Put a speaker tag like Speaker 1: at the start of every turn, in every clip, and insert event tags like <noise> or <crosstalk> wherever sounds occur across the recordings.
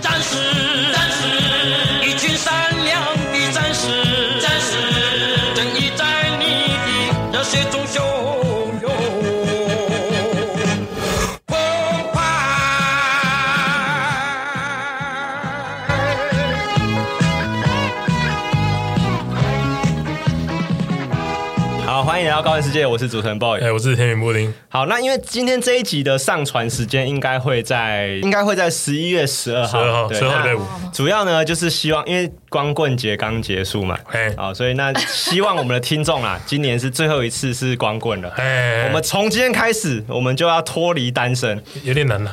Speaker 1: 战士，战士，一群善良的战士，战士，正义在你的热血中汹涌澎湃。
Speaker 2: 好，欢迎来到高玩世界，我是主持人 boy
Speaker 3: 哎、。我是甜品布丁，
Speaker 2: 好，那因为今天这一集的上传时间应该会在，应该会在十一月十二
Speaker 3: 十
Speaker 2: 号，
Speaker 3: 二号，
Speaker 2: 对
Speaker 3: 十二号
Speaker 2: 那
Speaker 3: 礼拜五，
Speaker 2: 主要呢就是希望，因为光棍节刚结束嘛，
Speaker 3: 哎
Speaker 2: 好，所以那希望我们的听众啊，今年是最后一次是光棍了。
Speaker 3: <laughs> 哎，
Speaker 2: 我们从今天开始，我们就要脱离单身
Speaker 3: 有点难了，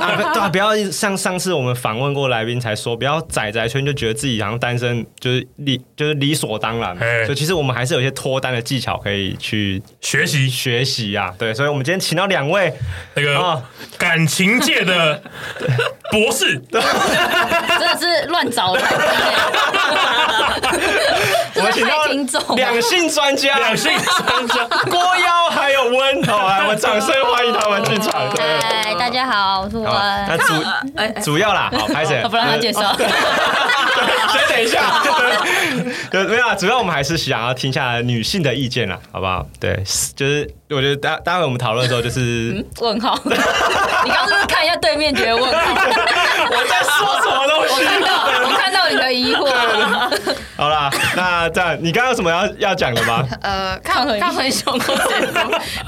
Speaker 2: 啊！
Speaker 3: <laughs>
Speaker 2: 不对啊，不要一直像上次我们访问过来宾才说，不要仔仔圈就觉得自己好像单身就是理就是理所当然嘛
Speaker 3: 哎。
Speaker 2: 所以其实我们还是有一些脱单的技巧可以去
Speaker 3: 学习
Speaker 2: 学习啊。对，所以我们今天请到两
Speaker 4: <laughs>
Speaker 2: 位
Speaker 3: 那个、
Speaker 2: 啊
Speaker 3: 感情界的
Speaker 2: <laughs>
Speaker 3: 博士，
Speaker 4: 真的是乱找人，
Speaker 2: 我
Speaker 4: 真
Speaker 2: 们
Speaker 4: 的
Speaker 2: 请到
Speaker 4: 太听众了
Speaker 2: 两性专家，
Speaker 3: 两性专家，
Speaker 2: 郭妖还有温， <laughs> 好，来，我们掌声欢迎他们进场。对
Speaker 4: 嗨，哎大家好，我是
Speaker 2: 好，那
Speaker 4: 文。
Speaker 2: 主
Speaker 4: 哎，哎
Speaker 2: 主要啦，好，拍谁？
Speaker 4: <laughs> 我不让他介
Speaker 2: <laughs>
Speaker 4: 绍，
Speaker 2: 先等一
Speaker 4: <laughs>
Speaker 2: 下，对，没有啊，主要我们还是想要听一下女性的意见啦，好不好？对，就是我觉得待待会我们讨论的时候，就是
Speaker 4: 问号。 <laughs> 你刚刚是不是看一下对面，觉得问号？
Speaker 2: 我在说什么东
Speaker 4: 看
Speaker 2: 西？
Speaker 4: 到 <laughs> 我看到你的疑惑，
Speaker 2: <laughs> 好啦，那这样，你刚刚有什么要要讲的吗？
Speaker 5: 呃，
Speaker 4: 抗
Speaker 5: 抗
Speaker 4: 衡
Speaker 5: 抗衡胸口水族，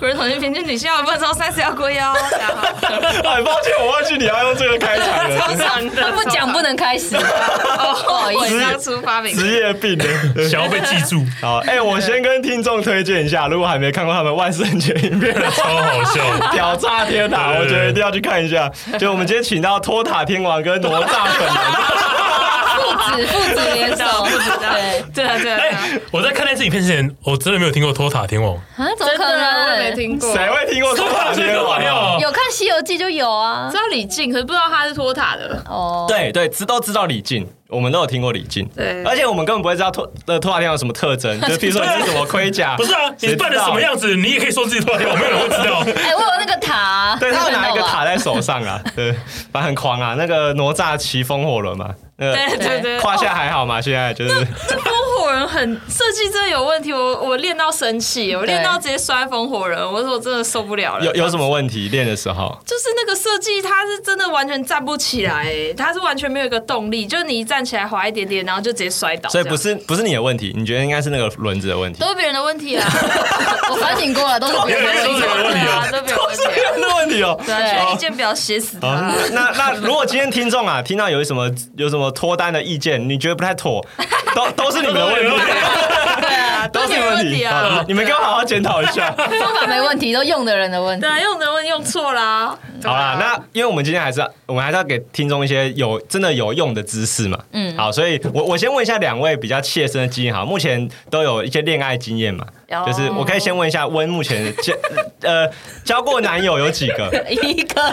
Speaker 5: 不是同性平均女性要不能超三十要过腰，然后
Speaker 2: <laughs> 很哎抱歉，我忘记你要用这个开场
Speaker 3: <laughs>
Speaker 2: 了，
Speaker 4: 他 <laughs> 不讲不能开始，哦不好意
Speaker 5: 我
Speaker 4: 思。
Speaker 5: 当初发明的。
Speaker 2: 职业病
Speaker 3: <laughs>
Speaker 2: 的。
Speaker 3: 想要被记住，
Speaker 2: 好，哎、我先跟听众推荐一下，如果还没看过他们万圣节影片的
Speaker 3: 超好笑，
Speaker 2: 屌炸天塔，我
Speaker 3: 对对对
Speaker 2: 觉得一定要去看一下。就我们今天请到托塔天王跟哪吒本
Speaker 3: <laughs>
Speaker 2: 人，
Speaker 4: 父子父子联手，对
Speaker 5: 对啊，对啊，对
Speaker 3: 哎、
Speaker 5: 啊
Speaker 3: 我在看那支影片之前，我真的没有听过托塔天王，
Speaker 4: 啊，怎么可
Speaker 5: 我也没
Speaker 4: 能？
Speaker 5: 听过。
Speaker 2: 谁会听过托塔天王啊？
Speaker 4: 有看《西游记》就有啊
Speaker 5: 知。道李靖，可是不知道他是托塔的。
Speaker 4: 哦，
Speaker 2: 对对，知都知道李靖，我们都有听过李靖。
Speaker 5: 对
Speaker 2: 而且我们根本不会知道托呃托塔天王有什么特征，就是譬如说你是什么盔甲，
Speaker 3: <laughs> 不是啊，
Speaker 2: 谁
Speaker 3: 你
Speaker 2: 知道
Speaker 3: 扮成什么？样子，你也可以说自己托塔天王，没有人会知道。
Speaker 4: 哎，我有那个塔，
Speaker 2: 对他有拿一个塔
Speaker 4: 在。
Speaker 2: 在手上啊，对，反正很狂啊。那个哪吒骑风火轮嘛，那个
Speaker 5: 对对对，
Speaker 2: 胯下还好嘛，现在就是
Speaker 5: 哦风火人很设计真的有问题，我我练到生气，我练到直接摔风火人，我说我真的受不了
Speaker 2: <laughs>
Speaker 5: 了。
Speaker 2: 有有什么问题？练的时候，
Speaker 5: 就是那个设计，它是真的完全站不起来、哎它是完全没有一个动力，就是你一站起来滑一点点，然后就直接摔倒。
Speaker 2: 所以不
Speaker 5: 这样
Speaker 2: 是不是你的问题，你觉得应该是那个轮子的问题。
Speaker 5: 都是别人的问题啊，
Speaker 4: <laughs> 我反省过了，都是别人的啊
Speaker 3: 都是别人的问题啊
Speaker 5: <laughs> 对都是别人的
Speaker 2: <laughs> 那问
Speaker 5: 问题啊。
Speaker 2: 题哦，
Speaker 5: 对啊，所以一件不要写死
Speaker 2: 啊
Speaker 5: 他。，
Speaker 2: 那那如果今天听众啊听到有什么有什么脱单的意见，你觉得不太妥，都都是你们的问题，
Speaker 5: <laughs> 对
Speaker 2: <laughs>
Speaker 5: 啊，
Speaker 2: 都是
Speaker 5: 你
Speaker 2: 你
Speaker 5: 的
Speaker 2: 们的问
Speaker 5: 问
Speaker 2: 题
Speaker 5: 题
Speaker 2: 好
Speaker 5: 啊。
Speaker 2: 你们给我好好检讨一下。
Speaker 4: 方法没问题，都用的人的问题
Speaker 5: 对。啊，用的问用错啦。
Speaker 2: 好啦，那因为我们今天还是要我们还是要给听众一些有真的有用的知识嘛。嗯，好，所以我我先问一下两位比较切身的经验，好，目前都有一些恋爱经验嘛？
Speaker 4: 有
Speaker 2: 就是我可以先问一下温目前交呃交过男友有几个？ <laughs>
Speaker 4: 一个啊，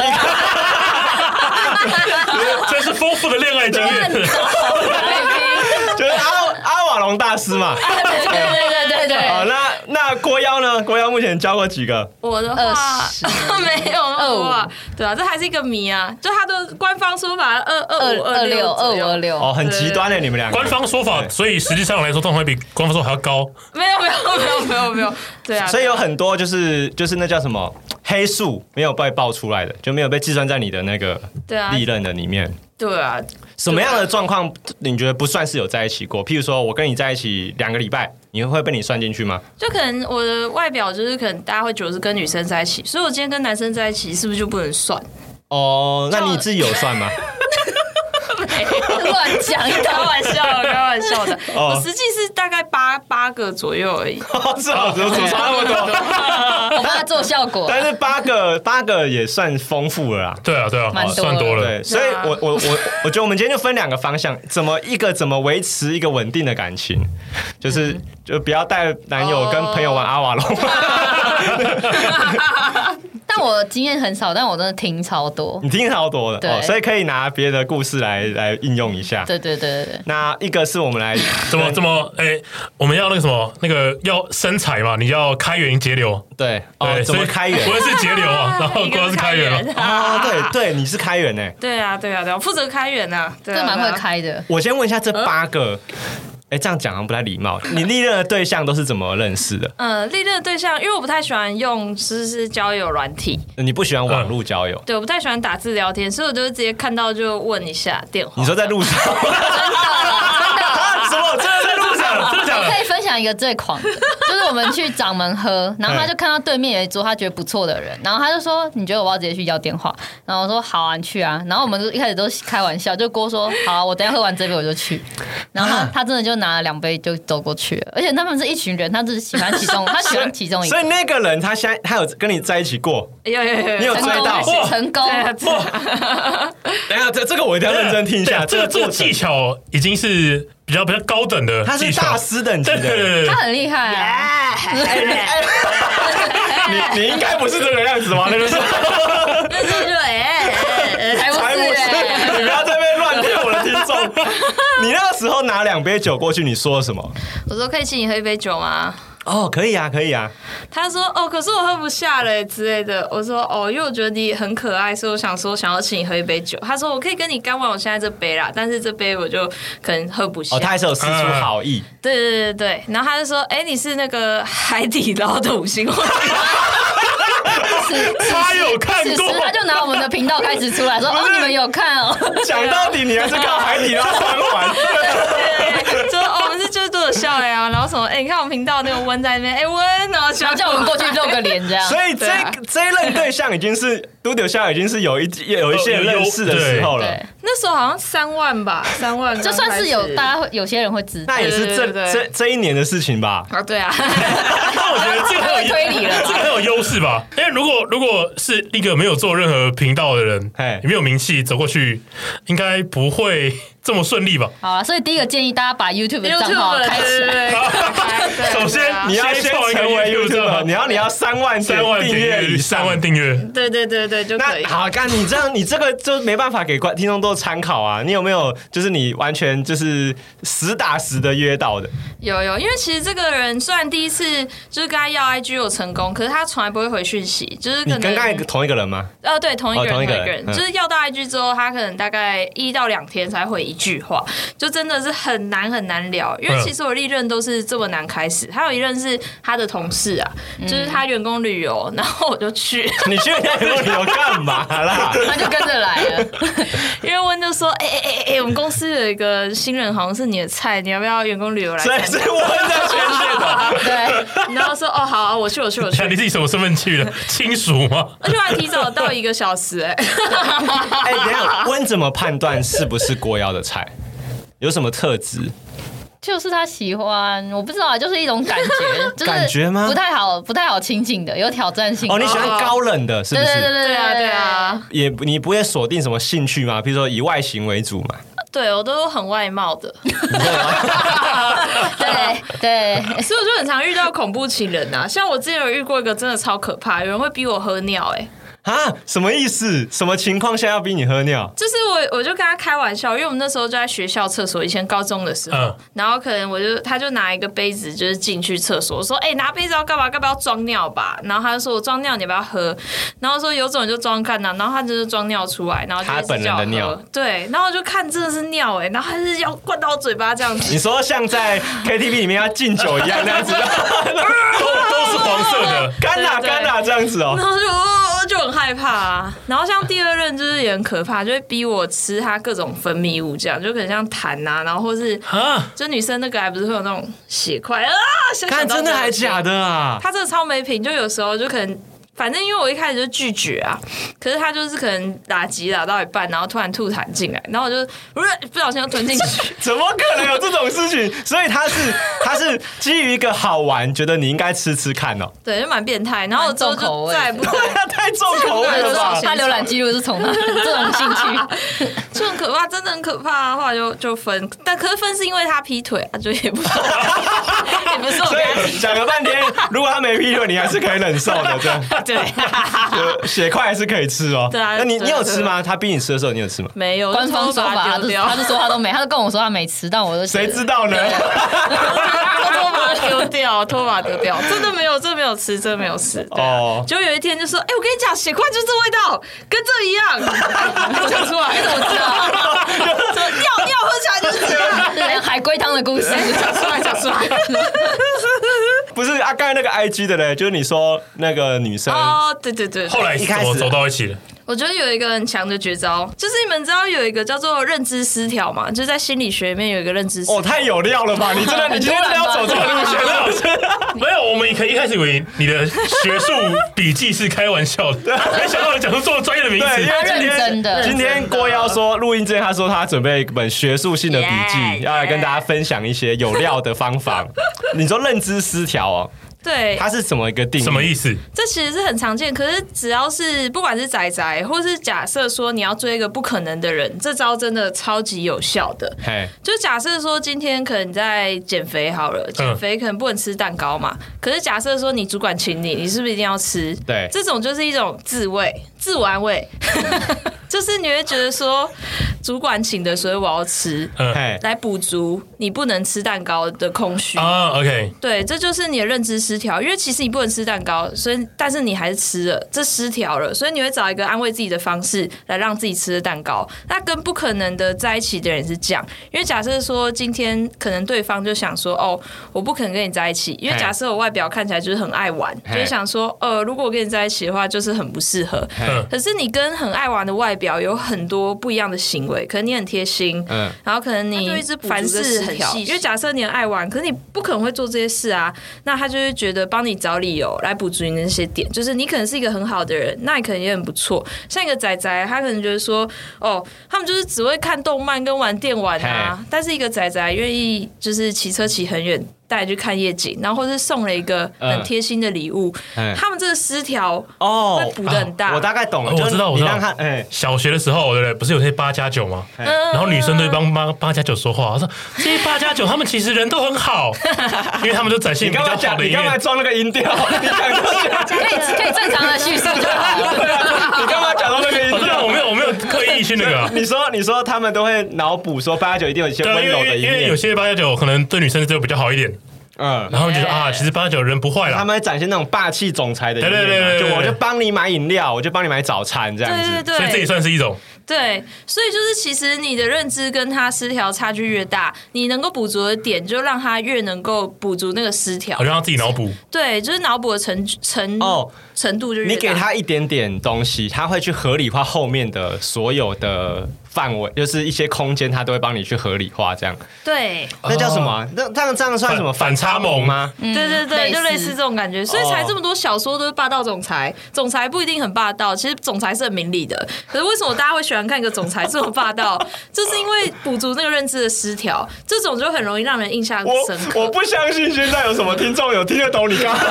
Speaker 3: 这是丰富的恋爱经验，
Speaker 2: 就是阿阿瓦隆大师嘛。
Speaker 4: 对对对对
Speaker 2: 好，
Speaker 4: 对，
Speaker 2: 那那郭妖呢？郭妖目前交过几个？
Speaker 5: 我的
Speaker 4: 二
Speaker 5: 话
Speaker 4: 十
Speaker 5: <laughs> 没有那么多啊，对啊，这还是一个谜啊。就他的官方说法，二二五
Speaker 4: 二二六
Speaker 5: 六
Speaker 4: 二五二，六，
Speaker 2: 哦，很极端的你们两个。
Speaker 3: <laughs> 官方说法，所以实际上来说，通常会比官方说法还要高。
Speaker 5: 没有没有没有没有
Speaker 4: <laughs>
Speaker 5: 没有，对啊。
Speaker 2: 所以有很多就是就是那叫什么黑数没有被爆出来的，就没有被计算在你的那个
Speaker 5: 对啊
Speaker 2: 利刃的里面。
Speaker 5: 对啊，
Speaker 2: 什么样的状况你觉得不算是有在一起过？譬如说我跟你在一起两个礼拜，你会被你算进去吗？
Speaker 5: 就可能我的外表就是可能大家会觉得是跟女生在一起，所以我今天跟男生在一起是不是就不能算？
Speaker 2: 哦，那你自己有算 <laughs> 吗？
Speaker 4: 乱讲一
Speaker 5: 开
Speaker 4: 通。
Speaker 5: 玩笑的，开玩
Speaker 4: <laughs>
Speaker 5: 笑的。
Speaker 2: 哦
Speaker 5: 我实际是大概八八个左右而已。啊
Speaker 2: 是啊，只有差那么 <laughs> 多，
Speaker 4: 我帮他做效果，
Speaker 2: 但是八个八个也算丰富了啦。
Speaker 3: 对啊，对啊，
Speaker 4: 蛮多
Speaker 3: 算多了。
Speaker 2: 对，所以
Speaker 4: 啊
Speaker 2: 我我我我觉得我们今天就分两个方向，怎么一个怎么维持一个稳定的感情，
Speaker 4: 嗯
Speaker 2: 就是
Speaker 4: <laughs>
Speaker 2: 就不要带男友跟朋友玩阿瓦隆。
Speaker 4: 但但我经验很少，但我真的听超多。
Speaker 2: 你听好多了，
Speaker 4: 对
Speaker 2: 哦，所以可以拿别的故事来来应用一下。
Speaker 4: 对对对对对，
Speaker 2: 那一个是我们来
Speaker 3: 怎么
Speaker 2: 跟
Speaker 3: 怎么？哎，我们要那个什么，那个要生财嘛，你要开源节流，
Speaker 2: 对哦，
Speaker 3: 对，
Speaker 2: 怎
Speaker 3: 所
Speaker 2: 么
Speaker 3: 以
Speaker 2: 开源
Speaker 3: 我也是节
Speaker 2: <laughs>
Speaker 3: 流啊，然后
Speaker 5: <laughs> 一
Speaker 3: 果
Speaker 5: 个
Speaker 3: 然是开源了。
Speaker 4: 哦
Speaker 2: 啊？对对，你是开源欸呢。
Speaker 5: 对啊，对啊，对啊，负责开源啊，对
Speaker 4: 这
Speaker 5: 啊，
Speaker 4: 蛮
Speaker 5: 对啊
Speaker 4: 会。开的。
Speaker 2: 我先问一下这八个，哎，这样讲好像不太礼貌。你历任的对象都是怎么认识的？
Speaker 5: 嗯，历任的对象，因为我不太喜欢用就是交友软体，
Speaker 2: 你不喜欢网络交友？
Speaker 5: 对，我不太喜欢打字聊天，所以我就直接看到就问一下电话。
Speaker 2: 你说在路上？啊什么？真的在路上？真的假
Speaker 4: 我
Speaker 2: 的？
Speaker 4: 可以分享一个最狂的，就是我们去掌门喝，然后他就看到对面有一桌他觉得不错的人，然后他就说：“你觉得我要直接去要电话？”然后我说：“好啊，你去啊。”然后我们就一开始都开玩笑，就郭说：“好啊、我等一下喝完这杯我就去。”然后他他真的就拿了两杯就走过去了，而且他们是一群人，他只是喜欢其中，他喜欢其中一
Speaker 2: 所
Speaker 4: 个
Speaker 2: 以，那个人他现在他有跟你在一起过？
Speaker 5: 有有有，
Speaker 2: 你有
Speaker 4: 成
Speaker 2: 追到
Speaker 4: 功成功。
Speaker 5: 对啊对啊
Speaker 2: 等一下，这这个我一定要认真听一下。
Speaker 3: 对这个这个
Speaker 2: 过程
Speaker 3: 技巧已经是比较比较高等的
Speaker 2: 他
Speaker 3: 技
Speaker 2: 是
Speaker 3: 巧，
Speaker 2: 大师等级
Speaker 3: 对对
Speaker 2: 的。
Speaker 3: 对对
Speaker 4: 他很厉害、啊， <laughs>
Speaker 2: 你你应该不是这个样子吧？那个是
Speaker 5: 那时候就哎，哎哎
Speaker 4: 才不
Speaker 2: 才不
Speaker 4: 是、欸，
Speaker 2: 是！你不要在那边乱骗我的听众。 <laughs> 你那个时候拿两杯酒过去，你说什么？
Speaker 5: 我说可以请你喝一杯酒吗？
Speaker 2: 哦，可以啊，可以啊。
Speaker 5: 他说哦，可是我喝不下了之类的。我说哦，因为我觉得你很可爱，所以我想说想要请你喝一杯酒。他说我可以跟你干完我现在这杯啦，但是这杯我就可能喝不下。
Speaker 2: 哦，他还是有施出好意。
Speaker 5: 对对对对对，然后他就说哎，你是那个海底捞的五星花，
Speaker 4: 此
Speaker 3: 对，他有看
Speaker 4: 此
Speaker 3: 过
Speaker 4: 时，他就拿我们的频道开始出来说：“哦，你们有看哦。”
Speaker 2: <laughs> 讲到底，你还是靠海底捞饭碗。
Speaker 5: 说哦我们是最多的笑了呀，然后什么哎，你看我们频道那个温在那边，哎温，然后
Speaker 4: 然后叫我们
Speaker 5: 啊
Speaker 4: 过去露个脸这样。
Speaker 2: 所以这、
Speaker 5: 对啊
Speaker 2: 这一任对象已经是都丢下，已经是有一有一些认识的时候了
Speaker 4: 对。，
Speaker 5: 那时候好像三万吧，三万
Speaker 2: <laughs>
Speaker 4: 就算是
Speaker 5: 刚开
Speaker 4: 有
Speaker 5: 始
Speaker 4: 大家会有些人会知道
Speaker 2: 那，也是这
Speaker 5: 对对对
Speaker 2: 这这一年的事情吧？
Speaker 5: 啊，对啊，
Speaker 3: 但我觉得这个
Speaker 4: 他
Speaker 3: 很
Speaker 4: 会
Speaker 3: 有
Speaker 4: 推理了
Speaker 3: 这个很有优势吧？因为如果如果是一个没有做任何频道的人
Speaker 2: 嘿，
Speaker 3: 没有名气走过去，应该不会这么顺利吧？
Speaker 4: 好啊，所以第一个建议大家把 YouTube 的账号
Speaker 5: YouTube
Speaker 4: 开
Speaker 5: 对
Speaker 4: 起
Speaker 5: 对
Speaker 4: 来。
Speaker 5: 对对对，
Speaker 3: 首先
Speaker 2: 你要先
Speaker 3: 创一个
Speaker 2: 成为
Speaker 3: YouTube
Speaker 2: YouTube，你要你要三万
Speaker 3: 三万
Speaker 2: 订阅以上
Speaker 3: 三。万订阅，
Speaker 5: 对对对对就可以
Speaker 2: 那。好，干你这样，你这个就没办法给观听众做参考啊。你有没有就是你完全就是实打实的约到的？
Speaker 5: 有有，因为其实这个人虽然第一次就是跟他要 IG 有成功，可是他从来不会回讯息，就是
Speaker 2: 你
Speaker 5: 可
Speaker 2: 跟刚才
Speaker 5: 能
Speaker 2: 同一个人吗？
Speaker 5: 呃对同一个人、
Speaker 2: 哦同一个
Speaker 5: 个
Speaker 2: 人嗯
Speaker 5: 就是要到 IG 之后，他可能大概一到两天才回一句话，就真的是很难很难聊。因为
Speaker 3: 嗯
Speaker 5: 其实我历任都是这么难开始，还有一任是他的同事啊，就是他员工旅游，然后我就去，
Speaker 2: 你去人家旅游旅游干嘛啦？
Speaker 4: 他就跟着来了，
Speaker 5: 因为温就说，哎哎哎哎，我们公司有一个新人好像是你的菜，你要不要员工旅游来
Speaker 2: 所以
Speaker 5: <laughs> 参加？
Speaker 2: 是我在圈线
Speaker 5: <laughs>
Speaker 2: 的。
Speaker 4: 对，
Speaker 5: 然后说，哦好、啊，我去我去我去
Speaker 3: 看，你自己什么身份去的？亲属吗？
Speaker 5: 而且我还提早到一个小时、哎。
Speaker 2: 哎、等一下温怎么判断是不是郭瑶的菜？有什么特质？
Speaker 4: 就是他喜欢，我不知道啊，就是一种感觉，就是
Speaker 2: 感觉吗
Speaker 4: 不太好，不太好亲近的，有挑战性的。
Speaker 2: 哦，你喜欢高冷的，是不
Speaker 4: 对
Speaker 2: 是？
Speaker 4: 对对对
Speaker 5: 对啊，对，啊，
Speaker 2: 也你不会锁定什么兴趣吗？比如说以外形为主嘛？
Speaker 5: 对我都很外貌的，
Speaker 4: 对对，
Speaker 5: 所以我就很常遇到恐怖情人啊。像我之前有遇过一个真的超可怕，有人会逼我喝尿、哎，
Speaker 2: 啊，什么意思？什么情况下要逼你喝尿？
Speaker 5: 就是我我就跟他开玩笑，因为我们那时候就在学校厕所，以前高中的时候，
Speaker 3: 嗯
Speaker 5: 然后可能我就他就拿一个杯子就是进去厕所，我说哎、拿杯子要干嘛？要不要装尿吧？然后他就说我装尿你要不要喝？然后说有种你就装看呐、然后他就是装尿出来，然后就
Speaker 2: 他
Speaker 5: 一直
Speaker 2: 本人
Speaker 5: 叫我
Speaker 2: 的尿
Speaker 5: 喝，对，然后我就看真的是尿哎、然后他是要灌到我嘴巴这样子，
Speaker 2: 你说像在 KTV 里面要敬酒一样那样子，
Speaker 3: 都都是黄色的。
Speaker 2: 干啦干啦这样子哦、
Speaker 5: 然后就、呃、就很害怕啊。然后像第二任就是也很可怕，就会逼我吃他各种分泌物，这样就可能像痰啊，然后或是
Speaker 3: 啊，
Speaker 5: 就女生那个还不是会有那种血块啊，想
Speaker 2: 看
Speaker 5: 想到
Speaker 2: 真的还假
Speaker 5: 的？
Speaker 2: 的啊？
Speaker 5: 他这个超没品，就有时候就可能。反正因为我一开始就拒绝啊，可是他就是可能打击打到一半，然后突然吐痰进来，然后我就不是不小心又吞进去，
Speaker 2: <laughs> 怎么可能有这种事情？所以他是他是基于一个好玩，觉得你应该吃吃看哦、
Speaker 5: 对，就蛮变态。然后我之后
Speaker 4: 蛮重口
Speaker 5: 就
Speaker 4: 味
Speaker 2: <laughs>
Speaker 5: 再也不
Speaker 2: 对啊，太重口味
Speaker 4: 我
Speaker 2: 了
Speaker 4: 就
Speaker 2: 吧
Speaker 4: <laughs> 说？他浏览记录是从他这种兴趣，
Speaker 5: 就很可怕，真的很可怕、啊。后来就就分，但可是分是因为他劈腿啊，就也不是我 <laughs> 也不是我
Speaker 2: 所
Speaker 5: 跟他
Speaker 2: 以讲了半天，如果他没劈腿，你还是可以忍受的，这样
Speaker 5: <laughs> 对、
Speaker 2: 就血块还是可以吃哦。
Speaker 5: 对啊
Speaker 2: 那你
Speaker 5: 对
Speaker 2: 你有吃吗？他逼你吃的时候，你有吃吗？
Speaker 5: 没有
Speaker 4: 官方说
Speaker 5: 偷偷
Speaker 4: 法，
Speaker 5: 把
Speaker 4: 他
Speaker 5: 它
Speaker 4: 就
Speaker 5: 丢
Speaker 4: 是
Speaker 5: 掉，
Speaker 4: 他就说他都没，他就跟我说他没吃，但我就
Speaker 2: 谁知道呢？
Speaker 5: 啊偷偷 <laughs> 把它丢掉，偷偷把它丢掉，真的没有，这没有吃，这没有吃。对啊
Speaker 2: 哦
Speaker 5: 就有一天就说，哎、我跟你讲，血块就是这味道，跟这一 <laughs> 样，都讲出来，我知 <laughs> 道，说尿尿喝起来就是这样，
Speaker 4: 这是海龟汤的故事，
Speaker 5: 讲出来，讲出来。
Speaker 2: 不是啊，刚才那个 I G 的嘞，就是你说那个女生，
Speaker 5: 哦，对对对，
Speaker 3: 后来
Speaker 2: 一开始
Speaker 3: 走走到一起了，
Speaker 5: 我觉得有一个很强的绝招，就是你们知道有一个叫做认知失调嘛，就是在心理学里面有一个认知失调。
Speaker 2: 哦，太有料
Speaker 5: <laughs>
Speaker 2: 了吧！你真的，你今天真的要走这个路线了？
Speaker 3: 没有，我们一开一开始以为你的学术笔记是开玩笑的，没想到你讲出这么专业的名
Speaker 2: 对，因
Speaker 3: 词。
Speaker 2: 为今
Speaker 4: 认真
Speaker 2: 天
Speaker 4: 的
Speaker 2: 今天郭妖说录音之前，他说他准备一本学术性的笔记，
Speaker 5: Yeah，
Speaker 2: 要来跟大家分享一些有料的方
Speaker 5: <laughs>
Speaker 2: 法。你说认知失调哦，
Speaker 5: 对，
Speaker 2: 它是怎么一个定义？
Speaker 3: 什么意思？
Speaker 5: 这其实是很常见。可是只要是不管是宅宅，或是假设说你要追一个不可能的人，这招真的超级有效的。
Speaker 2: 嘿，
Speaker 5: 就假设说今天可能在减肥好了，减肥可能不能吃蛋糕嘛。可是假设说你主管请你，你是不是一定要吃？
Speaker 2: 对
Speaker 5: 这种就是一种自慰、自我安慰， <laughs> 就是你会觉得说主管请的，所以我要吃，
Speaker 3: <laughs> 嗯
Speaker 2: <laughs> 嘿，
Speaker 5: 来补足你不能吃蛋糕的空虚。
Speaker 3: 啊，OK，
Speaker 5: 对，这就是你的认知失调，因为其实你不能吃蛋糕，所以但是你还是吃了，这失调了，所以你会找一个安慰自己的方式来让自己吃了蛋糕。那跟不可能的在一起的人也是这样，因为假设说今天可能对方就想说，哦，我不可能跟你在一起，因为
Speaker 2: 嘿
Speaker 5: 假设我外表看起来就是很爱玩，
Speaker 2: 嘿
Speaker 5: 就是想说，呃，如果我跟你在一起的话，就是很不适合。
Speaker 3: 嗯，
Speaker 5: 可是你跟很爱玩的外表有很多不一样的行为，可能你很贴心，
Speaker 2: 嗯
Speaker 5: 然后可能你
Speaker 6: 他就一直补足
Speaker 5: 凡
Speaker 6: 这
Speaker 5: 事
Speaker 6: 四
Speaker 5: 很
Speaker 6: 条
Speaker 5: 细，因为假设你很爱玩，可是你不可能会做这些事啊，那他就会觉得帮你找理由来补足你那些点，就是你可能是一个很好的人，那你可能也很不错。像一个仔仔，他可能觉得说，哦，他们就是只会看动漫跟玩电玩啊，但是一个仔仔愿意就是骑车骑很远。带你去看夜景，然后或是送了一个很
Speaker 2: 嗯
Speaker 5: 贴心的礼物，
Speaker 2: 嗯
Speaker 5: 他们这个失调
Speaker 2: 哦
Speaker 5: 会，补的很大。
Speaker 2: 我大概懂了，
Speaker 3: 哦我知道
Speaker 2: 就是
Speaker 3: 我知
Speaker 2: 你
Speaker 3: 道
Speaker 2: 让他，哎，
Speaker 3: 小学的时候，对不对？不是有些八加九吗？
Speaker 2: 嗯
Speaker 3: 然后女生都会帮八八加九说话，她说这些八加九他们其实人都很
Speaker 2: <laughs>
Speaker 3: 好，因为他们都展现
Speaker 2: 你
Speaker 3: 比
Speaker 2: 干嘛
Speaker 3: 较好
Speaker 2: 讲？
Speaker 3: 的一
Speaker 2: 你干嘛
Speaker 3: 面。
Speaker 2: 装那个音调？ <laughs> 你讲到
Speaker 4: <laughs>
Speaker 2: <laughs>
Speaker 4: 可以可以正常的叙述就好了。
Speaker 2: 啊你干嘛讲到那个
Speaker 3: 哦
Speaker 2: 音
Speaker 3: 对啊，
Speaker 2: 调？
Speaker 3: 我没有，我没有刻意去那个
Speaker 2: <laughs>
Speaker 3: 啊。
Speaker 2: 你说，你说他们都会脑补说八加九一定有一些
Speaker 3: 对啊，
Speaker 2: <laughs> 温
Speaker 3: 因
Speaker 2: 柔的
Speaker 3: 为
Speaker 2: 一
Speaker 3: 因为有
Speaker 2: 面，
Speaker 3: 些八加九可能对女生就比较好一点，
Speaker 2: 嗯，
Speaker 3: 然后你就说
Speaker 4: Yeah
Speaker 3: 啊，其实八加九人不坏
Speaker 2: 他
Speaker 3: 啦。
Speaker 2: 们会展现那种霸气总裁的一面啊，
Speaker 3: 对对对对对
Speaker 2: 就
Speaker 3: 对
Speaker 2: 我就帮你买饮料，我就帮你买早餐这样
Speaker 5: 对对
Speaker 2: 子。
Speaker 5: 对，
Speaker 3: 所以这也算是一种，
Speaker 5: 对，
Speaker 2: 嗯
Speaker 5: 所以就是其实你的认知跟他失调差距越大，你能够补足的点就让他越能够补足那个失调
Speaker 3: 好。像让自己脑补。
Speaker 5: 对，就是脑补的程程
Speaker 2: 哦
Speaker 5: 程度就越大。
Speaker 2: 你给他一点点东西，他会去合理化后面的所有的范围，就是一些空间，他都会帮你去合理化这样。
Speaker 5: 对，
Speaker 2: 那叫什么啊？那这样这样算什么
Speaker 3: 反
Speaker 2: 差
Speaker 3: 反差萌
Speaker 2: 吗？
Speaker 5: 对对对，
Speaker 4: 类
Speaker 5: 就类
Speaker 4: 似
Speaker 5: 似这种感
Speaker 2: 哦
Speaker 5: 觉，所以才这么多小说都是霸道总裁。总裁不一定很霸道，其实总裁是很明理的。可是为什么大家会喜欢看一个总裁这么霸道？ <laughs> 就是因为补足那个认知的失调，这种就很容易让人印象深刻。
Speaker 2: 我我不相信现在有什么听众有听得懂你刚刚，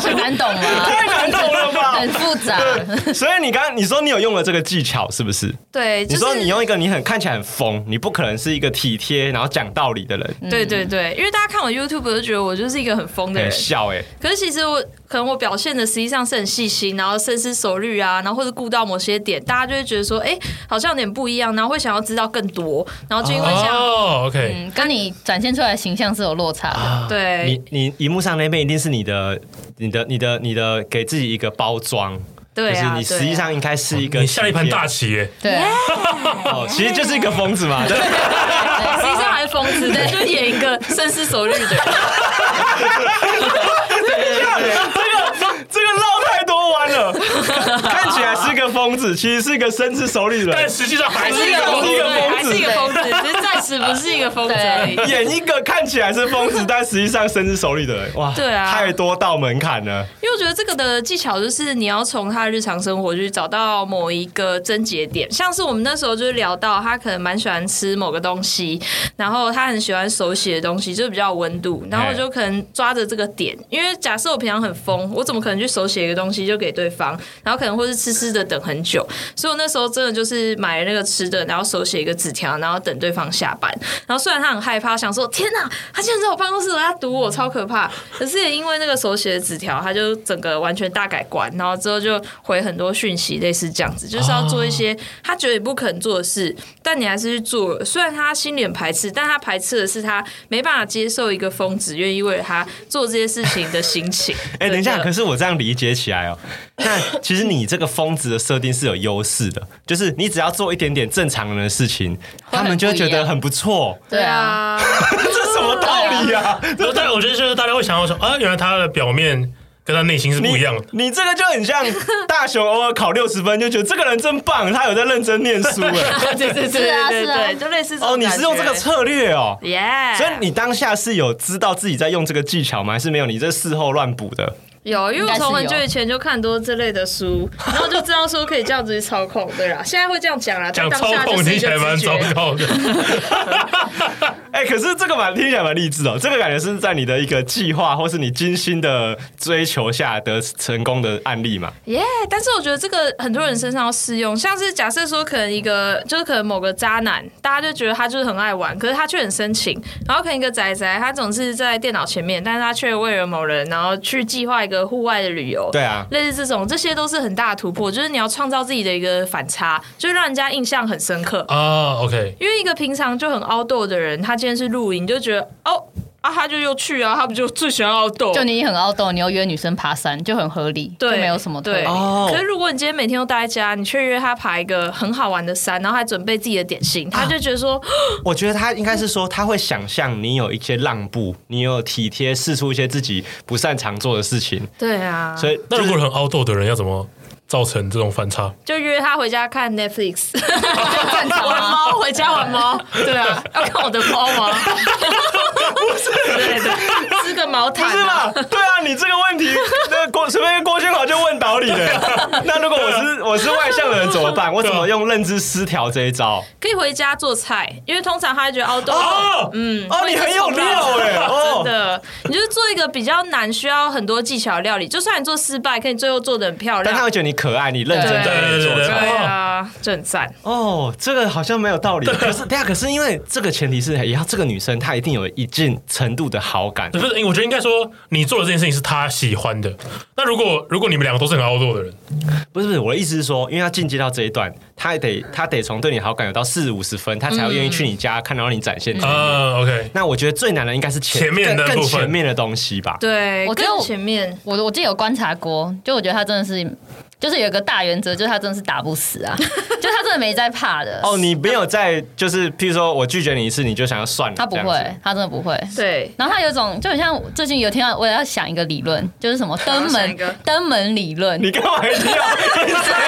Speaker 4: 很难懂吗？
Speaker 2: 太难懂了吧
Speaker 4: 很复杂。
Speaker 5: <laughs>
Speaker 2: 所以你刚你说你有用了这个技巧是不是？
Speaker 5: 对，就
Speaker 2: 你
Speaker 5: 是
Speaker 2: 说你用一个你很看起来很疯，你不可能是一个体贴然后讲道理的人，
Speaker 5: 对对对，因为大家看我 YouTube 都觉得我就是一个很疯的
Speaker 2: 很
Speaker 5: 人，
Speaker 2: 笑哎，
Speaker 5: 可是其实我可能我表现的实际上是很细心，然后深思熟虑啊，然后或者顾到某些点，大家就会觉得说，哎、好像有点不一样，然后会想要知道更多，然后就因为像、
Speaker 3: 哦，OK，
Speaker 4: 嗯，跟你展现出来的形象是有落差
Speaker 2: 啊
Speaker 4: 的。
Speaker 5: 对
Speaker 2: 你你荧幕上那边一定是你的你的你的你的给自己一个包装，
Speaker 5: 对
Speaker 2: 就是
Speaker 5: 啊，
Speaker 2: 你实际上应该哦是一个
Speaker 3: 你下了一盘
Speaker 2: 体贴
Speaker 3: 大棋耶，
Speaker 4: 对啊，
Speaker 2: 哦，其实就是一个疯子嘛，对，
Speaker 5: 对啊实际上还是疯子，对，就演一个深思熟虑的人。
Speaker 2: 这个绕太多弯了，看起来是个疯子，其实是一个深思熟虑的
Speaker 3: 但
Speaker 2: 人，
Speaker 3: 实际上还是一个
Speaker 2: 疯
Speaker 3: 公
Speaker 2: 子一
Speaker 3: 司
Speaker 2: 个
Speaker 5: 对还
Speaker 2: 疯
Speaker 5: 是一
Speaker 2: 子
Speaker 5: 个疯子，只是暂时不是一个疯子而已。
Speaker 2: 演一个看起来是疯子，但实际上深思熟虑的人，哇，
Speaker 5: 对啊
Speaker 2: 太多道门槛了，
Speaker 5: 因为我觉得这个的技巧就是你要从他的日常生活去找到某一个症结点，像是我们那时候就是聊到他可能蛮喜欢吃某个东西，然后他很喜欢手写的东西，就比较有温度，然后我就可能抓着这个点，因为假设我平常很疯，我怎么可能去手写一个东西就给对方，然后可能或是痴痴的等很久。所以我那时候真的就是买了那个吃的，然后手写一个纸条，然后等对方下班。然后虽然他很害怕，想说天哪，他竟然在我办公室，他堵我，超可怕。可是也因为那个手写的纸条，他就整个完全大改观，然后之后就回很多讯息，类似这样子，就是要做一些
Speaker 2: 哦
Speaker 5: 他觉得你不可能做的事，但你还是去做了。虽然他心里很排斥，但他排斥的是他没办法接受一个疯子愿意为了他做这些事情的心情。
Speaker 2: <laughs> 哎、等一下，
Speaker 5: 真的
Speaker 2: 可是我这样理解起来哦，那其实你这个疯子的设定是有优势的，就是你只要做一点点正常人的事情，他们就会觉得很不错。
Speaker 4: 对啊，，
Speaker 2: 这什么道理啊？
Speaker 3: 然后但我觉得就是大家会想要说啊，原来他的表面跟他内心是不一样的。
Speaker 2: 你这个就很像大雄偶尔考六十分就觉得这个人真棒，他有在认真念书哎。
Speaker 5: <laughs> 对对对
Speaker 4: 是啊
Speaker 5: 对对
Speaker 4: 是啊
Speaker 5: 对，就类似这种
Speaker 2: 哦，你是用这个
Speaker 5: 感觉
Speaker 2: 策略哦。
Speaker 5: 耶
Speaker 2: 所以你当下是有知道自己在用这个技巧吗？还是没有？你这事后乱补 <laughs> 的？
Speaker 5: 有，因为
Speaker 4: 应该
Speaker 5: 我
Speaker 4: 是
Speaker 5: 从很
Speaker 4: 有
Speaker 5: 久以前就看很多这类的书，然后就知道说可以这样子去操控，对啦。现在会这样讲啦，
Speaker 3: 讲
Speaker 5: 但当
Speaker 3: 操
Speaker 5: 下就
Speaker 3: 控
Speaker 5: 是
Speaker 3: 听
Speaker 5: 一
Speaker 3: 起
Speaker 5: 个
Speaker 3: 来蛮
Speaker 5: 直
Speaker 3: 糟
Speaker 5: 觉。
Speaker 3: 糕的，
Speaker 2: 哎、可是这个蛮听起来蛮励志哦，这个感觉是在你的一个计划或是你精心的追求下得成功的案例嘛？
Speaker 5: 耶但是我觉得这个很多人身上要适用，像是假设说可能一个就是可能某个渣男，大家就觉得他就是很爱玩，可是他却很深情。然后可能一个宅宅，他总是在电脑前面，但是他却为了某人，然后去计划一个户外的旅游。
Speaker 2: 对啊，
Speaker 5: 类似这种，这些都是很大的突破，就是你要创造自己的一个反差，就让人家印象很深刻。
Speaker 3: 啊，OK，
Speaker 5: 因为一个平常就很 outdoor 的人，他今天是露营，就觉得哦啊，他就又去啊，他不就最喜欢 outdoor？
Speaker 4: 就你很傲斗，你又约女生爬山，就很合理，就
Speaker 5: 对，
Speaker 4: 没有什么
Speaker 5: 对。
Speaker 4: 理。
Speaker 2: 哦
Speaker 5: 可是如果你今天每天都待在家，你却约他爬一个很好玩的山，然后还准备自己的点心，
Speaker 2: 啊
Speaker 5: 他就觉
Speaker 4: <gasps>
Speaker 5: 得说，
Speaker 2: 我觉得他应该是说，他会想象你有一些让步，你有体贴，试出一些自己不擅长做的事情，
Speaker 5: 对啊，
Speaker 2: 所以、
Speaker 3: 那
Speaker 2: 就
Speaker 3: 如
Speaker 2: 是
Speaker 3: 果很凹斗的人要怎么造成这种反差？
Speaker 5: 就约他回家看 Netflix，
Speaker 4: 正常啊
Speaker 5: 玩猫，回家玩猫，对啊，要看我的猫吗？不是，对对，织个毛
Speaker 2: 不
Speaker 5: 毯、
Speaker 2: 是
Speaker 5: 啊
Speaker 2: 嘛？，对啊，你这个问题，那郭随便郭俊豪就问倒你了。那如果我是我是外向的人怎么办？我怎么用认知失调这一招？
Speaker 5: 可以回家做菜，因为通常他会觉得 outdoor，、
Speaker 2: 哦
Speaker 5: 嗯，
Speaker 2: 哦，你很有料
Speaker 5: <laughs>
Speaker 2: 哎、
Speaker 5: 真
Speaker 2: 哦，
Speaker 5: 的，你就是做一个比较难、需要很多技巧的料理，就算你做失败，可以最后做的很漂
Speaker 2: 但他
Speaker 5: 亮。
Speaker 2: 会觉得你可爱，你认真在做
Speaker 3: 对对对
Speaker 2: 菜
Speaker 3: 对。
Speaker 5: 对啊，就很赞。
Speaker 2: 哦，这个好像没有道理。可是，对啊，可是因为这个前提是，也要这个女生她一定有一定程度的好感
Speaker 3: 不。是，欸我觉得应该说你做的这件事情是他喜欢的。那如果如果你们两个都是很凹斗的人，
Speaker 2: 不是不是，我的意思是说，因为她进阶到这一段，她得她得从对你好感有到四五十分，她才会愿意去你家看到你展现。
Speaker 3: 啊，OK，
Speaker 2: 那我觉得最难的应该是前
Speaker 3: 前面的
Speaker 2: 更
Speaker 3: 部
Speaker 2: 更
Speaker 3: 分
Speaker 2: 前面的东西吧。
Speaker 5: 对，
Speaker 4: 我觉得
Speaker 5: 更
Speaker 4: 我
Speaker 5: 前面
Speaker 4: 我我记得有观察过，就我觉得他真的是，就是有一个大原则，就是他真的是打不死
Speaker 2: <laughs>
Speaker 4: 啊，就他真的没在怕的。
Speaker 2: 哦，你没有在就是，譬如说我拒绝你一次，你就想要算了，
Speaker 4: 他不
Speaker 2: 这样
Speaker 4: 会
Speaker 2: 子，
Speaker 4: 他真的不会。
Speaker 5: 对。
Speaker 4: 然后他有一种就很像最近有听到，我也要想一个理论，就是什么登
Speaker 5: 想一
Speaker 4: 门
Speaker 5: 个
Speaker 4: 登门理论，
Speaker 2: 你干嘛一定要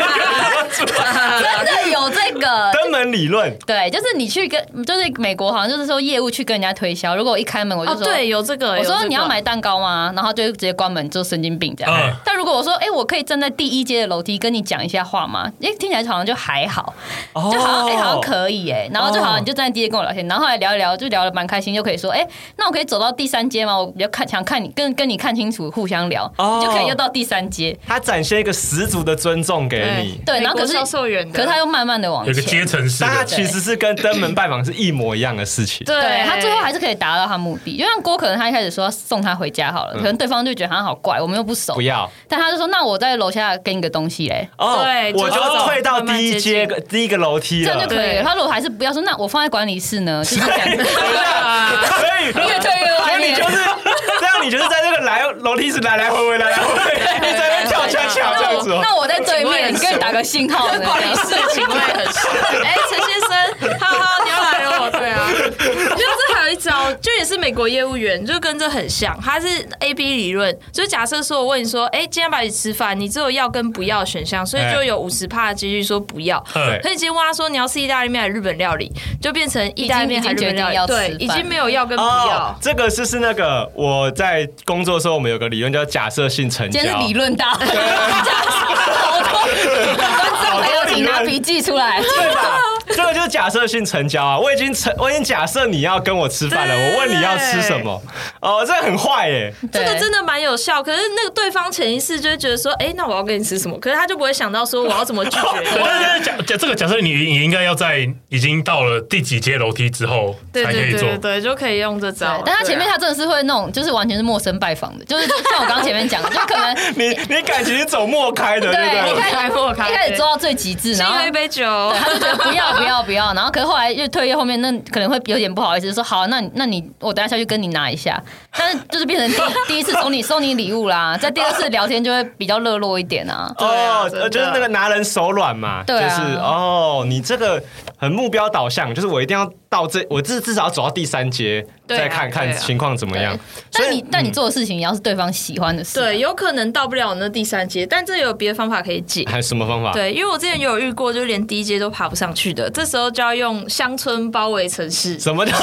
Speaker 2: 啊
Speaker 4: 真的有这个。
Speaker 2: 登门理论？
Speaker 4: 对，就是你去跟，就是美国好像就是说业务去跟人家推销，如果我一开门我就
Speaker 5: <laughs> 哦，
Speaker 4: 说，
Speaker 5: 对，有这个。
Speaker 4: 我
Speaker 5: 有这
Speaker 4: 说
Speaker 5: 个
Speaker 4: 你要买蛋糕吗？然后就直接关门，就神经病这样。
Speaker 3: 嗯
Speaker 4: 但如果我说，哎、我可以站在第一阶的楼梯跟你讲一下话吗？哎、听起来好像就还好，
Speaker 2: 哦
Speaker 4: 就好像哎、好像可以哎、然后就好
Speaker 2: 哦
Speaker 4: 像你就站在第一阶跟我聊天，然后后来聊一聊，就聊得蛮开心，就可以说，哎、那我可以走到第三阶吗？我比较看想看你跟跟你看清楚，互相聊，
Speaker 2: 哦
Speaker 4: 你就可以又到第三阶。
Speaker 2: 他展现一个十足的尊重给你，
Speaker 4: 对，然后可是
Speaker 5: 美国销售员的
Speaker 4: 可是他又慢慢的往
Speaker 3: 有一个阶
Speaker 4: 前。
Speaker 3: 层式
Speaker 2: 但他
Speaker 3: 的，
Speaker 2: 其实是跟登门拜访是一模一样的事情。
Speaker 5: 对
Speaker 4: 对他最后还是可以达到他目的，就像郭可能他一开始说要送他回家好了，可能对方就觉得好像好怪，我们又不熟，
Speaker 2: 嗯不要
Speaker 4: 但他就说：“那我在楼下给你个东西嘞，
Speaker 2: 哦
Speaker 5: 对，
Speaker 2: 我
Speaker 5: 就是
Speaker 2: 就退到
Speaker 5: 慢慢
Speaker 2: 第一
Speaker 5: 接近
Speaker 2: 阶第一个楼梯
Speaker 4: 这样就
Speaker 2: 了。
Speaker 4: 可以
Speaker 5: 对
Speaker 4: 了。”他如果还是不要说，那我放在管理室
Speaker 2: <laughs>
Speaker 4: 呢，就是这样，
Speaker 5: 啊
Speaker 2: 所以
Speaker 4: 越推越
Speaker 2: 所
Speaker 4: 外 <laughs>
Speaker 2: 以你就
Speaker 4: 面。
Speaker 2: 是这样，你就是在那个来楼梯时来来回回，来来回回，一直在那边跳恰恰这
Speaker 4: 那
Speaker 2: 样
Speaker 4: 我
Speaker 2: 子哦。
Speaker 4: <laughs> 那我在对面，你可以打个信号
Speaker 2: <laughs>
Speaker 4: 呢。
Speaker 5: 管理室情味很深。哎，陈先生，哈哈，你要来了哦，对啊。我觉得这还有一招，就也是美国业务员，就跟这很像，他是 A B 理论。就假设说我问你说，哎，今天要不要一起吃饭，你只有要跟不要的选项，所以就有五十帕的几率说不要。
Speaker 3: 对
Speaker 5: 可以直接问他说你要吃意大利面还是日本料理，就变成意大利面还是日本料
Speaker 4: 已经已经决定要
Speaker 5: 理，
Speaker 4: 吃
Speaker 5: 对，
Speaker 4: 饭
Speaker 5: 已经没有要跟不
Speaker 2: 哦
Speaker 5: 要，。
Speaker 2: 这个就是那个我在工作的时候，我们有个理论叫假设性成交
Speaker 4: 今。天是理论大会，好多观众朋友，请拿笔记出来。
Speaker 2: 对吧？这个就是假设性成交啊！我已经成，我已经假设你要跟我吃饭了，
Speaker 5: 对
Speaker 2: 我问你要吃什么，哦，这很坏耶、
Speaker 5: 这个
Speaker 4: 对
Speaker 5: 真的蛮有效，可是那个对方潜意识就会觉得说，哎、那我要跟你吃什么？可是他就不会想到说我要怎么拒绝 <laughs>
Speaker 3: 对
Speaker 5: 你。
Speaker 3: 对对，假假这个假设你你应该要在已经到了第几阶楼梯之后
Speaker 5: 对
Speaker 3: 才可
Speaker 5: 对
Speaker 3: 以
Speaker 5: 对
Speaker 3: 做
Speaker 5: 对，对，就可以用这招
Speaker 4: 对。，但他前面
Speaker 5: 对啊
Speaker 4: 他真的是会那种，就是完全是陌生拜访的，就是就像我刚刚前面讲的，就可能
Speaker 2: 你你感情是走莫开的，对
Speaker 4: 对，
Speaker 2: 不
Speaker 4: 一
Speaker 2: 对？
Speaker 4: 开
Speaker 5: 开破开
Speaker 4: 一开始做到最极致，然后
Speaker 5: 先喝一杯酒，
Speaker 4: 对 <laughs> 他就觉得不要不要不要，然后可是后来越退越后面，那可能会有点不好意思，就说好，那你那你我等一下下去跟你拿一下，但是就是变成第第一次送你送你礼物啦，在第二次聊天就会比较热络一点啊。
Speaker 5: 对啊
Speaker 2: 哦，
Speaker 5: 真的
Speaker 2: 呃就是那个拿人手软嘛，
Speaker 4: 对啊
Speaker 2: 就是哦，你这个很目标导向，就是我一定要到这，我至至少要走到第三阶，
Speaker 5: 对啊
Speaker 2: 再看看
Speaker 5: 对啊
Speaker 2: 情况怎么样
Speaker 4: 对。，但
Speaker 2: 嗯
Speaker 4: 你但你做的事情也要是对方喜欢的事，啊
Speaker 5: 对，，有可能到不了那第三阶，但这有别的方法可以解。
Speaker 2: 还有什么方法？
Speaker 5: 对，因为我之前也有遇过，就连第一阶都爬不上去的，这时候就要用乡村包围城市。
Speaker 2: 什么叫 <laughs>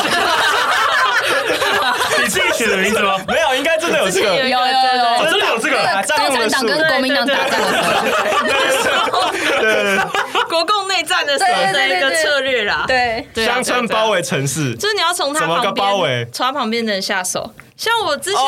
Speaker 3: 你自己写的名字吗？
Speaker 2: 没有？应该真的有这
Speaker 5: 之前
Speaker 2: 个
Speaker 5: <laughs>
Speaker 4: 有
Speaker 5: 有。
Speaker 4: 有有
Speaker 3: 哦，真的有这个，
Speaker 2: 打仗
Speaker 4: 共
Speaker 2: 用的
Speaker 4: 产
Speaker 2: 术
Speaker 4: 党跟国民党打仗的时候，
Speaker 5: 国共内战的时候的一个策略啦。
Speaker 4: 对，
Speaker 5: 对啊
Speaker 2: 乡村包，围城市，
Speaker 5: 对啊对啊就是你要从他
Speaker 2: 怎么个
Speaker 5: 旁边，
Speaker 2: 包围哦
Speaker 5: 从他旁边的人下手。像我之前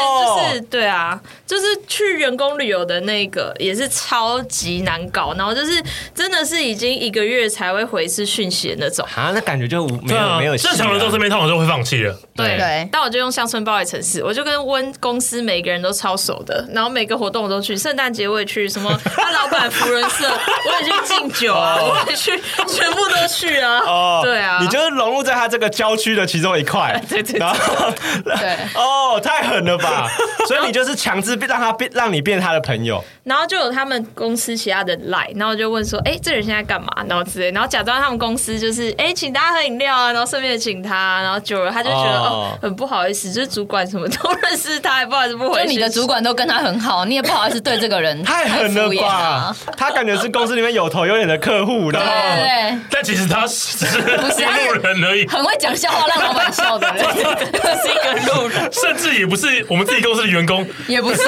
Speaker 5: 就是、对啊，就是去员工旅游的那个也是超级难搞，然后就是真的是已经一个月才会回一次讯息的那种。
Speaker 2: 啊，那感觉就无 <laughs> 没
Speaker 3: 对
Speaker 2: 有
Speaker 3: 啊
Speaker 2: 没有，戏啊
Speaker 3: 正常人都这边通常都会放弃的。
Speaker 2: 对
Speaker 4: 对
Speaker 5: 但我就用乡村包围城市，我就跟温公司每个人都超熟的，然后每个活动我都去，圣诞节我也去，什么 <laughs> 他老板福人社我也去敬酒啊，我也去，全部都去啊，
Speaker 2: 哦，
Speaker 5: 对啊，
Speaker 2: 你就是融入在他这个郊区的其中一块，
Speaker 5: <laughs> 对对对
Speaker 2: 然后
Speaker 4: 对
Speaker 2: <laughs> 哦，太狠了吧！
Speaker 5: <laughs>
Speaker 2: 所以你就是强制让他变，让你变他的朋友，
Speaker 5: 然后就有他们公司其他的来，然后我就问说，哎、这人现在干嘛？然后之类，然后假装他们公司就是，哎、请大家喝饮料啊，然后顺便请他，然后久了他就觉得
Speaker 2: 哦
Speaker 5: 哦很不好意思，就是主管什么都认识他，也不好意思不
Speaker 4: 就
Speaker 5: 回讯息。
Speaker 4: 你
Speaker 2: <laughs>
Speaker 4: 的主管都跟他很好，你也不好意思对这个人
Speaker 2: 太狠了
Speaker 4: 敷衍
Speaker 2: 吧
Speaker 4: 啊！？
Speaker 2: 他感觉是公司里面有头有脸的客
Speaker 5: <laughs>
Speaker 2: 户，然
Speaker 4: 对
Speaker 2: 后
Speaker 4: 对
Speaker 3: 但其实他只是一个路人而已
Speaker 4: 对，，很会讲笑话让老板笑的人，
Speaker 5: 是一个路人，
Speaker 3: 甚至也不是我们自己公司的员工。
Speaker 4: 也不是，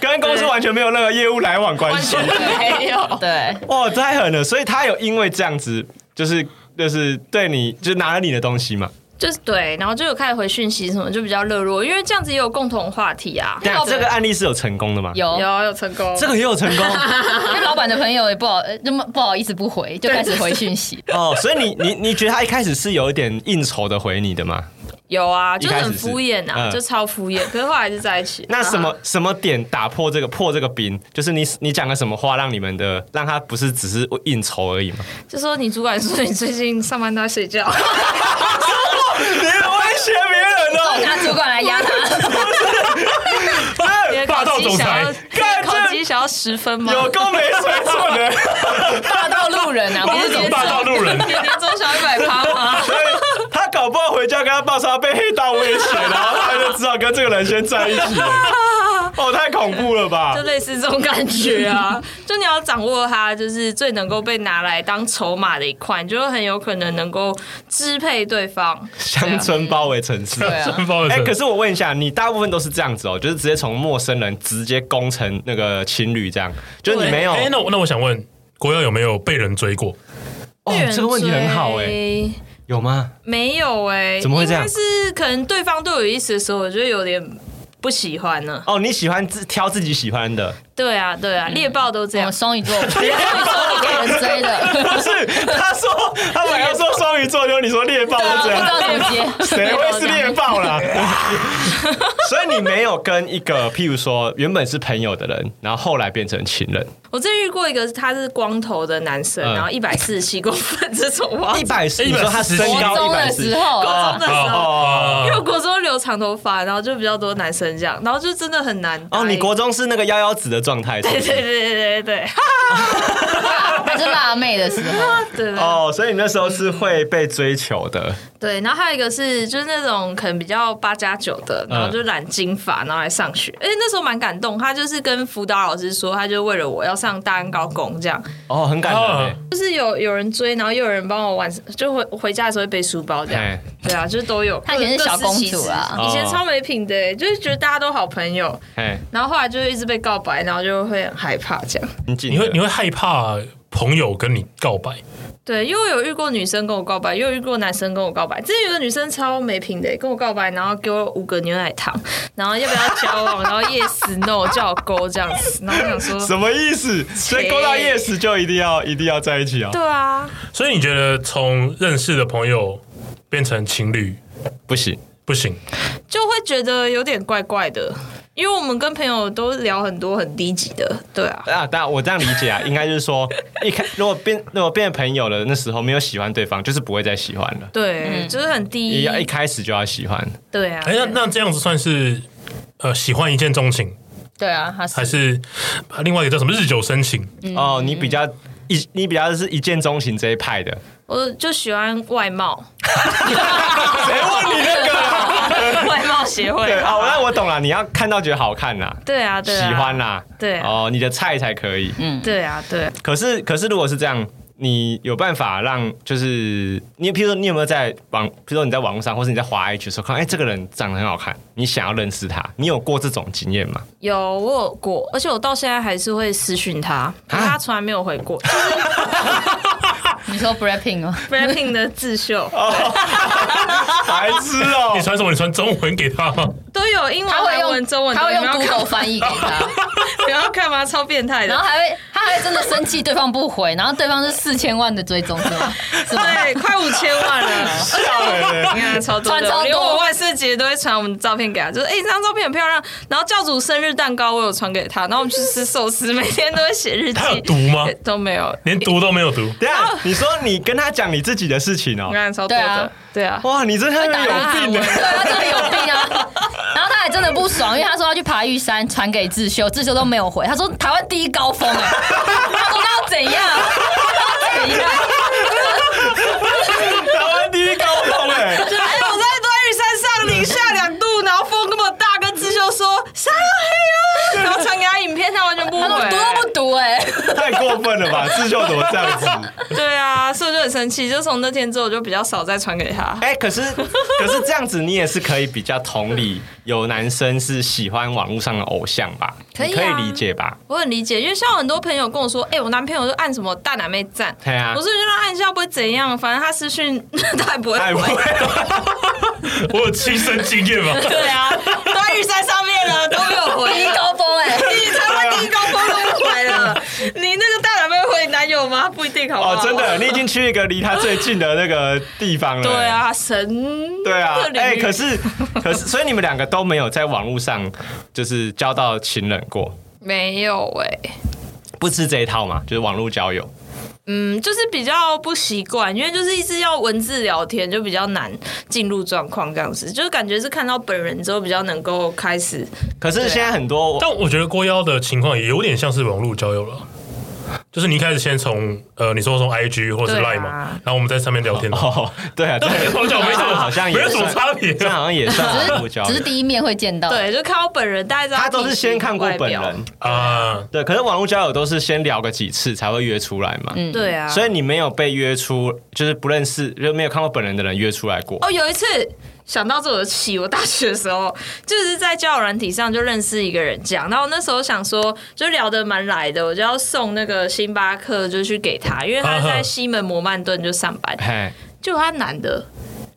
Speaker 2: 跟公司完全没有任何业务来往关
Speaker 5: 完
Speaker 2: 系
Speaker 5: 全，没有。
Speaker 4: <laughs> 对
Speaker 2: 哇，太狠了！所以他有因为这样子，就是就是对你，就拿了你的东西嘛。
Speaker 5: 就是对，然后就有开始回讯息什么，就比较热络，因为这样子也有共同话题啊。
Speaker 2: 但这个案例是有成功的吗？，
Speaker 4: 有。啊
Speaker 5: 有有成功，
Speaker 2: 这个也有成
Speaker 5: <laughs>
Speaker 2: 功。
Speaker 4: 因为老板的朋友也不好，呃那么不好意思不回，就开始回讯 <laughs> 息。
Speaker 2: <laughs> 哦，所以你你你觉得他一开始是有一点应酬的回你的吗？
Speaker 5: 有啊，
Speaker 2: 一
Speaker 5: 就
Speaker 2: 开始
Speaker 5: 很敷衍啊，
Speaker 2: 是嗯
Speaker 5: 就超敷衍。可是后来就在一起。啊
Speaker 2: 那什么、什么点打破这个破这个冰？就是你你讲了什么话，让你们的让他不是只是应酬而已吗？
Speaker 5: 就说你主管说你最近上班都在睡觉，
Speaker 2: <laughs> 你威胁别人
Speaker 4: 我拿主管来压 <laughs> 他，
Speaker 2: 哎
Speaker 5: 你的
Speaker 3: 霸道
Speaker 5: 考绩
Speaker 3: 总
Speaker 5: 想
Speaker 3: 裁
Speaker 5: 要，你的考绩想要十分吗？
Speaker 2: 有够没水准 <laughs> 的！
Speaker 4: 霸道路人啊，不是总
Speaker 3: 霸道路人
Speaker 5: 你的 <laughs> 年终想要一百趴吗？
Speaker 2: <laughs> 所以他搞不好回家跟他爸说他被黑道威胁，然后他就只好跟这个人先在一 <laughs> 起了。哦，太恐怖了吧
Speaker 5: 就！类似这种感觉啊， <laughs> 就你要掌握它，就是最能够被拿来当筹码的一块，你就很有可能能够支配对方。
Speaker 2: 乡村包围城市。
Speaker 4: 对啊
Speaker 3: <laughs> 真抱
Speaker 2: 哎、
Speaker 3: 歉
Speaker 2: 可是我问一下，你大部分都是这样子哦，就是直接从陌生人直接攻成那个情侣这样，就是你没有
Speaker 3: 哎，那我那我想问，国耀有没有被人追过？
Speaker 2: 哦
Speaker 5: 被人，
Speaker 2: 这个问题很好哎、
Speaker 5: 追
Speaker 2: 有吗？
Speaker 5: 啊没有哎、
Speaker 2: 怎么会这样
Speaker 5: 但是可能对方对我有意思的时候，我就有点不喜欢了。
Speaker 2: 哦，你喜欢自挑自己喜欢的，
Speaker 5: 对啊，对
Speaker 2: 嗯
Speaker 5: 啊，猎豹都这
Speaker 4: 我
Speaker 5: 样
Speaker 2: 哦
Speaker 4: 们。双鱼 <laughs> 座，双鱼座被人追的，
Speaker 2: 不是？他说他本来要说双鱼座，就你说猎豹
Speaker 4: <laughs> 对啊
Speaker 2: 就这
Speaker 4: 不知
Speaker 2: 样，
Speaker 4: 道怎么接。
Speaker 2: 谁会是猎豹啦？ <laughs> 所以你没有跟一个譬如说原本是朋友的人，然后后来变成情人，
Speaker 5: 我之前遇过一个，他是光头的男生，
Speaker 2: 嗯哦
Speaker 5: 然后一百四十七公分，这种哇
Speaker 2: 一，百四，
Speaker 3: 哎
Speaker 2: 你说他身
Speaker 4: 国
Speaker 2: 高一
Speaker 4: 中
Speaker 2: 百
Speaker 4: 的
Speaker 2: 四
Speaker 4: 时，候
Speaker 2: 哦
Speaker 5: 高，中的时
Speaker 3: 啊
Speaker 5: 候。因为我
Speaker 3: 哦，
Speaker 5: 国中留长头发，然后就比较多男生这样，然后就真的很难答
Speaker 2: 哦，
Speaker 5: 应。
Speaker 2: 你国中是那个幺幺子的状态，是不
Speaker 5: 对
Speaker 2: 是
Speaker 5: 对对对对对
Speaker 4: <laughs> 还是辣妹的时候，
Speaker 5: 对对
Speaker 2: 哦，所以你那时候是会被追求的，
Speaker 5: 对，然后还有一个是就是那种可能比较八加九的，然后就染金发，然后来上学。而且那时候蛮感动，他就是跟辅导老师说，他就为了我要上大安高工这样，
Speaker 2: 哦，很感人
Speaker 3: 哦
Speaker 2: 欸
Speaker 5: 就是有有人追，然后又有人帮我晚上就回回家的时候会背书包这样。
Speaker 2: 哎。
Speaker 5: 对啊，就是都有。
Speaker 4: 她以前是
Speaker 5: 各
Speaker 4: 小
Speaker 5: 司
Speaker 4: 公
Speaker 5: 其
Speaker 4: 主
Speaker 5: 职
Speaker 4: 啊
Speaker 5: 以前
Speaker 2: 哦
Speaker 5: 超没品的欸、就是觉得大家都好朋友，
Speaker 2: 哎，
Speaker 5: 然后后来就一直被告白，然后就会很害怕这样。
Speaker 2: 你紧
Speaker 3: 你会你
Speaker 2: 会
Speaker 3: 会害怕朋友跟你告白？
Speaker 5: 对，因为我有遇过女生跟我告白，也有遇过男生跟我告白。之前有个女生超没品的，跟我告白，然后给我五个牛奶糖，然后要不要交往，然后 yes no 叫我勾这样子，然后我想说，
Speaker 2: 什么意思？所以勾到 yes 就一定要一定要在一起啊？
Speaker 5: 对啊，
Speaker 3: 所以你觉得从认识的朋友变成情侣
Speaker 2: 不行，
Speaker 3: 不行？
Speaker 5: 就会觉得有点怪怪的，因为我们跟朋友都聊很多很低级的，对啊，
Speaker 2: 啊，当然我这样理解
Speaker 5: <laughs>
Speaker 2: 啊，应该就是说，一开如果变如果变朋友了，那时候没有喜欢对方，就是不会再喜欢了，
Speaker 5: 对，就是很
Speaker 2: 也
Speaker 5: 低
Speaker 2: 要，一哎开始就要喜欢。
Speaker 5: 对啊，
Speaker 3: 哎、那那这样子算是呃喜欢一见钟情，
Speaker 4: 对啊，他
Speaker 3: 还
Speaker 4: 是
Speaker 3: 是呃另外一个叫什么日久生情？
Speaker 5: 嗯
Speaker 2: 哦，你比较一你比较是一见钟情这一派的，
Speaker 5: 我就喜欢外貌，
Speaker 2: 谁问你那个啊？
Speaker 5: <laughs> 外貌协会
Speaker 2: 对，哦，那我懂了，你要看到觉得好看呐、
Speaker 5: 对啊，对啊，
Speaker 2: 喜欢啦，
Speaker 5: 对啊
Speaker 2: 哦，你的菜才可以。
Speaker 5: 对啊，对啊，
Speaker 2: 可是可是如果是这样。你有办法让，就是你，譬如说你有没有在网，譬如说你在网络上，或是你在滑 IG 的时候看，哎、这个人长得很好看，你想要认识他，你有过这种经验吗？
Speaker 5: 有我有过，而且我到现在还是会私讯
Speaker 3: 啊
Speaker 5: 他，可是他从来没有回过。就是
Speaker 4: 你说 breaking
Speaker 5: <laughs>
Speaker 4: 吗？
Speaker 5: Blackpink 的
Speaker 3: <laughs>
Speaker 5: 自秀
Speaker 3: 哦
Speaker 2: 白痴 <laughs> 哦、
Speaker 3: 你传什么？你传中文给他吗？
Speaker 5: 都有英文、
Speaker 4: 他会
Speaker 5: 韩文、
Speaker 4: 用
Speaker 5: 中文，
Speaker 4: 他会用
Speaker 5: 你们要看
Speaker 4: Google 翻译给 <laughs> 他，
Speaker 5: 不要看吗？超变态
Speaker 4: 然后
Speaker 5: 的。
Speaker 4: 还会他还会真的生气对方不回，然后对方是四千万的追踪是吗？是吗？
Speaker 5: 对，快五千万了，
Speaker 3: 欸
Speaker 5: 你看超多
Speaker 4: 传超
Speaker 5: 的，
Speaker 4: 多
Speaker 5: 连我万圣节都会传我们的照片给他，就是哎，这张照片很漂亮。然后教主生日蛋糕我有传给他，然后我们去吃寿司，每天都会写日
Speaker 3: <laughs>
Speaker 5: 记
Speaker 3: 他有，毒吗？
Speaker 5: 都没有，
Speaker 3: 连毒都没有
Speaker 2: <laughs>
Speaker 3: 毒。
Speaker 2: 等一下，你说你跟他讲你自己的事情
Speaker 5: <laughs>
Speaker 2: 哦、
Speaker 5: 你看超多
Speaker 4: 对
Speaker 5: 的
Speaker 4: 啊，
Speaker 5: 对啊，
Speaker 2: 哇，你真的
Speaker 4: 打
Speaker 2: 有
Speaker 4: 他
Speaker 2: 病
Speaker 4: 对
Speaker 2: 哎、
Speaker 4: 他真的有病 <laughs> 啊！然后他还真的不爽，因为他说要去爬玉山，传给智秀，智秀都没有回。他说台湾第一高峰哎、他说那要怎样？那要怎 <laughs> 样？
Speaker 2: <laughs> 台湾第一高峰哎、
Speaker 5: 哎，我在都在玉山上零下两度，然后风那么大，跟智秀说晒黑哦，然后传给他影片，他完全不
Speaker 4: 他说
Speaker 5: 回，
Speaker 4: 读都不读哎、
Speaker 2: 太过分了吧？智秀怎么这样子？
Speaker 5: 对啊，所以我就很生气，就从那天之后我就比较少再传给他。
Speaker 2: 哎、可是可是这样子，你也是可以比较同理，有男生是喜欢网络上的偶像吧？
Speaker 5: 可以
Speaker 2: 你
Speaker 5: 啊
Speaker 2: 可以理解吧？
Speaker 5: 我很理解，因为像很多朋友跟我说，哎、我男朋友就按什么大奶妹赞，
Speaker 2: 对啊
Speaker 5: 我是觉得按一下不会怎样，反正他私讯 <laughs> 他也不会
Speaker 2: 哎，
Speaker 5: 回。
Speaker 2: 我
Speaker 3: 我有亲身经验吗？
Speaker 5: 对啊，都在玉山上面了，都没有
Speaker 4: 第
Speaker 5: 回
Speaker 4: <laughs> 一。高峰哎、
Speaker 5: 你才会第一高峰都不回了，你那个大奶妹回男友吗？不一定好不好？
Speaker 2: 哦，真的，你已经去一个离他最近的那个地方了、
Speaker 5: 对，啊，神
Speaker 2: 对啊
Speaker 5: 特。领域
Speaker 2: 哎、可是 <laughs> 可是，所以你们两个都没有在网络上就是交到情人过，
Speaker 5: 没有哎、
Speaker 2: 不吃这一套嘛？就是网络交友。
Speaker 5: 嗯，就是比较不习惯，因为就是一直要文字聊天，就比较难进入状况这样子，就是感觉是看到本人之后比较能够开始。
Speaker 2: 可是现在很多
Speaker 5: 啊
Speaker 3: 但我觉得郭幺的情况也有点像是网络交友了。就是你一开始先从呃，你说从 IG 或者是
Speaker 5: 对啊
Speaker 3: Line 嘛，然后我们在上面聊
Speaker 2: <laughs>
Speaker 3: 天，<laughs>
Speaker 2: 哦，对啊，对啊，
Speaker 3: 我讲没什么，
Speaker 2: 好像也
Speaker 3: 没有什么
Speaker 2: 算
Speaker 3: 差别
Speaker 2: 这
Speaker 3: 啊
Speaker 2: 好像也 <laughs>
Speaker 5: <laughs>
Speaker 2: 算网络交
Speaker 4: 只是
Speaker 2: 友。
Speaker 4: 第一面会见到，
Speaker 5: 对，就看到本人，大家知道
Speaker 2: 哦他都
Speaker 5: 体
Speaker 2: 是
Speaker 5: 型
Speaker 2: 先看过本。
Speaker 5: 外
Speaker 2: 人
Speaker 5: 表，
Speaker 3: 啊。
Speaker 2: 对，可是网络交友都是先聊个几次才会约出来嘛，
Speaker 5: 对啊，
Speaker 2: 所以你没有被约出，就是不认识就没有看过本人的人约出来过。
Speaker 5: 哦，有一次想到这我就气，我大学的时候就是在交友软体上就认识一个人这样，然后那时候想说就聊得蛮来的，我就要送那个星巴克就去给他，因为
Speaker 2: 嗯
Speaker 5: 他在西门摩曼顿就上班，
Speaker 2: 嘿，
Speaker 5: 就他男的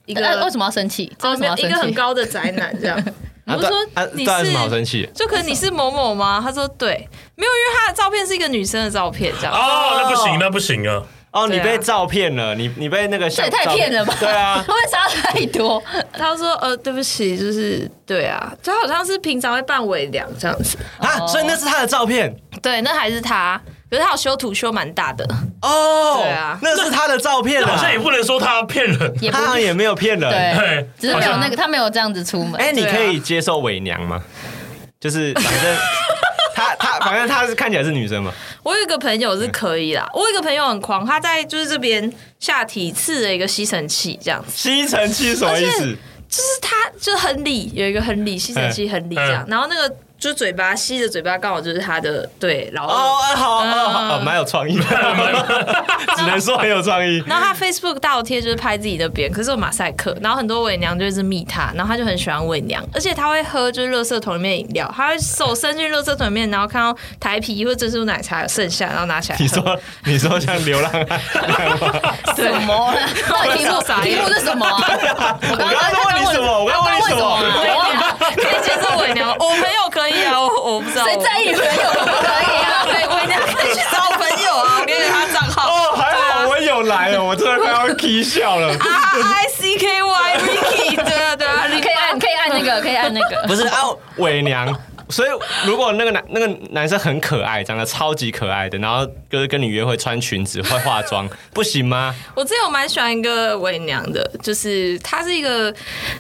Speaker 5: 一个
Speaker 4: 呃那为什么要生气？这
Speaker 5: 哦
Speaker 4: 为什么要
Speaker 5: 没有
Speaker 4: 生
Speaker 5: 一个很
Speaker 4: 气？
Speaker 5: 高的宅男
Speaker 4: <laughs>
Speaker 5: 这样。我就说
Speaker 2: 啊
Speaker 5: 你
Speaker 2: 对啊有什么好
Speaker 5: 是，
Speaker 2: 生气？
Speaker 5: 就可能你是某某吗？他说对，没有，因为他的照片是一个女生的照片，这样。
Speaker 3: 哦，那不行，那不行啊！
Speaker 2: 哦，你
Speaker 5: 对啊
Speaker 2: 被照骗了，你你被那个
Speaker 4: 这
Speaker 2: 这
Speaker 4: 也太骗了吧！
Speaker 2: 对啊
Speaker 4: <laughs> 会，不会差太多？
Speaker 5: 他说呃，对不起，就是对啊，他好像是平常会扮伪娘这样子。
Speaker 2: 啊，
Speaker 4: 哦
Speaker 2: 所以那是他的照片
Speaker 5: 对，那还是他，可是他有修图修蛮大的。
Speaker 2: 哦，
Speaker 5: 对啊
Speaker 2: 那是他的照片
Speaker 3: 那好像也
Speaker 2: 啊，
Speaker 3: 不能说他骗人，
Speaker 4: 也不
Speaker 2: 他好像也没有骗人。
Speaker 4: 对
Speaker 3: 对，
Speaker 2: <laughs>
Speaker 4: 只是没
Speaker 2: 啊
Speaker 4: 有那个他没有这样子出门。
Speaker 2: 哎，你
Speaker 5: 对啊
Speaker 2: 可以接受伪娘吗？就是反正他他反正他是看起来是女生嘛，
Speaker 5: 我有一个朋友是可以啦，我有一个朋友很狂，他在就是这边下体刺了一个吸尘器这样子，
Speaker 2: 吸尘器什么意思？
Speaker 5: 就是他就很理有一个很理吸尘器很理这样
Speaker 2: 哎
Speaker 3: 嗯，
Speaker 5: 然后那个就嘴巴吸着嘴巴，刚好就是他的对老二。
Speaker 2: 哦，啊好啊好，哦蛮有创意的，只能说很有创意。
Speaker 5: 然后他 Facebook 大头贴就是拍自己的边，可是有马赛克。然后很多伪娘就是密他，然后他就很喜欢伪娘，而且他会喝就是垃圾桶里面的饮料，他会手伸进垃圾桶里面，然后看到台啤或珍珠奶茶有剩下，然后拿起来
Speaker 2: <laughs>
Speaker 5: 喝。
Speaker 2: 你说你说像流浪汉，
Speaker 5: 对
Speaker 4: 什 <laughs> 么啦？到底题
Speaker 2: <laughs>
Speaker 4: 目
Speaker 5: 我傻
Speaker 4: 题
Speaker 5: 眼
Speaker 4: 目是什么啊？我刚
Speaker 2: 我刚刚问你什么我刚刚问你什么
Speaker 4: 我刚刚问什么啊
Speaker 5: 可以接受伪娘，我朋友可以啊，我我不知
Speaker 2: <laughs>
Speaker 5: 道
Speaker 4: 谁在意朋友可不可以啊？
Speaker 5: 对，伪娘可以去找我朋友啊，我给你他账号。
Speaker 2: 哦，还
Speaker 5: 啊
Speaker 2: 好我有来哦，我真的快要 k 笑了。
Speaker 5: R 啊 I C K Y Ricky，对啊对啊，
Speaker 4: <laughs> 你可以按，可以按那个，可以按那
Speaker 5: <laughs>
Speaker 4: 个。
Speaker 2: 不是啊，伪娘。所以如果那个男那个男生很可爱，长得超级可爱的，然后就是跟你约会穿裙子、会化妆，
Speaker 5: <laughs>
Speaker 2: 不行吗？
Speaker 5: 我之前有蛮喜欢一个伪娘的，就是她是一个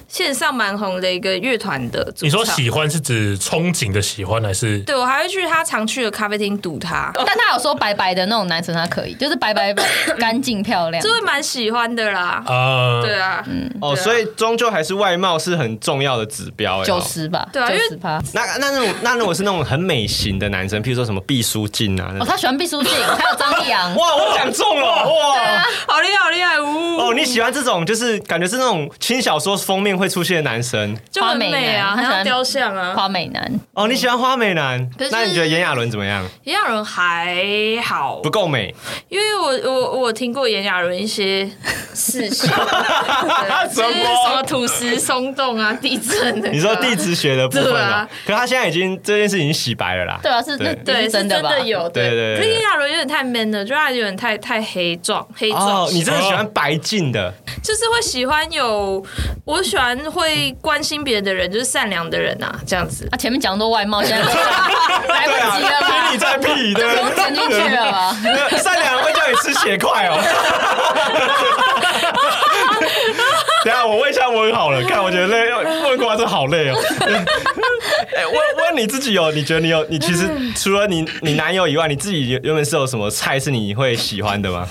Speaker 5: 线上蛮红的一个乐团的主唱。
Speaker 3: 你说喜欢是指憧憬的喜欢，还是
Speaker 5: 对，我还会去她常去的咖啡厅堵她，
Speaker 4: <laughs>
Speaker 2: 哦
Speaker 4: 但他有说白白的那种男生，他可以，就是白 <laughs> 白干净漂亮
Speaker 5: 就。会蛮喜欢的啦。
Speaker 3: 啊？
Speaker 5: 对啊，
Speaker 4: 嗯
Speaker 2: 哦，
Speaker 5: 对啊
Speaker 2: 所以终究还是外貌是很重要的指标。哎
Speaker 4: 九
Speaker 2: 哦
Speaker 4: 十吧，
Speaker 5: 对啊因
Speaker 4: 九
Speaker 5: 为
Speaker 4: 十趴。
Speaker 2: 那那那种那如果是那种很美型的男生，譬如说什么毕书尽啊，那
Speaker 4: 哦，
Speaker 2: 种
Speaker 4: 他喜欢毕书尽，还有张立阳。
Speaker 2: 哇，我讲中了哇！
Speaker 5: 好厉害，好厉害，呜、
Speaker 2: 哦，你喜欢这种就是感觉是那种轻小说封面会出现的男生
Speaker 5: 就很美啊，
Speaker 4: 花美男她喜
Speaker 5: 很像
Speaker 4: 欢
Speaker 5: 雕像啊。
Speaker 4: 花美男，
Speaker 2: 哦，你喜欢花美男
Speaker 5: 可是，
Speaker 2: 那你觉得炎亚纶怎么样？
Speaker 5: 炎亚纶还好
Speaker 2: 不，够美，
Speaker 5: 因为我我我听过炎亚纶
Speaker 2: <laughs>
Speaker 5: 一些事情，对啊
Speaker 2: 什
Speaker 5: 就是什么
Speaker 2: 么？
Speaker 5: 土石松动啊、地震
Speaker 2: <laughs>
Speaker 5: 的、
Speaker 2: 你说地质学的部分
Speaker 5: 对
Speaker 2: 哦
Speaker 5: 啊，
Speaker 2: 可他现在已经这件事已经洗白了啦。
Speaker 4: <laughs> 对啊，是那
Speaker 2: 对
Speaker 5: 对，
Speaker 4: 那
Speaker 5: 是
Speaker 4: 真
Speaker 5: 真的
Speaker 4: 吧？
Speaker 5: 有
Speaker 2: 对对对
Speaker 5: 可是炎亚纶有点太 man 了，就他有点太太黑壮黑壮
Speaker 2: 哦，
Speaker 5: 型，
Speaker 2: 你真的喜欢白净的
Speaker 5: 就是会喜欢有我喜欢会关心别人的人，就是善良的人啊，这样子。
Speaker 4: 啊，前面讲多外貌，现在来
Speaker 2: 对啊，
Speaker 4: 不及哎了
Speaker 2: 听
Speaker 4: <laughs> 吧
Speaker 2: 你？在屁，对
Speaker 4: 都
Speaker 2: 不
Speaker 4: 填进去了吧？
Speaker 2: 对？善良人会叫你吃血块哦。 <laughs> 等一下，我问一下温好了，看我觉得累，问瓜真好累哦。 <laughs> 哎、问问你自己哦，你觉得你有你其实
Speaker 4: 嗯
Speaker 2: 除了你你男友以外，你自己原本是有什么菜是你会喜欢的吗？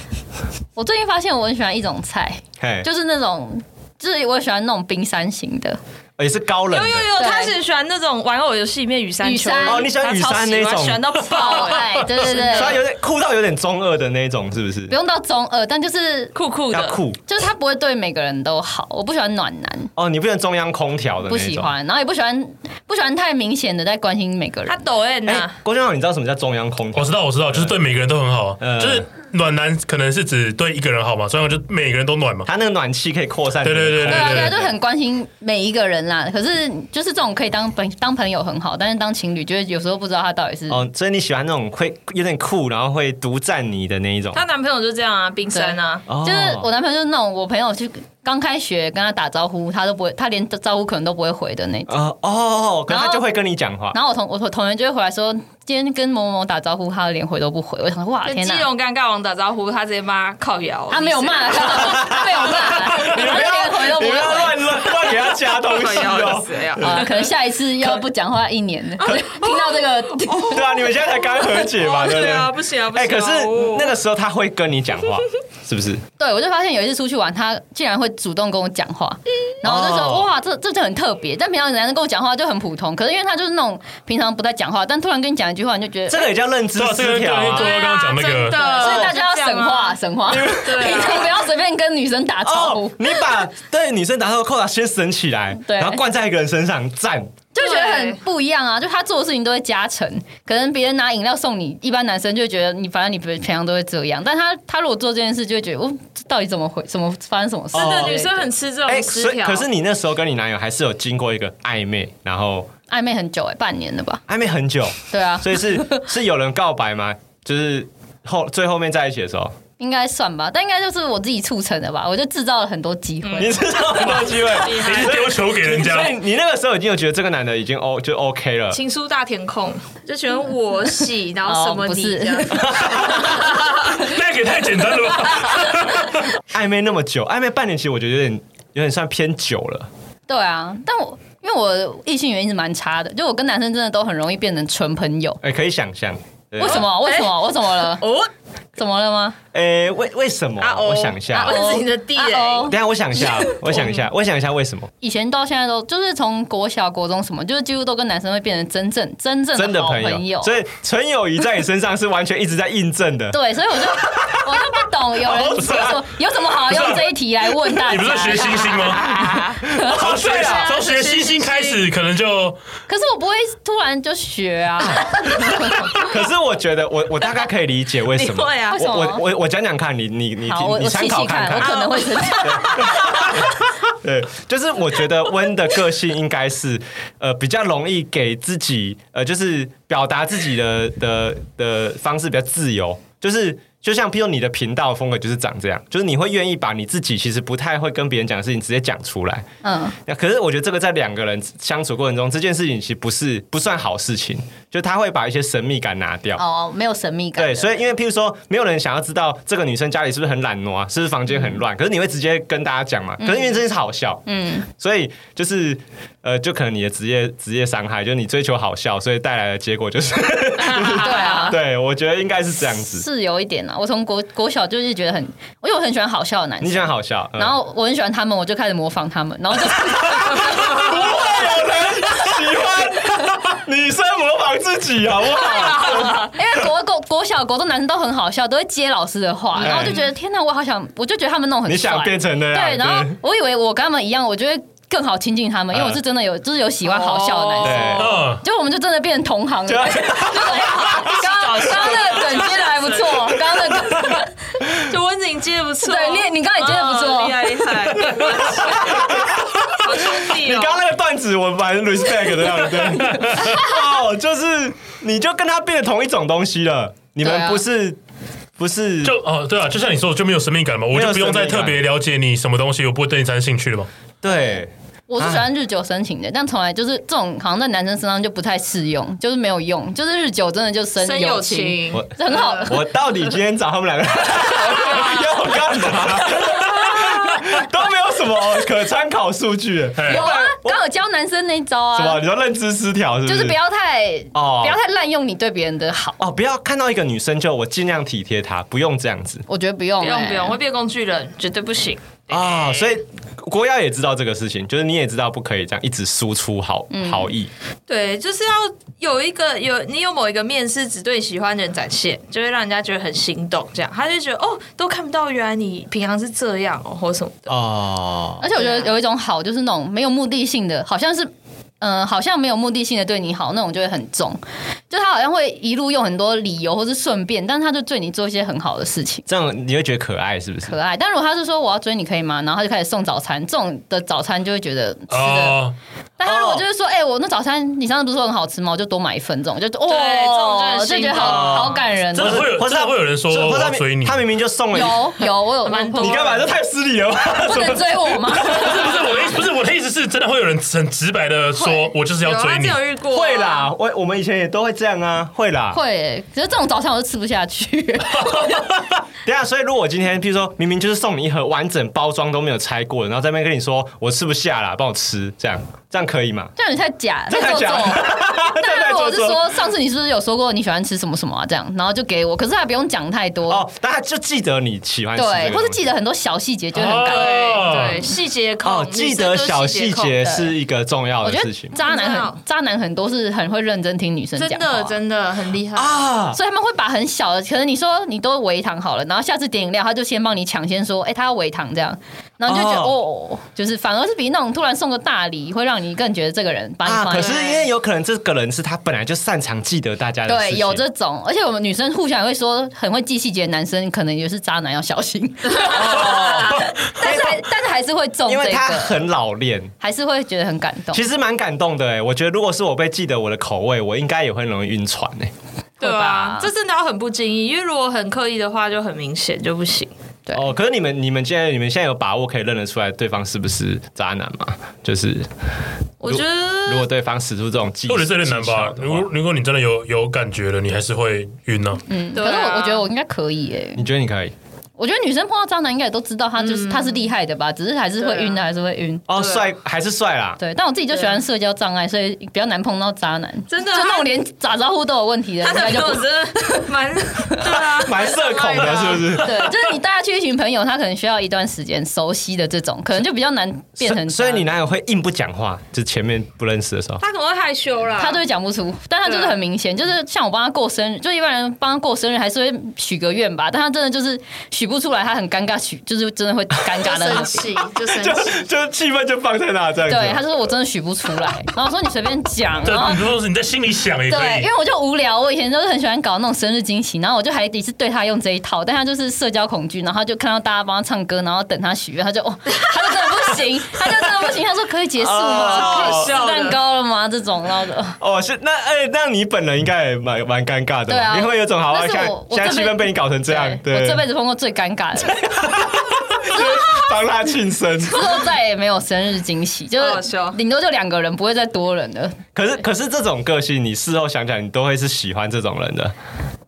Speaker 4: 我最近发现我很喜欢一种菜，
Speaker 2: 嘿，
Speaker 4: 就是那种，就是我喜欢那种冰山型的，
Speaker 2: 也是高冷
Speaker 5: 有
Speaker 2: 的
Speaker 5: 有有，
Speaker 4: 对
Speaker 5: 他是喜欢那种玩偶游戏里面雨山
Speaker 4: 雨
Speaker 5: 球
Speaker 4: 山
Speaker 5: 那种
Speaker 4: 哦
Speaker 2: 你喜欢雨
Speaker 5: 他超
Speaker 2: 山那
Speaker 5: 喜欢
Speaker 2: 种
Speaker 5: 喜欢到
Speaker 4: 好
Speaker 2: <laughs>
Speaker 5: 爆哎、
Speaker 4: 爱，对对
Speaker 2: 虽然
Speaker 4: 对，
Speaker 2: 有点酷到有点中二的那一种，是不是
Speaker 4: 不？用到中二，但就是
Speaker 5: 酷酷
Speaker 2: 要
Speaker 5: 的。
Speaker 2: 酷
Speaker 4: 就是他不会对每个人都好，我不喜欢暖男，
Speaker 2: 哦，你不能中央空调的那
Speaker 4: 不
Speaker 2: 种。
Speaker 4: 喜欢，然后也不喜欢不喜欢太明显的在关心每个
Speaker 5: 他
Speaker 4: 人，
Speaker 5: 抖 N 啊
Speaker 2: 哎、
Speaker 5: 呐，
Speaker 2: 郭俊浩，你知道什么叫中央空调？
Speaker 3: 我知道，我知道，就是对每个人都很好，
Speaker 2: 嗯
Speaker 3: 就是暖男可能是指对一个人好嘛，所以我就每个人都暖嘛。
Speaker 2: 它那个暖气可以扩散你
Speaker 3: 对
Speaker 2: 的空
Speaker 3: 对
Speaker 2: 间。
Speaker 3: 对
Speaker 4: 对啊对啊，就
Speaker 3: 对
Speaker 4: 很关心每一个人啦。可是就是这种可以当朋当朋友很好，但是当情侣就是有时候不知道他到底是
Speaker 2: 哦，所以你喜欢那种会有点酷，然后会独占你的那一种
Speaker 5: 她。男朋友就这样啊，冰山啊，
Speaker 2: 哦
Speaker 4: 就是我男朋友就是那种我朋友去刚开学跟他打招呼，他都不会，他连招呼可能都不会回的那种。
Speaker 2: 啊哦，可是
Speaker 4: 然后
Speaker 2: 他就会跟你讲话。
Speaker 4: 然后我同我同同学就会回来说，今天跟某某某打招呼，他连回都不回。我想说，哇，
Speaker 5: 跟
Speaker 4: 天
Speaker 5: 基
Speaker 4: 哪！
Speaker 5: 隆尴尬王打招呼，他直接骂靠摇，
Speaker 4: 他没有骂，他没有骂，
Speaker 2: 你不
Speaker 4: 他连回
Speaker 2: 要
Speaker 4: 都
Speaker 2: 你不
Speaker 4: 不会
Speaker 2: 要
Speaker 4: 回。
Speaker 2: 乱乱乱给他加东
Speaker 5: 靠
Speaker 2: 西
Speaker 5: 摇
Speaker 2: 哦。
Speaker 5: 死呀。
Speaker 4: <laughs> 啊，可能哦下一次要不讲话一年，听到这个，
Speaker 2: 对啊，你们现在才刚和解
Speaker 5: <laughs>
Speaker 2: 嘛，对不
Speaker 5: 对
Speaker 2: 对？
Speaker 5: 啊，不行啊，不
Speaker 2: 哎，
Speaker 5: 行啊。
Speaker 2: 可是
Speaker 5: 哦
Speaker 2: 那个时候他会跟你讲话，是不是？
Speaker 4: <laughs> 对我就发现有一次出去玩，他竟然会主动跟我讲话，然后我就说、
Speaker 2: 哦
Speaker 4: 哇，这这就很特别。但平常人家跟我讲话就很普通，可是因为他就是那种平常不太讲话，但突然跟你讲一句话，你就觉得，
Speaker 2: 这
Speaker 4: 所
Speaker 2: 个也叫认知
Speaker 3: 对啊这个
Speaker 2: 失调
Speaker 3: 跟
Speaker 2: 啊。
Speaker 5: 对啊，
Speaker 3: 我刚刚讲那个
Speaker 5: 真的
Speaker 4: 以大家要
Speaker 5: 啊
Speaker 4: 神话，神 <laughs> 话，
Speaker 5: 对啊 <laughs>
Speaker 4: 平常不要随便跟女生打招呼
Speaker 2: 哦，，你把对女生打到扣打先省起来，
Speaker 4: 对
Speaker 2: 然后灌在一个人身上，赞。
Speaker 4: 就觉得
Speaker 5: 对
Speaker 4: 很不一样啊。就他做的事情都会加成，可能别人拿饮料送你，一般男生就会觉得你反正你平常都会这样，但他他如果做这件事，就会觉得哦，这到底怎么回，怎么发生什么事？
Speaker 5: 真的
Speaker 2: 哦
Speaker 5: 女生很吃这
Speaker 2: 哎，
Speaker 5: 种失
Speaker 2: 所以
Speaker 5: 调。
Speaker 2: 可是你那时候跟你男友还是有经过一个暧昧，然后
Speaker 4: 暧昧很久哎、半年了吧？
Speaker 2: 暧昧很久，
Speaker 4: 对啊，
Speaker 2: 所以是 <laughs> 是有人告白吗？就是后最后面在一起的时候，
Speaker 4: 应该算吧，但应该就是我自己促成的吧。我就制造了很多机会，
Speaker 2: 你知道很多机会，
Speaker 3: 对，你是丢球给人
Speaker 2: 所以
Speaker 3: 家，
Speaker 2: 你那个时候已经有觉得这个男的已经 O 就 OK 了。
Speaker 5: 情书大填空，就喜欢
Speaker 2: <laughs>
Speaker 5: 我喜，然后什么
Speaker 4: 哦不
Speaker 5: 你
Speaker 4: 是
Speaker 5: 这样，
Speaker 3: 那个也太简单了吧？
Speaker 2: 暧昧那么久，暧昧半年，其实我觉得有点有点算偏久了。
Speaker 4: 对啊。但我因为我异性缘一直蛮差的，就我跟男生真的都很容易变成纯朋友。
Speaker 2: 哎、可以想象，对
Speaker 4: 为什？么？为什么？我怎么了？
Speaker 5: 哦，
Speaker 4: 怎么了吗？
Speaker 2: 诶，哎为为什么？
Speaker 5: 啊哦
Speaker 2: 我想一下
Speaker 5: 啊。哦这是你的地雷
Speaker 4: 啊哦
Speaker 2: 等一下，我想一下，我想一下，我想一下，为什么？
Speaker 4: 以前到现在都就是从国小、国中什么，就是几乎都跟男生会变成真正真正
Speaker 2: 真的
Speaker 4: 的好
Speaker 2: 朋
Speaker 4: 朋
Speaker 2: 友，所以纯友谊在你身上是完全一直在印证的。
Speaker 4: <laughs> 对，所以我
Speaker 2: <laughs>
Speaker 4: 就我就不懂有人
Speaker 3: 好惨
Speaker 4: 说有什么好用这一题来问大
Speaker 3: <laughs>
Speaker 4: 家。
Speaker 3: 你不是学星星吗？从学
Speaker 2: 对啊
Speaker 3: 从学星星开始，可能就
Speaker 4: 可是我不会突然就学啊，
Speaker 2: 哎可是我觉得我，我大概可以理解为
Speaker 4: <laughs>
Speaker 2: 什么。
Speaker 5: 你会啊
Speaker 4: 为什
Speaker 2: 我
Speaker 4: 么
Speaker 2: 我我我讲讲看，你你你
Speaker 4: 好，我
Speaker 2: 你
Speaker 4: 我
Speaker 2: 参
Speaker 4: 细
Speaker 2: 考
Speaker 4: 细
Speaker 2: 看
Speaker 4: 我
Speaker 2: 看。
Speaker 4: 可能会生气。
Speaker 2: <laughs> 对，就是我觉得温的个性应该是呃比较容易给自己呃就是表达自己的的的方式比较自由，就是。就像，譬如你的频道风格就是长这样，就是你会愿意把你自己其实不太会跟别人讲的事情直接讲出来。
Speaker 4: 嗯，
Speaker 2: 那可是我觉得这个在两个人相处过程中，这件事情其实不是不算好事情，就他会把一些神秘感拿掉。
Speaker 4: 哦，没有神秘感的。
Speaker 2: 对，所以因为譬如说，没有人想要知道这个女生家里是不是很懒
Speaker 4: 嗯
Speaker 2: 惰啊，是不是房间很乱，可是你会直接跟大家讲嘛？可是因为这是好笑，
Speaker 4: 嗯，
Speaker 2: 所以就是呃，就可能你的职业职业伤害，就是你追求好笑，所以带来的结果
Speaker 4: <laughs>
Speaker 2: 就是，。
Speaker 4: 对啊
Speaker 2: 对我觉得应该是这样子。
Speaker 4: 是有一点啊，我从国国小就是觉得很，因为我很喜欢好笑的男
Speaker 2: 你
Speaker 4: 生，
Speaker 2: 想好笑，嗯
Speaker 4: 然后我很喜欢他们，我就开始模仿他们，然后就
Speaker 2: 喜欢 <laughs> 女生模仿自己好
Speaker 4: <laughs>
Speaker 2: 不好？
Speaker 4: <laughs> 因为国国国小国中男生都很好笑，都会接老师的话，然后我就觉得天哪，我好想，我就觉得他们那种很
Speaker 2: 嗯你想
Speaker 4: 帅
Speaker 2: 变成那样？
Speaker 4: 对，然后我以为我跟他们一样，我就会更好亲近他们，因为
Speaker 2: 嗯哦
Speaker 4: 我是真的有就是有喜欢好笑的男生，
Speaker 2: 对
Speaker 3: 嗯，
Speaker 4: 就我们就真的变成同行了。
Speaker 2: 就
Speaker 4: 就
Speaker 2: <laughs>
Speaker 4: 哎好刚刚刚刚那个梗接的还不错，刚刚那个
Speaker 5: 就温子莹接的不错，
Speaker 4: 对，你你刚刚也接的不
Speaker 5: 哦
Speaker 4: 错
Speaker 5: 厉。害厉害，好兄弟
Speaker 2: 你
Speaker 5: 哦
Speaker 2: 刚。刚那个段子我蛮 respect 的，样对。
Speaker 4: <laughs>
Speaker 2: 哦，就是你就跟他变得同一种东西了，你
Speaker 4: 对
Speaker 2: 们
Speaker 4: 啊
Speaker 2: 不是、不是
Speaker 3: 就哦，对啊，就像你说，就没有神秘感嘛，我
Speaker 2: 没有
Speaker 3: 就不用
Speaker 2: 神秘
Speaker 3: 再
Speaker 2: 感
Speaker 3: 特别了解你什么东西，我不会对你产生兴趣了嘛。
Speaker 2: 对
Speaker 4: 我是喜欢日久生情的，但从来就是这种好像在男生身上就不太适用，就是没有用，就是日久真的就生
Speaker 5: 真
Speaker 4: 友
Speaker 5: 友
Speaker 4: 情，
Speaker 5: 情呃
Speaker 2: 我，
Speaker 4: 很好。
Speaker 2: 我到底今天找他们两个 <laughs> 要我干嘛？ <laughs> 都没有什么可参考数据，
Speaker 3: 哎
Speaker 4: 有啊，刚有教男生那一招
Speaker 2: 什么？
Speaker 4: 啊，
Speaker 2: 你说认知失调是不？
Speaker 4: 就是是不要太
Speaker 2: 哦
Speaker 4: 不要太滥用你对别人的好，
Speaker 2: 哦，不要看到一个女生就我尽量体贴她，不用这样子
Speaker 4: 我觉得不用
Speaker 5: 不用
Speaker 4: 欸
Speaker 5: 不用，会变工具人，绝对不行。
Speaker 2: 啊、哦。所以国耀也知道这个事情，就是你也知道不可以这样一直输出好、
Speaker 4: 嗯
Speaker 2: 好意。
Speaker 5: 对，就是要有一个有你有某一个面是只对喜欢的人展现，就会让人家觉得很心动，这样他就觉得哦，都看不到，原来你平常是这样哦，或什么的。
Speaker 2: 哦，
Speaker 4: 而且我觉得
Speaker 5: 对啊
Speaker 4: 有一种好，就是那种没有目的性的，好像是，嗯、好像没有目的性的对你好，那种就会很重。就他好像会一路用很多理由或是顺便，但是他就对你做一些很好的事情，
Speaker 2: 这样你会觉得可爱是不是？
Speaker 4: 可爱。但如果他是说我要追你可以吗？然后他就开始送早餐，这种的早餐就会觉得吃的。
Speaker 3: 哦，
Speaker 4: 但他如果就是说，哎、我那早餐你上次不是说很好吃吗？我就多买一份，这种就哦，
Speaker 5: 对这种就很
Speaker 4: 就
Speaker 5: 心
Speaker 4: 觉得
Speaker 5: 动
Speaker 4: 好好感人
Speaker 3: 真
Speaker 4: 哦。
Speaker 3: 的会有，
Speaker 2: 或是
Speaker 3: 真的会有人说
Speaker 2: 就
Speaker 3: 我
Speaker 2: 或者
Speaker 3: 要
Speaker 2: 他
Speaker 3: 追你，
Speaker 2: 他明明就送了你，
Speaker 4: 有有，我有
Speaker 5: 蛮多
Speaker 2: 你干嘛？这太失礼了吧？
Speaker 4: 不能追我
Speaker 2: <laughs>
Speaker 4: 吗？
Speaker 3: 不是不是我的意思，不是我的意思是真的会有人很直白的说，我就是要
Speaker 5: 有啊
Speaker 3: 追
Speaker 5: 他
Speaker 3: 你
Speaker 5: 真。有遇过、
Speaker 2: 会啦，，我我们以前也都会这样啊，会啦。
Speaker 4: 会欸、可是这种早餐我就吃不
Speaker 2: <laughs>
Speaker 4: 下去。
Speaker 2: 等一下，所以如果我今天，譬如说明明就是送你一盒完整包装都没有拆过的，然后在那边跟你说我吃不下啦，帮我吃，这样这样可以吗？
Speaker 4: 这样你太假，
Speaker 2: 这太
Speaker 4: 做
Speaker 2: 假
Speaker 4: 作。
Speaker 2: <laughs> 这
Speaker 4: 但
Speaker 2: 太
Speaker 4: 如
Speaker 2: 做
Speaker 4: 果是
Speaker 2: 作。
Speaker 4: 说上次你是不是有说过你喜欢吃什么什么啊？这样，然后就给我，可是他不用讲太多，
Speaker 2: 哦，但他就记得你喜欢吃这个东西，
Speaker 4: 对，或者记得很多小细节，就很感
Speaker 5: 对
Speaker 4: 动。
Speaker 3: 哦
Speaker 5: 对，细节控，
Speaker 2: 哦，记得小细节
Speaker 4: 女生都
Speaker 2: 是一个重要
Speaker 4: 我
Speaker 2: 的
Speaker 4: 觉
Speaker 2: 事
Speaker 4: 得
Speaker 2: 情
Speaker 4: 渣男
Speaker 5: 不知道
Speaker 4: 很渣男很多是很会认真听女生
Speaker 5: 女
Speaker 4: 讲
Speaker 5: 哦生都是细节控真的
Speaker 4: 话
Speaker 5: 真的很厉害。
Speaker 2: 啊。
Speaker 4: 所以他们会把很小的，可能你说你都微糖好了，然后下次点饮料，他就先帮你抢先说，哎、他要微糖这样，然后你就觉得哦就是反而是比那种突然送个大礼，会让你更觉得这个人把你
Speaker 2: 啊！
Speaker 4: 放
Speaker 2: 可
Speaker 4: 在
Speaker 2: 是因为有可能这个人是他本来就擅长记得大家的事
Speaker 4: 对，
Speaker 2: 情，
Speaker 4: 有这种，而且我们女生互相也会说，很会记细节的男生可能也是渣男，要小
Speaker 5: <laughs>
Speaker 4: 心。但是还但是还是会中这
Speaker 2: 哦因为他
Speaker 4: 个，
Speaker 2: 很老练，
Speaker 4: 还是会觉得很感动
Speaker 2: 其。实蛮感动的哎。我觉得如果是我被记得我的口味，我应该也会容易晕船哎。
Speaker 5: 对啊
Speaker 4: 会吧，
Speaker 5: 这真的要很不经意，因为如果很刻意的话，就很明显就不行。
Speaker 4: 对
Speaker 2: 哦，可是你们你们现在你们现在有把握可以认得出来对方是不是渣男吗？就是
Speaker 5: 我觉
Speaker 2: 如果
Speaker 5: 得
Speaker 2: 对方使出这种技，
Speaker 3: 我觉得这有点难
Speaker 2: 技巧
Speaker 3: 吧。
Speaker 2: 的
Speaker 3: 如
Speaker 2: 话
Speaker 3: 果如果你真的有有感觉了，你还是会晕呢。
Speaker 4: 嗯，
Speaker 5: 对
Speaker 4: 可是我
Speaker 5: 啊 <laughs>
Speaker 4: 我觉得我应该可以诶、
Speaker 2: 你觉得你可以？
Speaker 4: 我觉得女生碰到渣男应该也都知道他就是、他是厉害的吧，只是还是会晕的，
Speaker 5: 嗯对啊
Speaker 4: 还是会晕。
Speaker 2: 哦，
Speaker 5: 对啊
Speaker 2: 帅还是帅啦，
Speaker 4: 对，但我自己就喜欢社交障碍，所以比较难碰到渣男。
Speaker 5: 真的
Speaker 4: 就那
Speaker 5: 他
Speaker 4: 种连打招呼都有问题的，
Speaker 5: 她
Speaker 4: 应
Speaker 5: 男
Speaker 4: 该就
Speaker 5: 朋友
Speaker 4: 不
Speaker 5: 真的
Speaker 2: <laughs>
Speaker 5: 蛮对啊，
Speaker 2: 蛮社恐的，是不是？
Speaker 4: 对，啊就是你带他去一群朋友，他可能需要一段时间熟悉的这种，可能就比较难变成
Speaker 2: 所以所以你
Speaker 4: 渣
Speaker 2: 男友会硬不讲话，就前面不认识的
Speaker 4: <laughs>
Speaker 2: 时候，
Speaker 5: 他可能会害羞啦，
Speaker 4: 他就会讲不出，但他就是
Speaker 5: 啊
Speaker 4: 很明显，就是像我帮他过生日，就一般人帮他过生日还是会许个愿吧，但他真的就是许不出来，他很尴尬，许就是真的会尴
Speaker 6: 就
Speaker 4: 尬
Speaker 2: <laughs>
Speaker 4: 的
Speaker 6: 生
Speaker 4: 那种。
Speaker 6: 气，就生
Speaker 2: 就
Speaker 6: 气。
Speaker 2: 就气氛就放在那这样子。
Speaker 4: 对，他就说我真的许不出来，然后我说你随便
Speaker 2: <laughs>
Speaker 4: 讲，
Speaker 3: 对
Speaker 4: 然后，
Speaker 3: 你说是你在心里想也可
Speaker 4: 对，因
Speaker 3: 以。
Speaker 4: 为我就无聊，我以前都是很喜欢搞那种生日惊喜，然后我就还一直对他用这一套，但他就是社交恐惧，然后他就看到大家帮他唱歌，然后等他许愿，他就哦，
Speaker 2: <laughs>
Speaker 4: 他就真的不行，他就真的不行，他说可以结束吗？
Speaker 2: 哦
Speaker 4: 可以吃
Speaker 5: 超好笑的
Speaker 4: 蛋糕了吗？这种，然后我就哦
Speaker 2: 哦，是那哎、那你本人应该也蛮蛮尴尬的
Speaker 4: 对
Speaker 2: 吧，
Speaker 4: 啊
Speaker 2: 你会有种好好
Speaker 4: 那是
Speaker 2: 看
Speaker 4: 我，我
Speaker 2: 现在
Speaker 4: 这
Speaker 2: 气
Speaker 4: 辈
Speaker 2: 氛被你搞成这样，
Speaker 4: 对我
Speaker 2: 对， <laughs>
Speaker 4: 这辈子碰过最尴尬的，之
Speaker 2: 帮他庆
Speaker 4: <laughs>
Speaker 2: 生。
Speaker 4: 后再也没有生日惊喜，就
Speaker 5: 好好
Speaker 4: 是
Speaker 5: 笑
Speaker 4: 顶多就两个人，不会再多人了。
Speaker 2: 可是可是这种个性，你事后想起来，你都会是喜欢这种人的，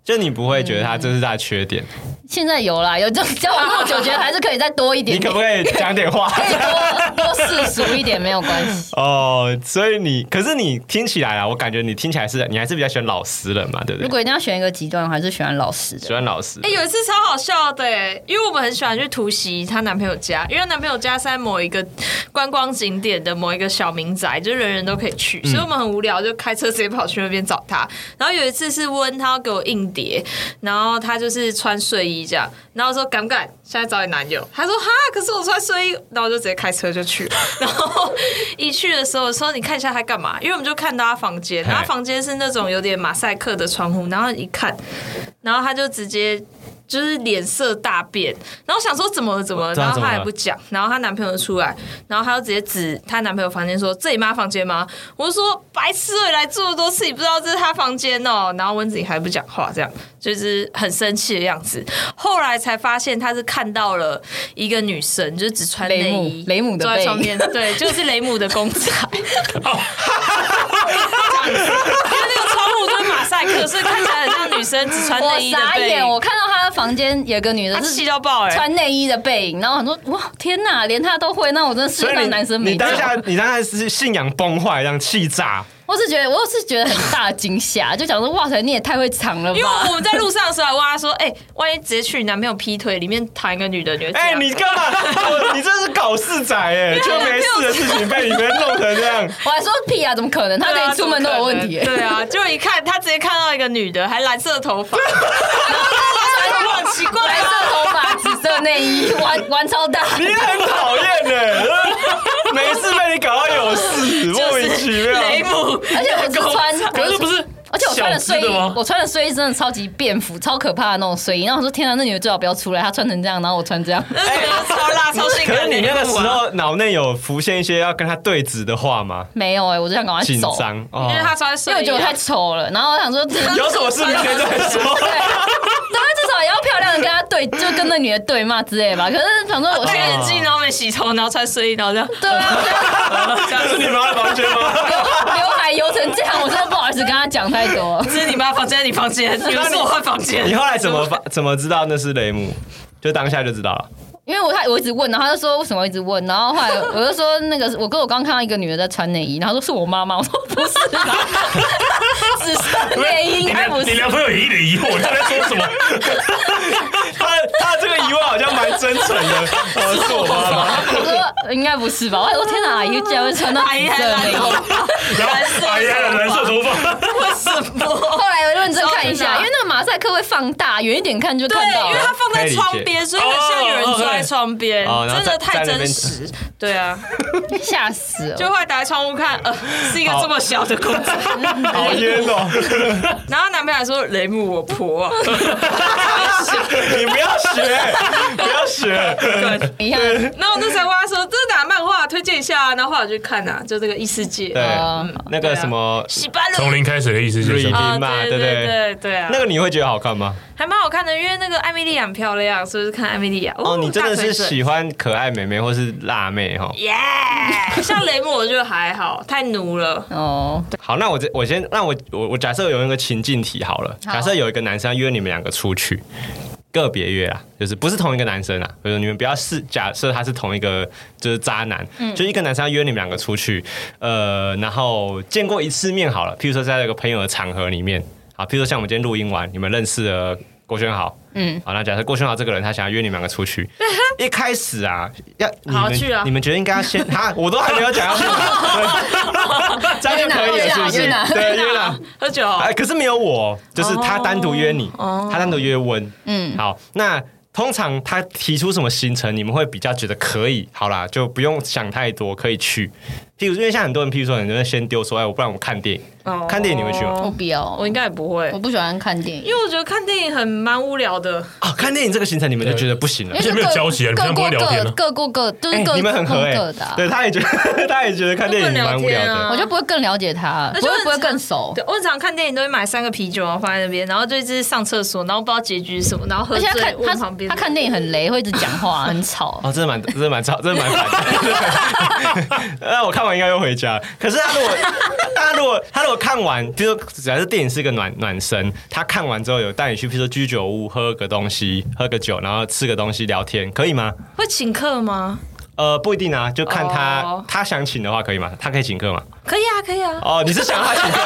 Speaker 2: 就你不会觉得他这是他的缺点。
Speaker 4: 现在有啦，有这种交往那么久，觉得还是可以再多一点
Speaker 2: <laughs> 你可
Speaker 4: 点
Speaker 2: 不。可以讲点话？
Speaker 4: <laughs> 可以多多世俗一点没有关
Speaker 2: <laughs>
Speaker 4: 系，
Speaker 2: 哦，所以你可是你听起来啊，我感觉你听起来是你还是比较喜欢老实人嘛，对不
Speaker 4: 如
Speaker 2: 对？
Speaker 4: 果一定要选一个极端，我还是喜欢老实的
Speaker 2: 喜。欢老实
Speaker 5: 哎、
Speaker 2: 人，
Speaker 5: 有一次超好笑的、欸，因为我们很喜欢去突袭她男朋友家，因为她男朋友家是在某一个观光景点的某一个小民宅，就人人都可以去，所以我们很无聊，就开车直接跑去那边找她。然后有一次是温，她要给我硬碟，然后她就是穿睡衣这样，然后我说敢不敢现在找你男友？她说哈，可是我穿睡衣，然后我就直接开车就去了。 <laughs> 然后一去的时候我说你看一下她干嘛，因为我们就看到她房间，然后她房间是那种有点马赛克的窗户，然后一看。然后他就直接就是脸色大变，然后想说怎么了怎么了，
Speaker 2: 知道
Speaker 5: 然后
Speaker 2: 怎么
Speaker 5: 她
Speaker 2: 了
Speaker 5: 也不讲，然后她男朋友出来，然后她就直接指她男朋友房间说：“这你妈房间吗？”我就说：“白痴哦，你来这么多次，你不知道这是她房间哦。”然后温子颖还不讲话，这样就是很生气的样子。后来才发现她是看到了一个女生，就是只穿内衣，
Speaker 4: 雷姆雷姆的
Speaker 5: 坐在
Speaker 4: 背
Speaker 2: <laughs>
Speaker 5: 床边，对，就是雷姆的公仔。因为那个窗户就是马赛克，所以看起来很像女生只穿
Speaker 4: 我
Speaker 5: 内衣的
Speaker 4: 傻
Speaker 5: 背
Speaker 4: 眼，
Speaker 5: 影。
Speaker 4: 我看到他的房间有个女
Speaker 5: 她
Speaker 4: 的
Speaker 5: 气
Speaker 4: 呃是
Speaker 5: 到爆哎、
Speaker 4: 穿内衣的背影，然后我说哇天哪，连他都会，那我真的世
Speaker 2: 所
Speaker 4: 界
Speaker 2: 以
Speaker 4: 上
Speaker 2: 你
Speaker 4: 男生没
Speaker 2: 你
Speaker 4: 有。
Speaker 2: 当下你当下是信仰崩坏，这样气炸。
Speaker 4: 我是觉得我是觉得很大的惊吓，就想说哇塞，你也太会藏了
Speaker 5: 因为
Speaker 4: 吧。
Speaker 5: 我们在路上的时候还问她说：“哎、万一直接去你男朋友劈腿，里面躺一个女的，你会怎
Speaker 2: <laughs> 哎、
Speaker 5: 样？”
Speaker 2: 你干嘛？我你这是搞事仔
Speaker 5: <laughs>
Speaker 2: 哎、就没事的事情被你们弄成这样。
Speaker 4: <laughs> 我还说屁啊，怎么可能？他
Speaker 5: 对啊
Speaker 4: 连出门都有问题、欸
Speaker 5: 怎么可能对啊，就一看她直接看到一个女的，还蓝色的
Speaker 4: <laughs>
Speaker 5: 头发，哎然后她就很奇怪
Speaker 4: 白色头发，紫色内衣，玩玩超大。
Speaker 2: 你也很讨厌哎，没事被你搞到有事， <laughs>
Speaker 5: <laughs>
Speaker 2: 莫名其妙。
Speaker 5: 雷姆，
Speaker 4: 而且我是穿，
Speaker 3: 可是不是？
Speaker 4: 而且我穿的
Speaker 3: 小
Speaker 4: 睡
Speaker 3: 只
Speaker 4: 衣
Speaker 3: 的吗，？
Speaker 4: 我穿的睡衣真的超级便服，超可怕的那种睡衣。然后我说天啊，那女的最好不要出来，她穿成这样，然后我穿这样。
Speaker 5: 超辣超性
Speaker 2: 可
Speaker 5: 感
Speaker 2: 是
Speaker 5: 的
Speaker 2: 你
Speaker 5: 雷姆
Speaker 2: 那
Speaker 5: 啊。
Speaker 2: 个时候脑内有浮现一些要跟他对峙的话吗？
Speaker 4: 没有哎、我就想赶快
Speaker 2: 紧
Speaker 4: 走，
Speaker 2: 张
Speaker 5: 因
Speaker 2: 哦
Speaker 5: 为，她穿睡
Speaker 4: 因为
Speaker 5: 衣啊，
Speaker 4: 我觉得我太丑了。然后我想说，对，
Speaker 2: 有什么事明天再
Speaker 5: <laughs>
Speaker 2: 说。
Speaker 4: 但至少也要漂亮的跟她对，就跟那女的对骂之类吧。可是想说我现
Speaker 5: 戴
Speaker 4: 在
Speaker 5: 眼镜，然后没洗头，然后穿睡衣，然后这样。
Speaker 4: 对啊，
Speaker 5: 这样
Speaker 2: 是你妈的房间吗？
Speaker 5: <laughs>
Speaker 4: 留刘海油成这样，我真的不好意思跟她讲太多。
Speaker 5: 这是你妈房间，你房
Speaker 2: <laughs>
Speaker 5: 间，你们是我换房间。
Speaker 2: 你后来怎么
Speaker 4: <laughs>
Speaker 2: 发怎么知道那是雷姆？就当下就知道了。
Speaker 4: 因为我他我一直问，然后他就说为什么一直问，然后后来我就说那个我跟我刚看到一个女的在穿内衣，然后说是我妈妈，我说不是吧，只是内衣应该不
Speaker 3: 你
Speaker 4: 是。
Speaker 3: 男朋友也一脸疑惑，你在说什么？
Speaker 2: 他他这个疑问好像蛮真诚
Speaker 5: <laughs>
Speaker 2: 的，呃，是我妈妈。
Speaker 4: 我说应该不是吧？我还说天哪，阿姨竟然会穿到
Speaker 5: 阿姨
Speaker 4: 紫
Speaker 5: 还
Speaker 4: 色内
Speaker 5: 来
Speaker 4: 衣。
Speaker 5: 了，
Speaker 3: 然后哎呀，蓝色头发，
Speaker 5: 为什么？
Speaker 4: 后来我认真看一
Speaker 5: 知道
Speaker 4: 下，
Speaker 5: 是哪
Speaker 4: 因为那个马赛克会放大，远一点看就
Speaker 5: 对，
Speaker 4: 看到
Speaker 5: 因为它
Speaker 4: 了。
Speaker 5: 放在窗边，所以很像有人坐在窗边
Speaker 2: 哦，然后
Speaker 5: 真
Speaker 2: 在
Speaker 5: 的太真实。对啊，
Speaker 4: <laughs> 吓死了！
Speaker 5: 就会打开窗户看，呃，是一个这么小的公
Speaker 2: <laughs>
Speaker 5: 仔。
Speaker 2: 好冤哦！
Speaker 5: 然后她男朋友还说：“雷姆，我婆、
Speaker 2: <laughs>
Speaker 5: 啊。
Speaker 2: 你不要学，不要学。
Speaker 4: 一样，”
Speaker 5: 然后我那时候问他说：“这是哪漫画？推荐一下、啊。”然后后来我就看啊，就这个异世界，
Speaker 2: 对
Speaker 4: 哦，
Speaker 2: 那个什么
Speaker 5: 喜巴
Speaker 3: <laughs>
Speaker 5: 鲁
Speaker 3: 从零开始的意思就是什么？
Speaker 5: 啊，
Speaker 2: 零嘛
Speaker 5: 对
Speaker 2: 对不对
Speaker 5: 对对啊，
Speaker 2: 那个你会觉得好看吗？
Speaker 5: 还蛮好看的，因为那个艾米莉亚很漂亮，所以就看艾米莉亚。
Speaker 2: 哦，你真的
Speaker 5: 大腿
Speaker 2: 是
Speaker 5: 腿
Speaker 2: 喜欢可爱妹妹或是辣妹哈？
Speaker 5: 耶
Speaker 2: <laughs>
Speaker 5: 像雷姆我就还好，太奴了。
Speaker 4: 哦，
Speaker 2: 好，那我这我先，那我我我假设有一个情境题好了，
Speaker 4: 好
Speaker 2: 假设有一个男生要约你们两个出去，个别约啊，就是不是同一个男生啊，就是你们不要是假设他是同一个就是渣男，就一个男生要约你们两个出去，呃，然后见过一次面好了，譬如说在一个朋友的场合里面，啊，譬如说像我们今天录音完，你们认识了郭轩豪，嗯，好，那假设郭轩豪这个人他想要约你们两个出去，一开始啊，要你
Speaker 5: 好
Speaker 2: 们
Speaker 5: 去啊
Speaker 2: 你们觉得应该要先哈，我都还没有讲要去哪，对这样就可以了，是不
Speaker 4: 约
Speaker 2: 是
Speaker 4: 哪？
Speaker 2: 对，约哪？
Speaker 5: 喝酒哦
Speaker 2: 哎，可是没有我，就是他单独约你，
Speaker 5: 哦
Speaker 2: 他单独约温。
Speaker 4: 嗯，
Speaker 2: 好，那通常他提出什么行程，你们会比较觉得可以？好啦，就不用想太多，可以去。譬如，因为像很多人，譬如说，很多人先丢说，哎，我不然我们看电影。
Speaker 5: 哦
Speaker 2: 看电影你会去吗
Speaker 4: 我不要，
Speaker 5: 我应该也不会
Speaker 4: 我，不喜欢看电影，
Speaker 5: 因为我觉得看电影很蛮无聊的。
Speaker 2: 啊，看电影这个行程你们就觉得不行了
Speaker 4: 因为。
Speaker 3: 而且没有
Speaker 4: 各
Speaker 3: 交集啊你们平常不
Speaker 4: 各过
Speaker 3: 会聊天
Speaker 4: 各
Speaker 3: 啊
Speaker 4: 各过各，就是各
Speaker 2: 你们很合哎、
Speaker 4: 各的啊。
Speaker 2: 对，他也觉得 <laughs> 他也觉得看电影蛮无聊
Speaker 5: 跟我们聊天啊
Speaker 2: 的。
Speaker 4: 我就不会更了解他，
Speaker 5: 那
Speaker 4: 不
Speaker 5: 就
Speaker 4: 会
Speaker 5: 很
Speaker 4: 不会更
Speaker 5: 常
Speaker 4: 熟。
Speaker 5: 对，我很常看电影都会买三个啤酒，然后啊放在那边，然后就一直上厕所，然后不知道结局是什么，然后喝
Speaker 4: 而且
Speaker 5: 醉
Speaker 4: 他看
Speaker 5: 问旁边
Speaker 4: 他他看电影很雷，会一直讲话，很吵。
Speaker 2: 哦，真的蛮，真的蛮吵，真的蛮烦的。 <laughs> 那我看完应该又回家。可是他如果他如果他如果看完，比如说只要是电影是一个暖暖身，他看完之后有带你去，比如说居酒屋喝个东西，喝个酒，然后吃个东西聊天，可以吗？
Speaker 5: 会请客吗？
Speaker 2: 呃，不一定啊，就看他、
Speaker 5: 哦
Speaker 2: 他想请的话可以吗？他可以请客吗？
Speaker 5: 可以啊，可以啊。
Speaker 2: 哦，你是想他请
Speaker 5: <laughs>
Speaker 2: 客？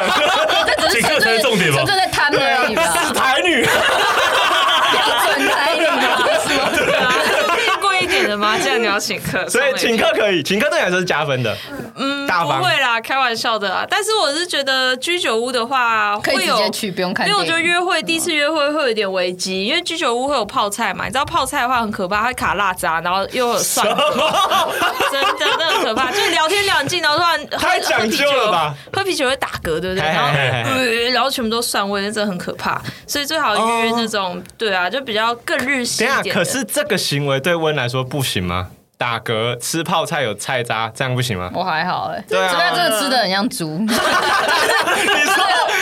Speaker 3: <laughs>
Speaker 4: 这
Speaker 3: 这个才是重点吧
Speaker 4: 纯粹在贪
Speaker 2: <laughs>
Speaker 5: 啊
Speaker 4: 而已吧，
Speaker 2: 死台女，
Speaker 4: <laughs> 标准台语吧。
Speaker 5: 对啊， <laughs> 是贵一点的吗？这样你要请客，
Speaker 2: 所以
Speaker 5: 送
Speaker 2: 请
Speaker 5: 美
Speaker 2: 客可以，请客对你来说是加分的。
Speaker 5: 嗯，
Speaker 2: 大
Speaker 5: 不
Speaker 2: 方
Speaker 5: 会啦，开玩笑的啊。但是我是觉得居酒屋的话，
Speaker 4: 可以
Speaker 5: 会
Speaker 4: 直
Speaker 5: 有
Speaker 4: 接去，不用看
Speaker 5: 因
Speaker 4: 电
Speaker 5: 为
Speaker 4: 影。
Speaker 5: 我觉得约会第一次约会会有点危机，因为居酒屋会有泡菜嘛，你知道泡菜的话很可怕，它会卡辣渣，然后又有蒜， <laughs> 真的那很可怕。就是聊天聊很近，然后突然喝
Speaker 2: 太讲究了吧？
Speaker 5: 喝啤酒喝啤酒会打嗝，对不
Speaker 2: 嘿
Speaker 5: 对？然后
Speaker 2: 嘿嘿嘿
Speaker 5: 呃然后全部都蒜味，那真的很可怕。所以最好约那种对啊，就比较更日系
Speaker 2: 等一
Speaker 5: 一
Speaker 2: 下，
Speaker 5: 点
Speaker 2: 可
Speaker 5: 的。
Speaker 2: 是这个行为对温来说不行吗？打嗝、吃泡菜有菜渣，这样不行吗？
Speaker 4: 我还好哎，
Speaker 2: 对啊
Speaker 4: 除非他真的吃的很像猪，
Speaker 2: 你说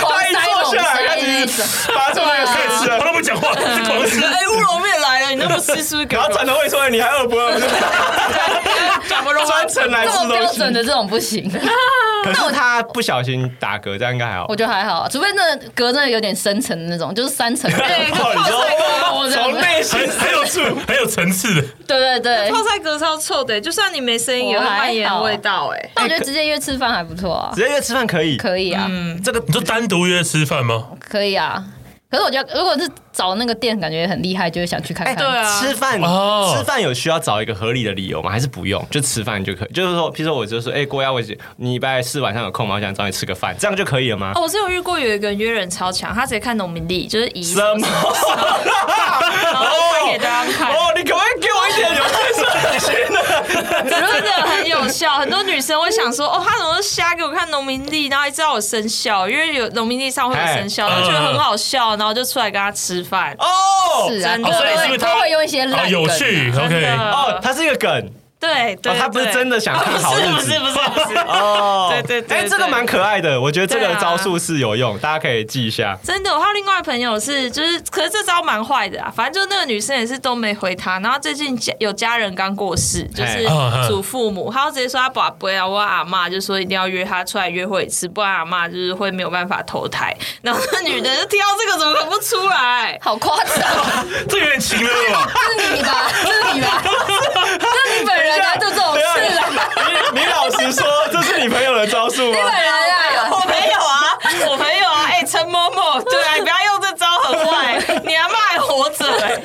Speaker 2: 他一坐下来，他其实把他坐那个菜吃
Speaker 3: 我
Speaker 2: 了，
Speaker 3: 啊都不讲话，是狂吃。
Speaker 5: 哎，乌龙面来了，你那么吃是不是
Speaker 2: <laughs>
Speaker 5: 给
Speaker 2: 然
Speaker 5: 我
Speaker 2: 后？转头会说：“你还饿不饿？”
Speaker 5: 怎
Speaker 2: <laughs>
Speaker 5: 么了
Speaker 2: 专程来
Speaker 4: 这
Speaker 2: 吃
Speaker 4: 么
Speaker 2: 东
Speaker 4: 标
Speaker 2: 西
Speaker 4: 准。的这种不行，
Speaker 2: 可是他不小心打嗝，这样应该还好
Speaker 4: 我。觉得还好，除非那隔真的有点深层的那种，就是三层。对
Speaker 2: 哦，你说从内心
Speaker 3: 很很有层，很有层次的，
Speaker 4: 对对，
Speaker 5: 泡菜格超臭的、就算你没声音，也会蔓延味道哎、
Speaker 4: 但我觉得直接约吃饭还不错啊
Speaker 2: 直，接约吃饭可以，
Speaker 4: 可以啊，
Speaker 2: 这个
Speaker 3: 你就单独约吃饭吗？
Speaker 4: 可以啊。可是我觉得，如果是找那个店，感觉很厉害，就会想去
Speaker 2: 哎
Speaker 3: 哎
Speaker 4: 看看。
Speaker 5: 对啊，
Speaker 2: 吃饭
Speaker 3: 哦
Speaker 2: 吃饭有需要找一个合理的理由吗？还是不用就吃饭就可以？就是说，譬如说，我就说，哎，郭丫，我你礼拜四晚上有空吗？我想找你吃个饭，这样就可以了吗？
Speaker 5: 哦，我是有遇过有一个人约人超强，他直接看农民历，就是以
Speaker 2: 什么？
Speaker 5: 然后推给大家
Speaker 2: <laughs>
Speaker 5: 看，
Speaker 2: 哦，你可不可以给我一点有建设的心呢？
Speaker 5: 真的很有效。很多女生会想说，哦，他怎么瞎给我看农民历，然后还知道我生肖，因为有农民历上会有生肖，
Speaker 3: 哎
Speaker 5: 然后觉得很好笑，然后就出来跟他吃饭。
Speaker 2: 哦，
Speaker 4: 是啊，
Speaker 5: 真
Speaker 4: 都
Speaker 5: 的
Speaker 3: 哦所以是因
Speaker 4: 会
Speaker 3: 为
Speaker 4: 都
Speaker 3: 他
Speaker 4: 会用一些烂
Speaker 3: 啊，
Speaker 4: 梗啊
Speaker 3: 有趣
Speaker 5: 真
Speaker 3: ，OK，
Speaker 5: 的
Speaker 2: 哦，它是一个梗，
Speaker 5: 对
Speaker 2: 哦
Speaker 5: 对，，
Speaker 2: 他不是
Speaker 5: 对
Speaker 2: 真的想看好日
Speaker 5: 不
Speaker 2: 子
Speaker 5: 是。不是不是，
Speaker 2: 哦，
Speaker 5: 对对对
Speaker 2: 哎，这个
Speaker 5: 对
Speaker 2: 蛮可爱的，我觉得这
Speaker 5: 对
Speaker 2: 个
Speaker 5: 啊
Speaker 2: 招数是有用，大家可以记一下。
Speaker 5: 真的，我还有另外朋友是，就是，可是这招蛮坏的啊。反正就那个女生也是都没回他，然后最近家有家人刚过世，就是
Speaker 3: 哎
Speaker 5: 祖父母，他直接说他把不要我阿妈，就说一定要约他出来约会一次，不然阿妈就是会没有办法投胎。然后那女的就听到这个怎么可能不出来？
Speaker 4: 好夸张，
Speaker 3: 这有点情了
Speaker 4: <laughs>
Speaker 3: 吧？
Speaker 4: 这是
Speaker 3: <laughs>
Speaker 4: 你吧？这是你吧？这是你本人来做这种
Speaker 2: 等一
Speaker 4: 事
Speaker 2: 下
Speaker 4: 啊？
Speaker 2: 你你老实说，这是你朋友的招
Speaker 5: <laughs>
Speaker 2: 数吗？
Speaker 4: 本人
Speaker 5: 哎
Speaker 4: 啊，
Speaker 5: 我没有啊，我朋友啊，哎、陈某某，对啊，你不要用这招，很坏，你阿妈还活着、哎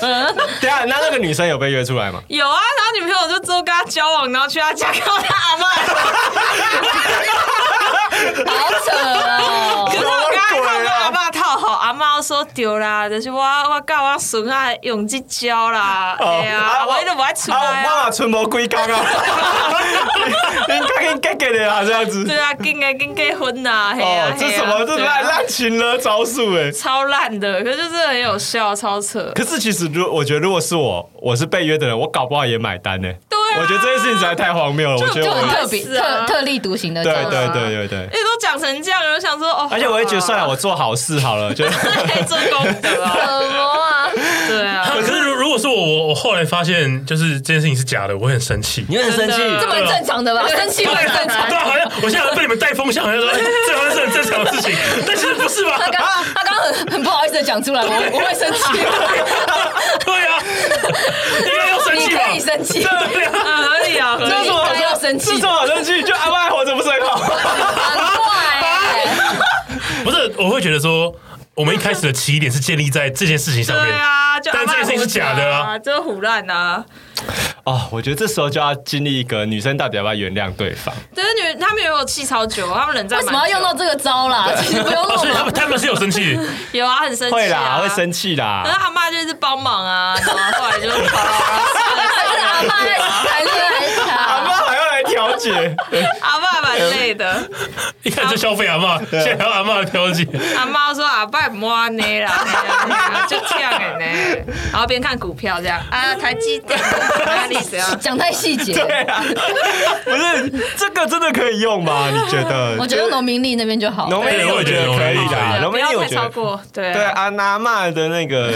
Speaker 2: 等一下，那那个女生有被约出来吗？
Speaker 5: 有啊，然后女朋友就之后跟他交往，然后去他家看到他阿妈。
Speaker 4: 好扯
Speaker 5: 可
Speaker 3: <laughs>
Speaker 4: 哦！
Speaker 5: 是我刚刚跟阿妈套好，阿妈说丢啦，就是我我教我孙啊用这招啦，哎呀，我都不爱出来
Speaker 2: 哦啊，我
Speaker 5: 啊
Speaker 2: 嘛。存无几工
Speaker 5: <laughs>
Speaker 2: 啊，你你赶紧 get get 的啊，这样子。
Speaker 5: 对啊，跟个跟结婚呐，嘿
Speaker 2: 哦
Speaker 5: 啊，，
Speaker 2: 这
Speaker 5: 嘿啊
Speaker 2: 什么这
Speaker 5: 对啊
Speaker 2: 烂烂情了招数哎。
Speaker 5: 超烂的，可是就是很有效，超扯。
Speaker 2: 可是其实，如我觉得如果是我，我是被约的人，我搞不好也买单呢。
Speaker 5: 对啊
Speaker 2: 我觉得这件事情实在太荒谬了。我觉得
Speaker 4: 就
Speaker 2: 我
Speaker 4: 很
Speaker 2: 会，
Speaker 4: 特别、
Speaker 5: 是啊
Speaker 4: 特特立独行的
Speaker 2: 对
Speaker 4: 这种
Speaker 2: 对对对对。
Speaker 5: 因为都讲成这样，我就想说哦，
Speaker 2: 而且我会觉得，算了，
Speaker 5: 我
Speaker 2: 我做好事好了，就
Speaker 5: 做功德啊，
Speaker 4: 什么啊？
Speaker 5: 对啊，
Speaker 3: 可是如如果是我，我我后来发现就是这件事情是假的，我会很生气。
Speaker 2: 你会很生气，
Speaker 5: 真的
Speaker 6: 这蛮正常的吧？生气蛮正常
Speaker 3: 对
Speaker 6: 的。
Speaker 3: 啊，好像我现在好像被你们带风向，好像说哎这好像是很正常的事情，但其实不是吧？
Speaker 6: 他刚他刚很很不好意思的讲出来，我我会生气，
Speaker 3: 对啊，应该要 <laughs> 生
Speaker 6: 你
Speaker 3: 气吧
Speaker 6: 可以？生气，
Speaker 3: 对啊，
Speaker 5: 啊，合理啊，合
Speaker 6: 这
Speaker 5: 理。
Speaker 6: 是
Speaker 2: 这
Speaker 6: 应该要生
Speaker 2: 这
Speaker 6: 气
Speaker 2: 种，好生气，就阿爸还活着不是很好？
Speaker 6: 很怪欸。
Speaker 3: 不是，我会觉得说，我们一开始的起点是建立在这件事情上面。
Speaker 5: 对啊，就
Speaker 3: 但这件事情是假的啊
Speaker 5: 啊，这胡乱啊。
Speaker 2: 哦，我觉得这时候就要经历一个女生到底要不要原谅对方。
Speaker 5: 但是女他们有气超久，他们冷战
Speaker 6: 为
Speaker 5: 蛮
Speaker 6: 什
Speaker 5: 久
Speaker 6: 么要用到这个招啦？其实不用
Speaker 3: 哦，
Speaker 4: <laughs>
Speaker 3: 所以他
Speaker 6: 弄
Speaker 3: 们
Speaker 6: 嘛。
Speaker 3: 他们 <laughs> 是有生气，
Speaker 5: 有啊，很生气啊啊
Speaker 2: 会啦，会生气
Speaker 5: 可是
Speaker 2: 啦。
Speaker 5: 阿妈就是帮忙啊， <laughs> 然后后来就跑啊，
Speaker 6: 还是阿爸在谈恋爱还是
Speaker 2: 阿
Speaker 6: 他？
Speaker 2: 妈啊还要来调解，
Speaker 5: 阿爸蛮
Speaker 4: <laughs>
Speaker 5: 累的。
Speaker 3: 一看就消费阿嬷，现在还要阿嬷的调解，
Speaker 5: 阿妈说阿爸摸呢啦， <laughs> 就这
Speaker 4: <laughs>
Speaker 5: 样的呢。然后边看股票这样啊，台积电哪里
Speaker 4: <laughs>
Speaker 5: 怎样？
Speaker 6: 讲太细节，
Speaker 2: 对啊，不是这个真的可以用吗？你觉得？
Speaker 6: 我觉得农民力那边就好。
Speaker 2: 农民，我觉得可以的，农
Speaker 5: 不
Speaker 2: 民
Speaker 5: 要
Speaker 2: 我
Speaker 5: 太
Speaker 2: 觉
Speaker 5: 超
Speaker 2: 得。
Speaker 5: 过，对
Speaker 2: 对
Speaker 5: 啊，
Speaker 2: 阿拿骂的那个，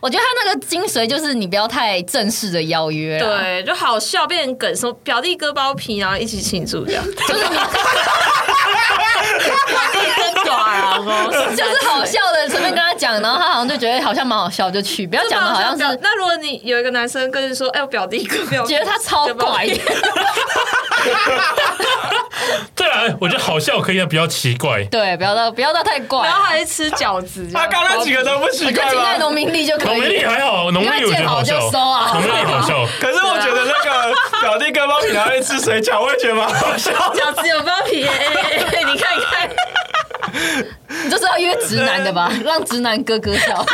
Speaker 4: 我觉得他那个精髓就是你不要太正式的邀约啦，
Speaker 5: 对，就好笑变成梗，说表弟割包皮，然后一起庆祝这
Speaker 4: <laughs>
Speaker 5: 样，
Speaker 4: 就是你
Speaker 5: 真短啊！
Speaker 4: <laughs> 就是好笑的，随便跟他讲，然后他好像就觉得好像蛮好笑，就去，不要讲的好像是
Speaker 5: 那如果你有一个男生跟你说，哎，我表弟割包皮，
Speaker 4: 觉得他超怪，
Speaker 3: 对啊，我觉得好笑可以，但不要奇怪。
Speaker 4: 对，不要到不要到太怪
Speaker 5: 然，后还吃饺子，
Speaker 2: 他刚刚那几个都不奇
Speaker 4: 我觉得
Speaker 2: 怪
Speaker 4: 进在
Speaker 2: 吗？
Speaker 4: 农民力就可
Speaker 3: 农民
Speaker 4: 以
Speaker 3: 力
Speaker 4: 了。
Speaker 3: 还好，农民力我觉得好笑
Speaker 4: 你要见好就，收啊
Speaker 3: 农民力好
Speaker 4: <laughs>
Speaker 3: 笑，
Speaker 2: 可是我觉得那个表弟跟猫平常会吃水饺，我也觉得蛮好笑的。
Speaker 5: 饺子有包皮， <laughs> 你看看，
Speaker 4: 你就是要约直男的吧，让直男咯咯笑。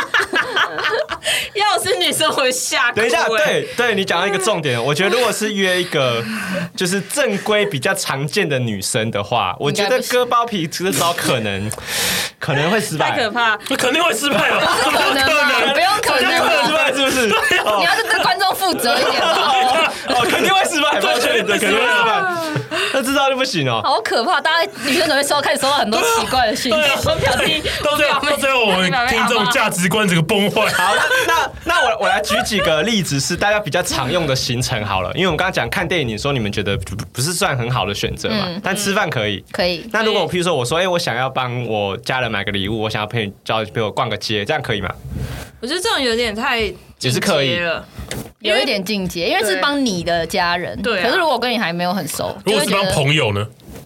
Speaker 5: 要是女生我吓。欸
Speaker 2: 等一下，对对，你讲到一个重点，我觉得如果是约一个就是正规比较常见的女生的话，我觉
Speaker 4: 应该
Speaker 2: 得
Speaker 4: 不行
Speaker 2: 割包皮这招可能 <laughs> 可能会失败，
Speaker 5: 太可怕。
Speaker 3: 那肯定会失败啊了，
Speaker 4: <laughs>
Speaker 3: 怎么
Speaker 4: 可能
Speaker 3: 可
Speaker 4: 吧，
Speaker 3: 能
Speaker 4: 不？用可
Speaker 2: 肯定
Speaker 4: 能
Speaker 2: 会
Speaker 4: 吧
Speaker 2: <laughs> 失，败，是不是？
Speaker 4: 你要是对观众负责一点吧。
Speaker 2: 哦，肯定会失败，抱
Speaker 5: <laughs>
Speaker 2: 歉，对，肯定会失
Speaker 5: 啊
Speaker 2: 败。那这招就不行哦。
Speaker 4: 好可怕！大家女生准备收开始收到很多奇怪的讯
Speaker 3: 对啊
Speaker 4: 息，，
Speaker 5: 表弟
Speaker 3: 到最后到最后我们听众价值观整个崩坏。
Speaker 2: 好，那那那我我来举几个例子，是大家比较常用的行程好了，因为我们刚刚讲看电影，你说你们觉得不不是算很好的选择嘛，但吃饭可以。
Speaker 4: 可以。
Speaker 2: 那如果我譬如说我说，哎、我想要帮我家人买个礼物，我想要陪你叫陪我逛个街，这样可以吗？
Speaker 5: 我觉得这种有点太
Speaker 2: 也是可以
Speaker 5: 进阶了，
Speaker 4: 有一点境界，因为是帮你的家人。
Speaker 5: 对啊
Speaker 4: 可是如果跟你还没有很熟，
Speaker 3: 如
Speaker 4: 就
Speaker 3: 果
Speaker 4: 会
Speaker 3: 是
Speaker 4: 觉
Speaker 3: 帮
Speaker 4: 得
Speaker 3: 朋友呢？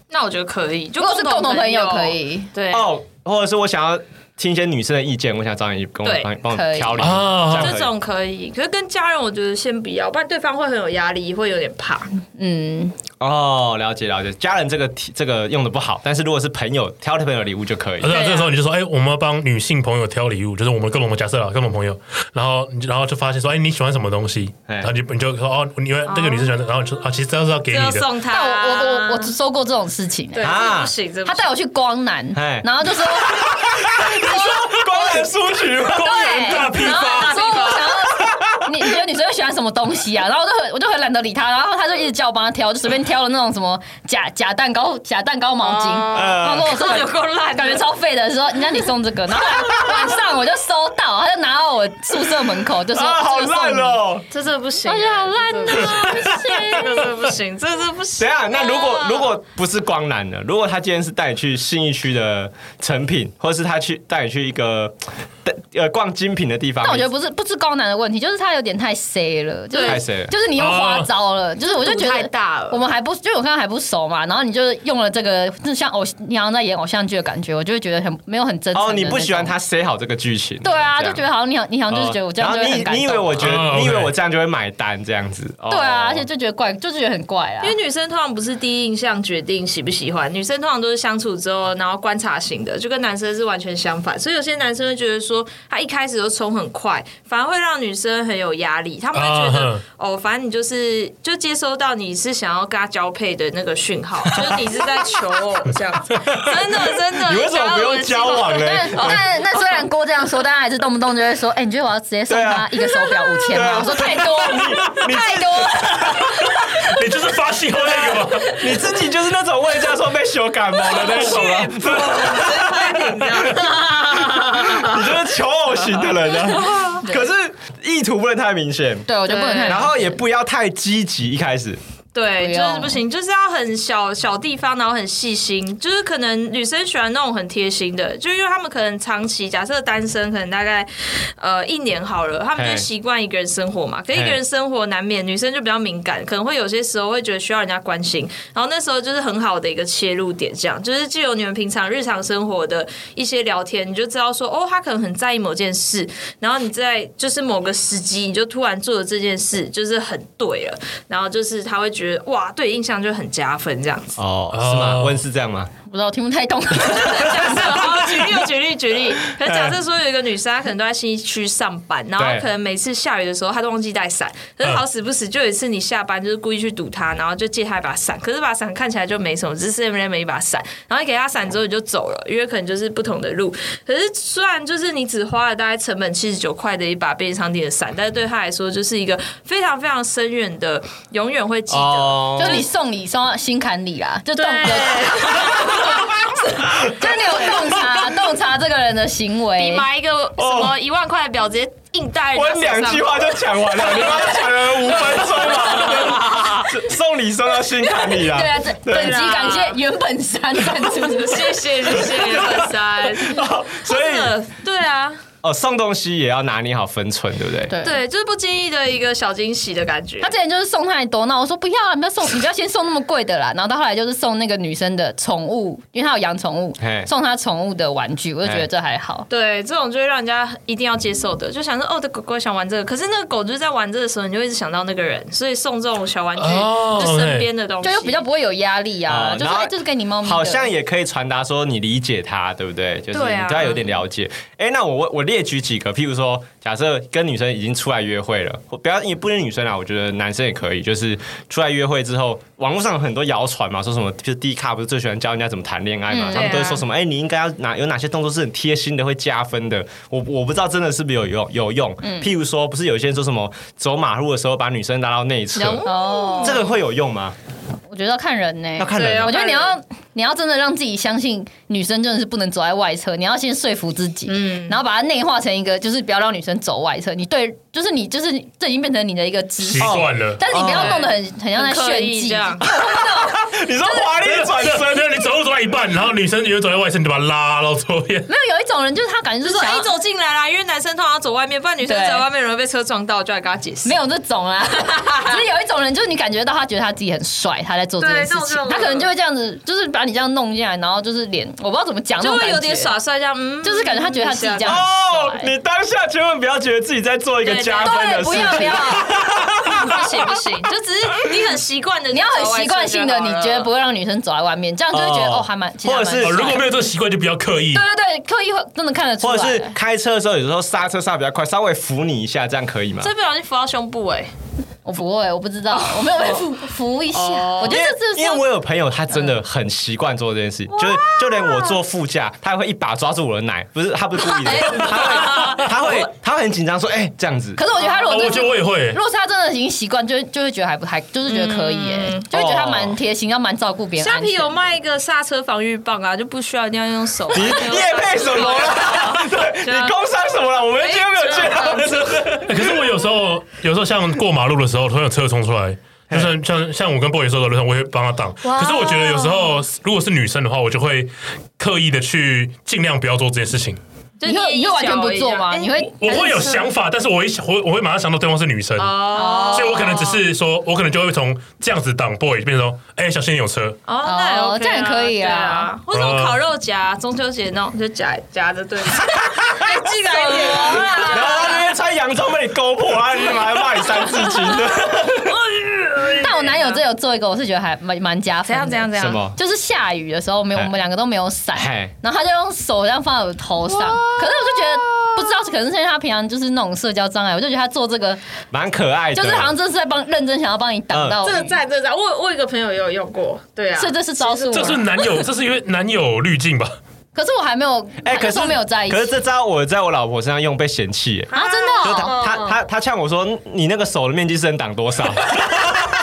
Speaker 5: 那我觉得可以。如
Speaker 4: 如果是共同朋友可，以，
Speaker 5: 对，
Speaker 2: 哦，或者是我想要听一些女生的意见，我想找你跟我
Speaker 5: 对
Speaker 2: 帮帮我
Speaker 4: 可以
Speaker 2: 挑礼物，
Speaker 3: 啊
Speaker 2: 这样
Speaker 5: 这
Speaker 2: 可以。
Speaker 5: 种可以。可是跟家人，我觉得先不要，不然对方会很有压力，会有点怕。
Speaker 4: 嗯，
Speaker 2: 哦，了解了解，家人这个题这个用的不好，但是如果是朋友挑的朋友礼物就可以
Speaker 3: 啊。对啊，
Speaker 5: 对啊
Speaker 3: 这个时候你就说，哎、我们要帮女性朋友挑礼物，就是我们跟我们假设了，跟我们朋友，然后你就然后就发现说，哎、你喜欢什么东西？
Speaker 2: 哎
Speaker 3: 然后你就你就说，哦，因为那个女生喜欢，然后就啊，其实这是要给你
Speaker 5: 要
Speaker 3: 的，
Speaker 5: 送他，啊
Speaker 4: 但我我我我只收过这种事情、
Speaker 5: 对，
Speaker 4: 欸。
Speaker 5: 这
Speaker 2: 啊
Speaker 5: 不行，这不
Speaker 4: 他
Speaker 5: 行。
Speaker 4: 带我去光南
Speaker 2: 哎，
Speaker 4: 然后就说，说
Speaker 2: 光南书局吗？
Speaker 3: 公园 <laughs> 大批发，
Speaker 4: 说我想要，你你觉得女生会喜欢什么东西啊？然后我就很我就很懒得理他，然后他就一直叫我帮他挑，就随便挑了那种什么假假蛋糕、假蛋糕毛巾。
Speaker 3: 啊
Speaker 4: 然后
Speaker 2: 呃，
Speaker 4: 跟我说
Speaker 5: <laughs> 有够烂
Speaker 4: <laughs>
Speaker 5: 的，
Speaker 4: 感觉超废的，说人家你送这个，然后晚上我就收到，他就拿到我宿舍门口，就说
Speaker 2: 啊，好
Speaker 4: 这个送
Speaker 2: 烂
Speaker 4: 你。
Speaker 2: 哦。
Speaker 5: 这真的不行，
Speaker 4: 我觉得好烂哦
Speaker 5: 这真的不行， <laughs> 啊这真的不
Speaker 2: 等
Speaker 5: 行
Speaker 2: 一。下，那如果如果不是光南的，如果他今天是带你去信义区的成品，或是他去带你去一个呃逛精品的地方，
Speaker 4: 但我觉得不是不是高男的问题，就是他有点太 C 了，就是
Speaker 2: 太 C 了哦
Speaker 4: 就是你用花招了，就是我就觉得
Speaker 5: 太大了
Speaker 4: 我们还不就我刚刚还不熟嘛，然后你就用了这个，就像偶你好像在演偶像剧的感觉，我就会觉得很没有很真诚。
Speaker 2: 哦，你不喜欢？他塞好这个剧情，
Speaker 4: 对啊，
Speaker 2: 这
Speaker 4: 就
Speaker 2: 样
Speaker 4: 觉得好像你好你好像就是觉得我这样
Speaker 2: 哦
Speaker 4: 就会很
Speaker 2: 然
Speaker 4: 感
Speaker 2: 后
Speaker 4: 动。
Speaker 2: 你你以为我觉
Speaker 3: 哦
Speaker 2: 得，
Speaker 3: ，OK
Speaker 2: 你以为我这样就会买单这样子？哦
Speaker 4: 对啊，而且就觉得怪，就是觉得很怪啊
Speaker 5: 因。为女生通常不是第一印象决定喜不喜欢，女生通常都是相处之后，然后观察型的，就跟男生是完全相反。所以有些男生会觉得说，啊他一开始都冲很快，反而会让女生很有压力。他们会觉得
Speaker 3: 啊
Speaker 5: 哦，反正你就是就接收到你是想要跟他交配的那个讯
Speaker 2: <laughs>
Speaker 5: 号，就是你是在求偶这样子。真的真的，
Speaker 2: 你为什么不用交往呢？
Speaker 4: 但
Speaker 5: <laughs> 哦
Speaker 4: 但那虽然郭这样说，但他还是动不动就会说：“哎、你觉得我要直接送
Speaker 2: 对啊
Speaker 4: 他一个手表五千
Speaker 2: 对
Speaker 4: 吗
Speaker 2: 啊？”
Speaker 4: 我说：“太多，太多了。
Speaker 3: 你就是发信号那个嘛，
Speaker 2: 哎你自己就是那种外教说被修感冒的那种
Speaker 4: <laughs>
Speaker 2: 啊，
Speaker 5: 你知道
Speaker 4: <laughs>
Speaker 5: 吗？
Speaker 2: 你就是求偶型的人啊。可是异意图不能太明显，
Speaker 4: 对我就不能太
Speaker 5: 对
Speaker 2: 然后也不要太积极，一开始
Speaker 5: 对，
Speaker 4: 不
Speaker 5: 就
Speaker 4: 用
Speaker 5: 是不行，就是要很小小地方，然后很细心。就是可能女生喜欢那种很贴心的，就因为他们可能长期假设单身，可能大概呃一年好了，他们
Speaker 2: 嘿
Speaker 5: 就习惯一个人生活嘛。可一个
Speaker 2: 嘿
Speaker 5: 人生活难免女生就比较敏感，可能会有些时候会觉得需要人家关心，然后那时候就是很好的一个切入点，这样就是既有你们平常日常生活的一些聊天，你就知道说哦，他可能很在意某件事，然后你在就是某个时机，你就突然做了这件事，就是很对了，然后就是他会觉得哇，对印象就很加分这样子。
Speaker 2: 哦，是吗？
Speaker 3: 哦
Speaker 2: 问是这样吗？
Speaker 4: 不知道，我听不太懂。
Speaker 2: 哦
Speaker 5: 假设好，举
Speaker 2: <laughs>
Speaker 5: 例，我举例，举例。可能假设说有一个女生，她可能都在新一区上班，然后
Speaker 2: 哎对嗯
Speaker 5: 可能每次下雨的时候，她都忘记带伞。可是好死不死，就有一次你下班就是故意去堵她，然后就借她一把伞。可是把伞看起来就没什么，只是 M M 一把伞。然后你给她伞之后你就走了，因为可能就是不同的路。可是虽然就是你只花了大概成本七十九块的一把便利商店的伞，但是对她来说就是一个非常非常深远的，永远会记得。
Speaker 2: 哦
Speaker 4: 就你送礼送到心坎里啦，就
Speaker 2: <laughs>
Speaker 5: 对
Speaker 4: 洞就是你有洞察洞察这个人的行
Speaker 5: 你
Speaker 4: 为。
Speaker 5: 买一个什么一万块的表，直接硬戴在
Speaker 2: 我
Speaker 5: 人家手
Speaker 2: 哦两
Speaker 5: 上
Speaker 2: 句话就讲完了，你妈讲了五分钟嘛， <laughs> 送礼送到心坎里啊
Speaker 4: 对！啊，这本集
Speaker 5: 啦
Speaker 4: 感谢原本山赞助，
Speaker 5: 谢谢谢谢本山，
Speaker 2: 所以
Speaker 5: <laughs> 真的对啊，
Speaker 2: 哦，送东西也要拿捏好分寸，对不对？
Speaker 4: <laughs> 对。
Speaker 5: 对，就是不经意的一个小惊喜的感觉
Speaker 4: 他。之前就是送太多，那我说不要啊，你不要送，你不要先送那么贵的啦。然后到后来就是送那个女生的宠物，因为她有养宠物
Speaker 2: 嘿，
Speaker 4: 送她宠物的玩具，我就觉得这还好。
Speaker 5: 对，这种就会让人家一定要接受的，就想说哦，我的狗狗想玩这个，可是那个狗就是在玩这个时候，你就一直想到那个人，所以送这种小玩具，
Speaker 3: 哦
Speaker 5: 就身边的东西，
Speaker 4: 就又比较不会有压力啊，
Speaker 2: 哦
Speaker 4: 就是
Speaker 2: 然后
Speaker 4: 哎，这是给你猫咪的，
Speaker 2: 好像也可以传达说你理解他，对不对？就是
Speaker 5: 对啊
Speaker 2: 你对他有点了解。哎、那我我我列举几个，譬如说，假设跟女生已经出来约会了，或不要也不是女生啦，我觉得男生也可以，就是出来约会之后，网络上有很多谣传嘛，说什么就是 D 卡不是最喜欢教人家怎么谈恋爱嘛，
Speaker 4: 嗯
Speaker 2: 他们都
Speaker 5: 对
Speaker 2: 会
Speaker 5: 啊
Speaker 2: 说什么哎、你应该要哪有哪些动作是很贴心的，会加分的。我我不知道真的是不是有用有用。
Speaker 4: 嗯
Speaker 2: 譬如说，不是有些人说什么走马路的时候把女生拉到内侧，
Speaker 4: 哦，
Speaker 2: 这个会有用
Speaker 4: <laughs>
Speaker 2: 吗？
Speaker 4: 我觉得要看人呢、
Speaker 2: 要看
Speaker 5: 对
Speaker 2: 人
Speaker 5: 啊
Speaker 2: 啊、
Speaker 4: 我觉得你
Speaker 5: 要看
Speaker 4: 要你要真的让自己相信，女生真的是不能走在外侧，你要先说服自己，嗯，然后把它内化成一个，就是不要让女生走外侧。你对，就是你就是这已经变成你的一个知
Speaker 3: 习
Speaker 4: 识，
Speaker 3: 惯了。
Speaker 4: 但是你不要弄得很很像在
Speaker 5: 很刻
Speaker 4: 炫
Speaker 5: 意
Speaker 4: 技
Speaker 5: 这，样，
Speaker 2: 你说华丽转身。
Speaker 3: 对，你走路走到一半，然后女生就走在外身，你就把她拉到左 <laughs> 边。
Speaker 4: 没有有一种人就是他感觉就
Speaker 5: <laughs> 就是说
Speaker 4: 想
Speaker 5: 哎
Speaker 4: 要
Speaker 5: 走进来啦，因为男生通常要走外面，不然女生走
Speaker 4: 对
Speaker 5: 在外面容易被车撞到，就来跟他解释
Speaker 4: 没。有这种啊，只是有一种人，就是你感觉到他觉得他自己很帅，他在做这件事
Speaker 5: 对那种
Speaker 4: 情
Speaker 5: 就，有
Speaker 4: 他可能就会这样子，就是把你这样弄进来，然后就是脸，我不知道怎么讲，
Speaker 5: 就
Speaker 4: 那种
Speaker 5: 会有
Speaker 4: 感
Speaker 5: 点
Speaker 4: 觉
Speaker 5: 耍帅，这样，嗯，
Speaker 4: 就是感觉他觉得他自己这样
Speaker 2: 哦，你当下千万不要觉得自己在做一个加分的事
Speaker 4: 对，不要不
Speaker 2: 情
Speaker 4: 要。，
Speaker 5: 不行不行， <laughs> 就只是你很习惯的，
Speaker 4: 你要很习惯性的，你觉得不会让女生走在外面，这样就会觉得
Speaker 2: 哦
Speaker 4: 哦，还蛮，其实还蛮
Speaker 2: 或者是
Speaker 3: 哦，如果没有这个习惯，就不要刻意。
Speaker 4: 对对对，刻意会真的看得出
Speaker 2: 或
Speaker 4: 来，
Speaker 2: 者是开车的时候，有时候刹车刹比较快，稍微扶你一下，这样可以吗？
Speaker 5: 这不小心扶到胸部哎、
Speaker 4: 我不会，我不知道，我没有被扶扶一下，我觉得这嗯是
Speaker 2: 因为我有朋友，他真的很习惯做这件事，就是就连我坐副驾，他也会一把抓住我的奶，不是他不是故意的，
Speaker 4: 哎
Speaker 2: 他会他会他会很紧张说，哎，这样子，
Speaker 4: 可是我觉得他如
Speaker 3: 哦
Speaker 4: 果
Speaker 3: 我
Speaker 4: 真
Speaker 3: 觉得我
Speaker 4: 的。
Speaker 3: 也会
Speaker 4: 如。果是他真的已经习惯，就会就会觉得还不还，就是觉得可以哎、就会觉得他蛮贴心，要蛮照顾别人
Speaker 5: 虾
Speaker 4: 安全。
Speaker 5: 皮有卖一个刹车防御棒啊，就不需要一定要用手。
Speaker 2: 你夜配什么了？对
Speaker 5: 这样
Speaker 2: 你工伤什么了？我们今天没有见到
Speaker 5: 这
Speaker 3: 欸可是我有时候，有时候像过马路的时候，突然有车冲出来，就像像像我跟 boy 说的路上，我会帮他挡。可是我觉得有时候，如果是女生的话，我就会刻意的去尽量不要做这件事情。
Speaker 5: 就
Speaker 4: 你会你会完
Speaker 5: 啊
Speaker 4: 全不做吗？
Speaker 5: 哎
Speaker 4: 你会
Speaker 3: 我会有想法，但是我一想我我会马上想到对方是女生，
Speaker 5: 哦
Speaker 3: 所以我可能只是说，我可能就会从这样子挡 boy 变成说，哎、小心有车。
Speaker 5: 哦，那也 OK 啊
Speaker 4: 这样也可以啊
Speaker 5: 对啊。或者用烤肉夹，中秋节那种就夹夹
Speaker 2: <laughs>
Speaker 5: 着对。哎寄来点
Speaker 2: 然后他那边穿洋装被你勾破，他他妈还骂你三字经
Speaker 4: <laughs>
Speaker 2: 的，
Speaker 4: 但我男友这有做一个，我是觉得还蛮蛮加分的。
Speaker 5: 怎啊哦样怎样怎
Speaker 2: 什
Speaker 5: 样？
Speaker 2: 么？
Speaker 4: 就是下雨的时候，没有
Speaker 2: 哦嘿
Speaker 4: 我们两个都没有伞
Speaker 2: 嘿，
Speaker 4: 然后他就用手这样放在我头上。可是我就觉得不知道，可能是因为他平常就是那种社交障碍，我就觉得他做这个
Speaker 2: 蛮可爱的，
Speaker 4: 就是好像真的是在帮认真想要帮你
Speaker 2: 嗯
Speaker 4: 挡到
Speaker 5: 这个
Speaker 4: 雨
Speaker 5: 赞，这个赞，我我有一个朋友也有用过，对啊
Speaker 4: 所，以这是招数
Speaker 3: 这是
Speaker 4: 吗。
Speaker 3: 男友，这是因为男友滤镜吧？
Speaker 4: 可是我还没有，
Speaker 2: 哎、可
Speaker 4: 那
Speaker 2: 是
Speaker 4: 时候没有在一起
Speaker 2: 可是这招我在我老婆身上用被嫌弃、哎
Speaker 4: 啊，真的
Speaker 2: 她
Speaker 4: 哦，
Speaker 2: 她她她呛我说：“你那个手的面积是能挡多少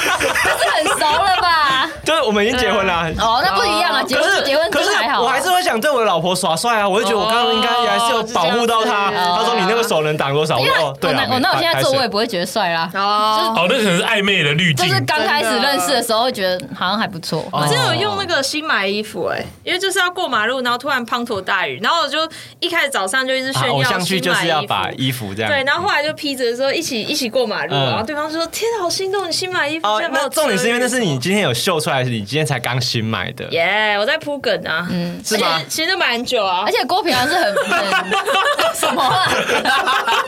Speaker 4: 这很熟了吧？
Speaker 2: <laughs> 就是我们已经结婚啦。
Speaker 4: 哦，那不一样啊，结
Speaker 2: 可是
Speaker 4: 婚结婚
Speaker 2: 可是
Speaker 4: 真还好啊，
Speaker 2: 我还是会想对我的老婆耍帅啊！我就觉得我刚刚应该还是有保护到她。
Speaker 4: 哦是这样
Speaker 2: 她
Speaker 4: 子
Speaker 2: 说你那个手能挡多少？我
Speaker 4: 因为
Speaker 2: 说哦，
Speaker 4: 我
Speaker 2: 对啊
Speaker 4: 那，我那我
Speaker 2: 没
Speaker 4: 现在
Speaker 2: 拍
Speaker 4: 做我
Speaker 2: 拍
Speaker 4: 也
Speaker 2: 谁
Speaker 4: 不会觉得帅啦，
Speaker 5: 哦，
Speaker 3: 哦，那可能是暧昧的滤
Speaker 4: 就
Speaker 3: 镜
Speaker 4: 是。刚开始
Speaker 5: 真的
Speaker 4: 认识的时候会觉得好像还不错，
Speaker 2: 哦
Speaker 4: 蛮
Speaker 5: 只有用那个新买衣服哎、因为就是要过马路，然后突然滂沱大雨，然后我就一开始早上就一直炫
Speaker 2: 啊偶
Speaker 5: 耀
Speaker 2: 像剧
Speaker 5: 新
Speaker 2: 就是
Speaker 5: 买
Speaker 2: 要
Speaker 5: 衣
Speaker 2: 把
Speaker 5: 服。
Speaker 2: 衣服这样。
Speaker 5: 对，然后后来就披着说一起一起过马路，
Speaker 2: 嗯
Speaker 5: 然后对方就说：“天啊，好心动！你新买衣服，
Speaker 2: 哦
Speaker 5: 现在，没
Speaker 2: 那
Speaker 5: 有
Speaker 2: 重点是因为那是
Speaker 5: 遮雨
Speaker 2: 你今天有秀出来，你今天才刚新买的，
Speaker 5: 耶我在铺梗啊，嗯，
Speaker 2: 是吗？
Speaker 5: 其实蛮久啊
Speaker 4: 而，且郭平阳是很很什么啊？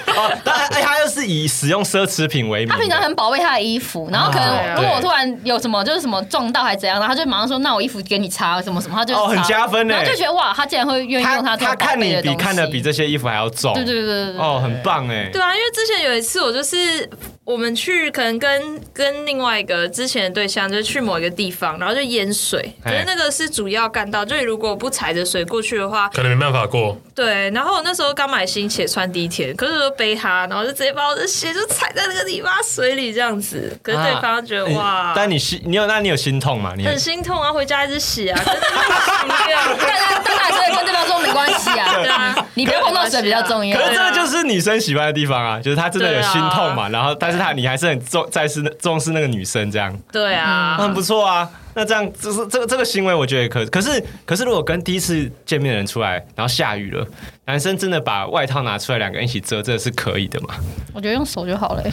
Speaker 2: 哦，但哎，他又是以使用奢侈品为名的，
Speaker 4: 他平常很宝贝他的衣服，然后可
Speaker 2: 啊
Speaker 4: 能如果我
Speaker 2: 对
Speaker 4: 突然有什么就是什么撞到还怎样，然后他就马上说：“那我衣服给你擦，什么什么。”他就
Speaker 2: 哦
Speaker 4: 擦
Speaker 2: 很加分欸
Speaker 4: 然后就觉得哇，他竟然会愿意用
Speaker 2: 他
Speaker 4: 这种宝
Speaker 2: 看
Speaker 4: 贝
Speaker 2: 你
Speaker 4: 的东
Speaker 2: 比
Speaker 4: 西。
Speaker 2: 看的比这些衣服还要重，
Speaker 4: 对对对对对
Speaker 2: 哦，很棒哎，
Speaker 5: 对啊，因为之前有一次我就是我们去可能跟跟另外一个之前的对象，就是去某一个地方，然后就淹水，可
Speaker 2: 嘿
Speaker 5: 是那个是主要干道，就是如果不踩着水过去的话，
Speaker 3: 可能没办法过，
Speaker 5: 对。然后我那时候刚买新鞋，穿第一天，可是我就背它，然后就直接把我的鞋就踩在那个泥巴水里这样子，可是对方觉得、
Speaker 2: 你
Speaker 5: 哇。
Speaker 2: 但你心，你有那你有心痛吗？你
Speaker 5: 很心痛啊，回家一直洗啊，可是洗掉。
Speaker 4: 但他但他真的跟对方说没关系
Speaker 5: 对
Speaker 4: 啊，
Speaker 5: 啊，
Speaker 4: 你不要碰到水比较重要
Speaker 2: 可。是这个就是女生喜欢的地方啊，就是她真的有心痛嘛，
Speaker 5: 对啊
Speaker 2: 然后但是她你还是很重在是重视那个女生这样，
Speaker 5: 对啊，
Speaker 2: 很不错啊。那这样，这是这个这个行为，我觉得也可。可是可是，如果跟第一次见面的人出来，然后下雨了，男生真的把外套拿出来，两个人一起遮，这是可以的嘛？ <laughs>
Speaker 4: 我觉得用手就好了欸，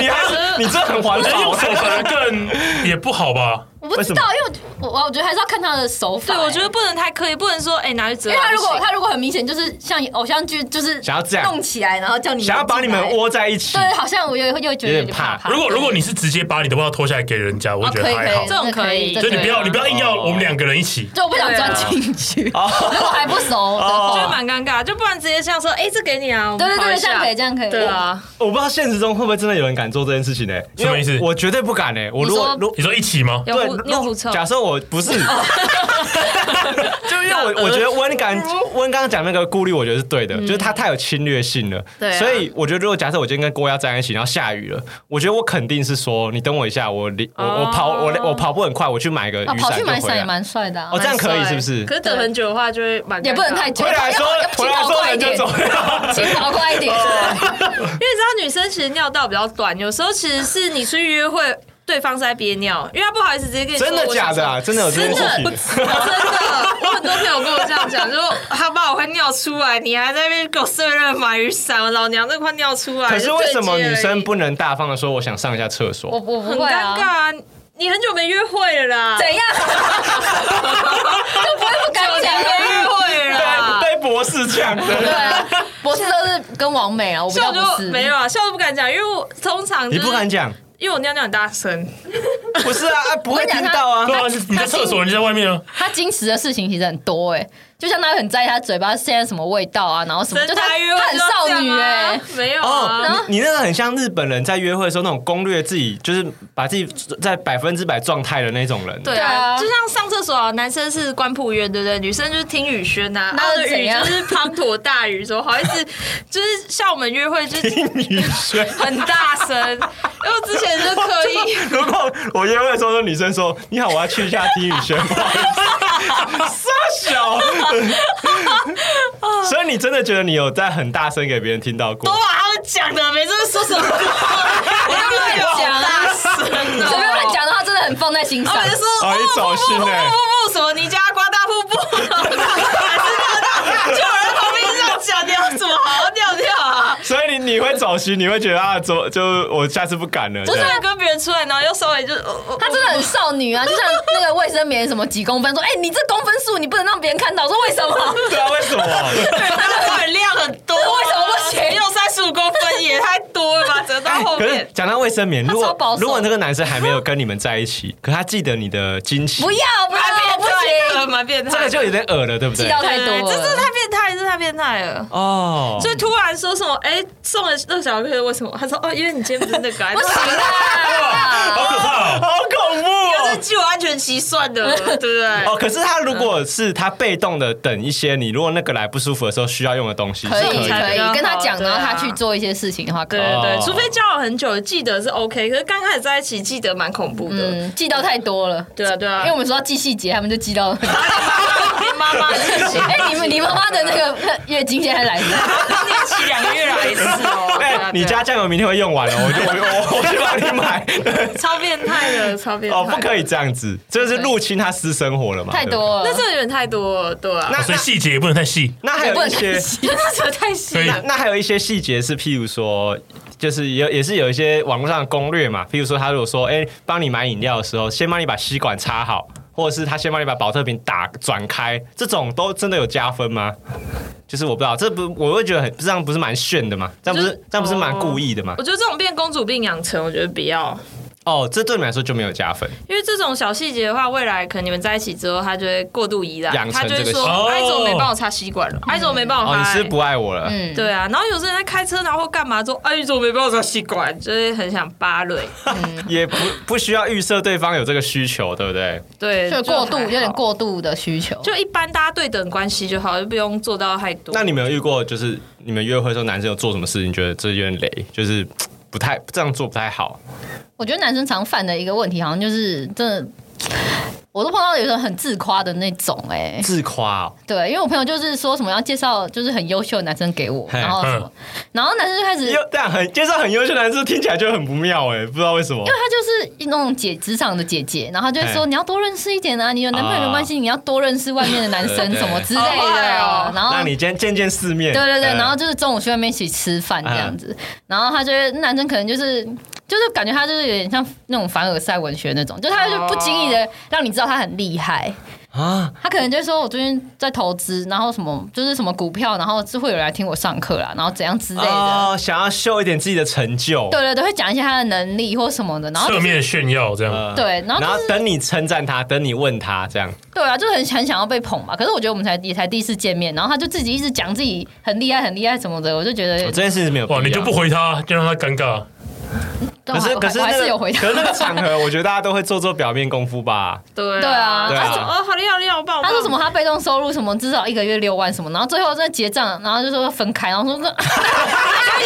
Speaker 2: 你还是你这很环
Speaker 3: 而且哎用
Speaker 2: 保欸
Speaker 3: 手可能更也不好吧？
Speaker 4: 我不知道，因为我我我觉得还是要看他的手法
Speaker 5: 对
Speaker 4: 欸。
Speaker 5: 我觉得不能太刻意，不能说哎、拿去折
Speaker 6: 因
Speaker 5: 啊。
Speaker 6: 为他如
Speaker 5: 不
Speaker 6: 果
Speaker 5: 行
Speaker 6: 他如果很明显就是像偶像剧，就是
Speaker 2: 想要这样
Speaker 6: 弄起来，然后叫你
Speaker 2: 想要把你们
Speaker 6: 进来
Speaker 2: 窝在一起，
Speaker 4: 对，好像我又又觉得
Speaker 2: 有
Speaker 4: 有
Speaker 2: 点
Speaker 4: 点
Speaker 2: 怕
Speaker 4: 怕怕。
Speaker 3: 如果如果你是直接把你的外套脱下来给人家，我
Speaker 4: 哦
Speaker 3: 觉
Speaker 4: 啊可
Speaker 3: 得
Speaker 4: 以
Speaker 3: 还好
Speaker 4: 可以，
Speaker 5: 这。种啊可以
Speaker 4: 这
Speaker 3: 就你不要
Speaker 4: 可以
Speaker 3: 你不要硬要
Speaker 2: 哦
Speaker 3: 我们两个人一起，
Speaker 4: 就我不想钻进
Speaker 2: <laughs>
Speaker 4: 去。如果还不熟的
Speaker 5: 就会
Speaker 2: 哦
Speaker 4: 话，
Speaker 5: 蛮尴尬，就不然直接这样说，哎、这给你啊，我们
Speaker 4: 对对
Speaker 5: 泡一
Speaker 4: 对，这
Speaker 5: 下
Speaker 4: 样可以，这样可以。
Speaker 5: 对啊，
Speaker 2: 我不知道现实中会不会真的有人敢做这件事情呢、因为
Speaker 3: 什么意思
Speaker 2: 我绝对不敢呢、我如果
Speaker 4: 你说
Speaker 2: 如果
Speaker 3: 你说一起吗？
Speaker 5: 有狐
Speaker 2: 对，
Speaker 5: 有
Speaker 2: 如
Speaker 5: 狐臭，
Speaker 2: 假设我不是，
Speaker 4: 哦
Speaker 2: <laughs> 就因为我我
Speaker 4: 呃
Speaker 2: 觉得温感温刚刚讲那个顾虑，我觉得是对
Speaker 4: 嗯
Speaker 2: 的，就是他太有侵略性了。
Speaker 5: 对啊
Speaker 2: 所以我觉得如果假设我今天跟郭丫站在一起，然后下雨了，我觉得我肯定是说你等我一下，我离我我跑我我跑步很快，我去买个
Speaker 4: 啊，
Speaker 2: 雨
Speaker 4: 哦跑
Speaker 2: 伞
Speaker 4: 去
Speaker 2: 就
Speaker 4: 买伞
Speaker 2: 回
Speaker 4: 也
Speaker 2: 来。
Speaker 4: 蛮帅的啊
Speaker 2: 哦，，这样可以
Speaker 5: 对
Speaker 2: 是不是
Speaker 5: 可？是等很久的话就会蛮尴尬
Speaker 4: 也不能太，久。
Speaker 2: 回来说
Speaker 4: 要要
Speaker 2: 回来
Speaker 4: 请跑
Speaker 2: 说
Speaker 4: 快一
Speaker 2: 人就
Speaker 4: 点
Speaker 2: 走哦了。
Speaker 4: <laughs> 请跑快一点。
Speaker 5: 因为你知道女生其实尿道比较短，有时候其实是你出去约会，对方是在憋尿，因为他不好意思直接跟你说
Speaker 2: 真的
Speaker 5: 我想
Speaker 2: 假的啊？真的有这
Speaker 5: 真
Speaker 2: 件
Speaker 5: 的
Speaker 2: 事情？
Speaker 5: 真的，我很多朋友跟我这样讲，就说他把我快尿出来，你还在那边给我随便买雨伞，我老娘都快尿出来。
Speaker 2: 可是为什么
Speaker 5: 就对接而
Speaker 2: 女
Speaker 5: 已
Speaker 2: 生不能大方的说我想上一下厕
Speaker 4: 我
Speaker 2: 所？
Speaker 4: 我
Speaker 5: 很
Speaker 4: 不会
Speaker 5: 尴尬
Speaker 2: <laughs>
Speaker 4: 啊，
Speaker 5: 啊？你很久没约会了啦，
Speaker 6: 怎样？
Speaker 5: <laughs>
Speaker 6: 就不会不敢讲
Speaker 5: 没
Speaker 6: 啊。
Speaker 5: 约会了啦。
Speaker 2: 被被博士呛
Speaker 4: 对
Speaker 2: 的，
Speaker 4: 啊，我是都是跟王美啊，我比较
Speaker 5: 笑
Speaker 4: 不。
Speaker 5: 就是没有啊，笑都不敢讲，因为我通常、
Speaker 2: 你
Speaker 5: 就是、
Speaker 2: 不敢，讲，
Speaker 5: 因为我尿尿很大声。
Speaker 2: 不是啊，啊不会
Speaker 4: 我跟你
Speaker 2: 听
Speaker 4: 讲
Speaker 2: 到啊
Speaker 3: 对。啊，你在厕所，人家在外面啊。
Speaker 4: 他矜持的事情其实很多哎、就像他很在意他嘴巴现在什么味道啊，然后什么，就他
Speaker 5: 大约
Speaker 4: 他很少女哎、
Speaker 5: <laughs> 哎，啊没有啊。
Speaker 2: 哦，你你那个很像日本人在约会的时候那种攻略自己，就是把自己在百分之百状态的那种人。
Speaker 5: 对啊，就像上厕所啊，男生是关浦院，对不对？女生就是听雨轩呐、啊，
Speaker 4: 那
Speaker 5: 他的
Speaker 4: 是怎
Speaker 5: 雨
Speaker 4: 样
Speaker 5: 就是滂沱大雨，说好意思，就是像我们约会就是
Speaker 2: 女生，
Speaker 5: 很大声，因为我之前就刻意，
Speaker 2: 如果我约会的时候，那女生说：“你好，我要去一下听雨轩。”不好意思傻小。所以你真的觉得你有在很大声给别人听到过
Speaker 5: 我？把他们讲的没真的说什么，我
Speaker 4: 他
Speaker 5: 就
Speaker 4: 乱讲啊，
Speaker 5: 大声的，
Speaker 4: 随便乱讲的话，真的很放在心上
Speaker 5: 他。们就说
Speaker 2: 哦，你走心
Speaker 5: 瀑
Speaker 2: 嘞、
Speaker 5: 布什么尼加拉瓜大瀑布，然后就有人旁边这样讲，你要怎么好好尿尿啊？
Speaker 2: 所以你你会走心，你会觉得啊，走就我下次不敢了。这
Speaker 5: 不是
Speaker 2: 样
Speaker 5: 跟别人出来，然后又稍微就，
Speaker 4: 她真的很少女啊，就像那个卫生棉什么几公分，说哎、你这公分数你不能让别人看到，我说为什么？
Speaker 2: 对啊，为什
Speaker 4: <laughs>
Speaker 2: 么？
Speaker 5: 他的饭量很多，啊为
Speaker 4: 什么不行
Speaker 5: 用三十五公分也太多了吧？折到后
Speaker 2: 哎可是
Speaker 5: 面，
Speaker 2: 讲到卫生棉，如
Speaker 4: 超保
Speaker 2: 果
Speaker 4: 守
Speaker 2: 如果那个男生还没有跟你们在一起，可他记得你的惊喜，
Speaker 4: 不要不
Speaker 5: 蛮
Speaker 4: 要，不
Speaker 5: 变态
Speaker 4: 行，
Speaker 5: 的，蛮变态
Speaker 2: 这
Speaker 5: 的，
Speaker 2: 个就有点恶了，对不对
Speaker 4: 气？到太
Speaker 5: 对
Speaker 4: 多
Speaker 5: 对，
Speaker 4: 了。
Speaker 5: 这真的太变态，这太变态了。
Speaker 2: 哦，
Speaker 5: 所以突然说什么？哎、送了那个小哥，为
Speaker 4: <laughs>
Speaker 5: 什么？他说哦，因为你今天不是那个、啊， <laughs>
Speaker 4: 不行啊！
Speaker 3: 好可怕哦！
Speaker 2: 好恐怖哦！
Speaker 5: 具有安全期算的，对不对？
Speaker 2: 哦，可是他如果是他被动的等一些，你如果那个来不舒服的时候需要用的哎东西，
Speaker 4: 可
Speaker 2: 是
Speaker 4: 以
Speaker 5: 才
Speaker 4: 可
Speaker 5: 比较好
Speaker 4: 以跟他讲，
Speaker 5: 对
Speaker 4: 然
Speaker 5: 啊
Speaker 4: 后他去做一些事情的话，可
Speaker 5: 对
Speaker 4: 以。
Speaker 5: 对对
Speaker 2: 哦，
Speaker 5: 除非交往很久，记得是 OK，可是刚开始在一起记得蛮恐怖的。
Speaker 4: 嗯，记到太多了。
Speaker 5: 对啊，对啊，
Speaker 4: 因为我们说要记细节，他们就记到了。
Speaker 5: 我妈妈年
Speaker 4: <laughs>
Speaker 5: <laughs>
Speaker 4: 哎、你们你妈妈的那个月经现在来了，
Speaker 5: 期两个月来一次哦。对啊对
Speaker 2: 哎
Speaker 5: 啊，
Speaker 2: 你家酱油明天会用完了，哦我就我我
Speaker 4: <laughs>
Speaker 2: 我去帮你买。 <laughs>
Speaker 5: 超变态的，超变态。
Speaker 2: 哦，不可以这样子，这是入侵他私生活了嘛？
Speaker 4: 太
Speaker 2: 对不对。
Speaker 4: 多了。
Speaker 5: 那这个有点太多了，对啊，
Speaker 2: 那
Speaker 3: 哦所以细节也不能太细。
Speaker 2: 那还
Speaker 4: 也不
Speaker 2: 有
Speaker 4: 能
Speaker 2: 一些
Speaker 4: 太，细
Speaker 5: 那这个太细
Speaker 3: 可以
Speaker 5: 了。
Speaker 2: 那那还有一些细节是，譬如说，就是有也是有一些网络上的攻略嘛，譬如说他如果说，哎、帮你买饮料的时候，先帮你把吸管插好，或者是他先帮你把保特瓶打转开，这种都真的有加分吗？就是我不知道，这不我会觉得很这样不是蛮炫的吗？这样不
Speaker 5: 就是
Speaker 2: 这样不是蛮
Speaker 5: 哦
Speaker 2: 故意的吗
Speaker 5: 我？觉得这种变公主病养成，我觉得不要，
Speaker 2: 哦，这对你来说就没有加分。
Speaker 5: 因为这种小细节的话，未来可能你们在一起之后，他就会过度依赖
Speaker 2: 养，成
Speaker 5: 他就
Speaker 2: 这
Speaker 5: 会
Speaker 2: 个
Speaker 5: 说
Speaker 3: 习：“惯
Speaker 5: 哎，怎么没帮我插吸管了？哎，怎么没帮我
Speaker 2: 哦，
Speaker 5: 插
Speaker 2: 你是
Speaker 5: 欸？”
Speaker 2: 不爱我了？
Speaker 4: 嗯，
Speaker 5: 对啊，然后有些人在开车，然后干嘛说：“哎，你怎么没帮我插吸管？”就是很想扒累，
Speaker 2: 也不不需要预设对方有这个需求，对不对？
Speaker 5: 对，
Speaker 4: 就过度
Speaker 5: 还
Speaker 4: 有
Speaker 5: 好
Speaker 4: 点，过度的需求。
Speaker 5: 就一般大家对等关系就好，就不用做到太多。
Speaker 2: 那你们有遇过就是你们约会的时候，男生有做什么事情，觉得这有点雷，就是嘖不太这样做不太好？
Speaker 4: 我觉得男生常犯的一个问题，好像就是真的。我都碰到有人很自夸的那种哎、
Speaker 2: 自夸、哦，
Speaker 4: 对，因为我朋友就是说什么要介绍就是很优秀的男生给我，
Speaker 2: 嘿
Speaker 4: 然后什么，然后男生就开始，因
Speaker 2: 优
Speaker 4: 为
Speaker 2: 这样很介绍很优秀的男生，听起来就很不妙哎，不知道为什么。
Speaker 4: 他就是那种姐职场的姐姐，然后他就会说
Speaker 2: 嘿
Speaker 4: 你要多认识一点啊，你有男朋友没关系，你要多认识外面的男生
Speaker 2: 对
Speaker 4: 什么之类的
Speaker 5: 好坏哦
Speaker 4: 啊，然后
Speaker 2: 让你见见见世面， <laughs>
Speaker 4: 对对对，
Speaker 2: 嗯啊
Speaker 4: 然后就是中午去外面一起吃饭这样子，然后他觉得男生可能就是。就是感觉他就是有点像那种凡尔赛文学那种，就他就不经意
Speaker 2: 哦
Speaker 4: 的让你知道他很厉害，
Speaker 2: 啊，
Speaker 4: 他可能就说我最近在投资，然后什么就是什么股票，然后就会有人来听我上课啦，然后怎样之类的。
Speaker 2: 哦，想要秀一点自己的成就，
Speaker 4: 对对对，会讲一些他的能力或什么的，然后
Speaker 3: 侧面炫耀这样，
Speaker 2: 嗯
Speaker 4: 对然后就是
Speaker 2: 等你称赞他，等你问他这样，
Speaker 4: 对啊，就很很想要被捧嘛。可是我觉得我们才也才第一次见面，然后他就自己一直讲自己很厉害很厉害什么的，我就觉得
Speaker 2: 哦我这件事是没有必要
Speaker 3: 哇，你就不回他，就让他尴
Speaker 4: <laughs>
Speaker 3: 尬。
Speaker 4: 但
Speaker 2: 可
Speaker 4: 我还
Speaker 2: 是
Speaker 4: 我
Speaker 2: 可
Speaker 4: 还
Speaker 2: 是
Speaker 4: 我还
Speaker 2: 那
Speaker 4: 是
Speaker 2: 个
Speaker 4: 有回答
Speaker 2: 可。是那个场合，我觉得大家都会做做表面功夫
Speaker 4: <laughs>
Speaker 2: 吧。
Speaker 5: 对
Speaker 4: 对啊
Speaker 5: 他说：“
Speaker 2: 对啊
Speaker 5: 哦，好厉害，好厉害，我棒！”我棒
Speaker 4: 他说什么？他被动收入什么至少一个月六万什么，然后最后在结账，然后就说分开，然后说 <laughs> 那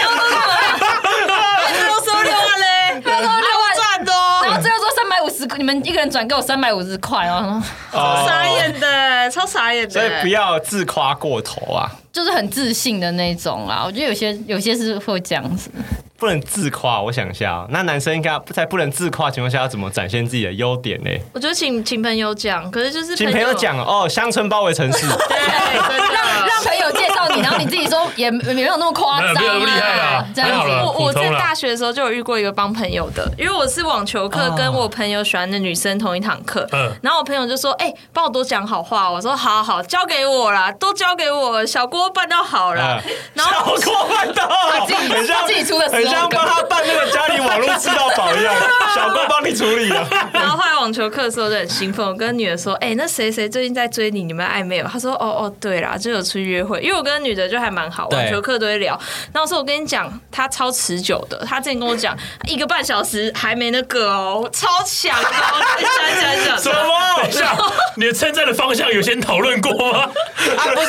Speaker 5: 我收六万嘞，他说六万赚的
Speaker 4: 然后
Speaker 5: 哦，
Speaker 4: 最后说三百五十，你们一个人转给我三百五十块，然后说 <laughs>
Speaker 2: 哦
Speaker 5: 傻眼的，超傻眼的。
Speaker 2: 所以不要自夸过头啊，
Speaker 4: 就是很自信的那种啦。我觉得有些有些是会这样子，
Speaker 2: 不能自夸。我想一下、啊那男生应该在不能自夸的情况下，要怎么展现自己的优点呢？
Speaker 5: 我觉得请请朋友讲，可是就是
Speaker 2: 请朋友，讲哦，乡村包围城市，
Speaker 5: 对，啊真的。
Speaker 4: 让朋友介绍你，然后你自己说也也没有那么夸张、啊，
Speaker 3: 没有没有那么厉害啊
Speaker 4: 这样
Speaker 3: 还好啦
Speaker 4: 子。
Speaker 5: 我
Speaker 3: 普
Speaker 5: 我在
Speaker 3: 通啦
Speaker 5: 大学的时候就有遇过一个帮朋友的，因为我是网球课跟我朋友喜欢的女生同一堂课，
Speaker 3: 嗯
Speaker 5: 然后我朋友就说：“哎、帮我多讲好话。”哦我说：“好好好，交给我啦，都交给我，小锅办到好啦。啊
Speaker 2: 嗯
Speaker 5: 然
Speaker 2: 小
Speaker 5: 后
Speaker 2: 锅办到，
Speaker 4: 自己
Speaker 2: 很像
Speaker 4: 自己出的
Speaker 2: 很像
Speaker 4: slogan
Speaker 2: 帮他办那个家里网络吃到饱一样，小郭帮你处理了。
Speaker 5: <laughs> 然后后来网球课的时候就很兴奋，我跟女的说：“哎、那谁谁最近在追你，你们暧昧吗？”她说：“哦哦，对啦，就有出去约会。”因为我跟女的就还蛮好，
Speaker 2: 对
Speaker 5: 网球课都会聊。然后我说：“我跟你讲，她超持久的，哦她之前跟我讲一个半小时还没那个哦，超强的哦，讲
Speaker 2: <laughs>
Speaker 5: 讲讲。”
Speaker 2: 什么？
Speaker 3: 等一下，哎你的称赞的方向有先讨论过
Speaker 4: <laughs>
Speaker 3: 吗？
Speaker 2: 啊，不是，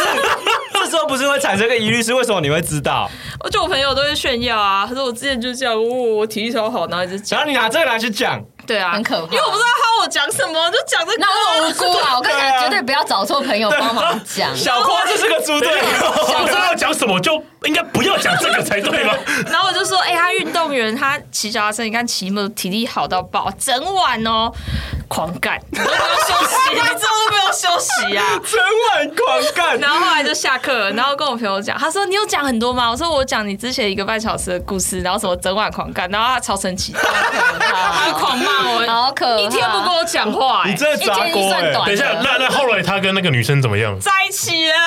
Speaker 2: 这时候不是会产生一个疑虑，是为什么你会知道？
Speaker 5: 我就我朋友都会炫耀啊，他说我之前就这样，哦，我体力超好，然后一直
Speaker 2: 然
Speaker 5: 讲
Speaker 2: 后，你拿这个来去讲，
Speaker 5: 对啊，
Speaker 4: 很可怕
Speaker 5: 因为我不知道他我讲什么，就讲这个
Speaker 4: 那我无辜啊！我跟你
Speaker 2: 对啊
Speaker 4: 讲，绝对不要找错朋友帮忙讲。
Speaker 2: 小郭这是个猪队友。
Speaker 3: 哎不知道要讲什么，就应该不要讲这个才
Speaker 4: <laughs>
Speaker 3: 对吧？
Speaker 5: 然后我就说，哎、他运动员，他骑脚踏车，你看骑摩托体力好到爆，整晚哦狂干，你都没有休息， <laughs> 你怎么都没有休息啊？
Speaker 2: 整晚狂干，
Speaker 5: 然后后来就下课了，然后跟我朋友讲，他说你有讲很多吗？我说我讲你之前一个半小时的故事，然后什么整晚狂干，然后他超生气，他狂骂我，
Speaker 4: 好可怕！
Speaker 5: 一天不跟我讲话、哎
Speaker 2: 你真的砸
Speaker 4: 一天
Speaker 2: 锅
Speaker 4: 算
Speaker 2: 哎！
Speaker 4: 短
Speaker 3: 等一下，那那后来他跟那个女生怎么样？
Speaker 5: 在一起啊，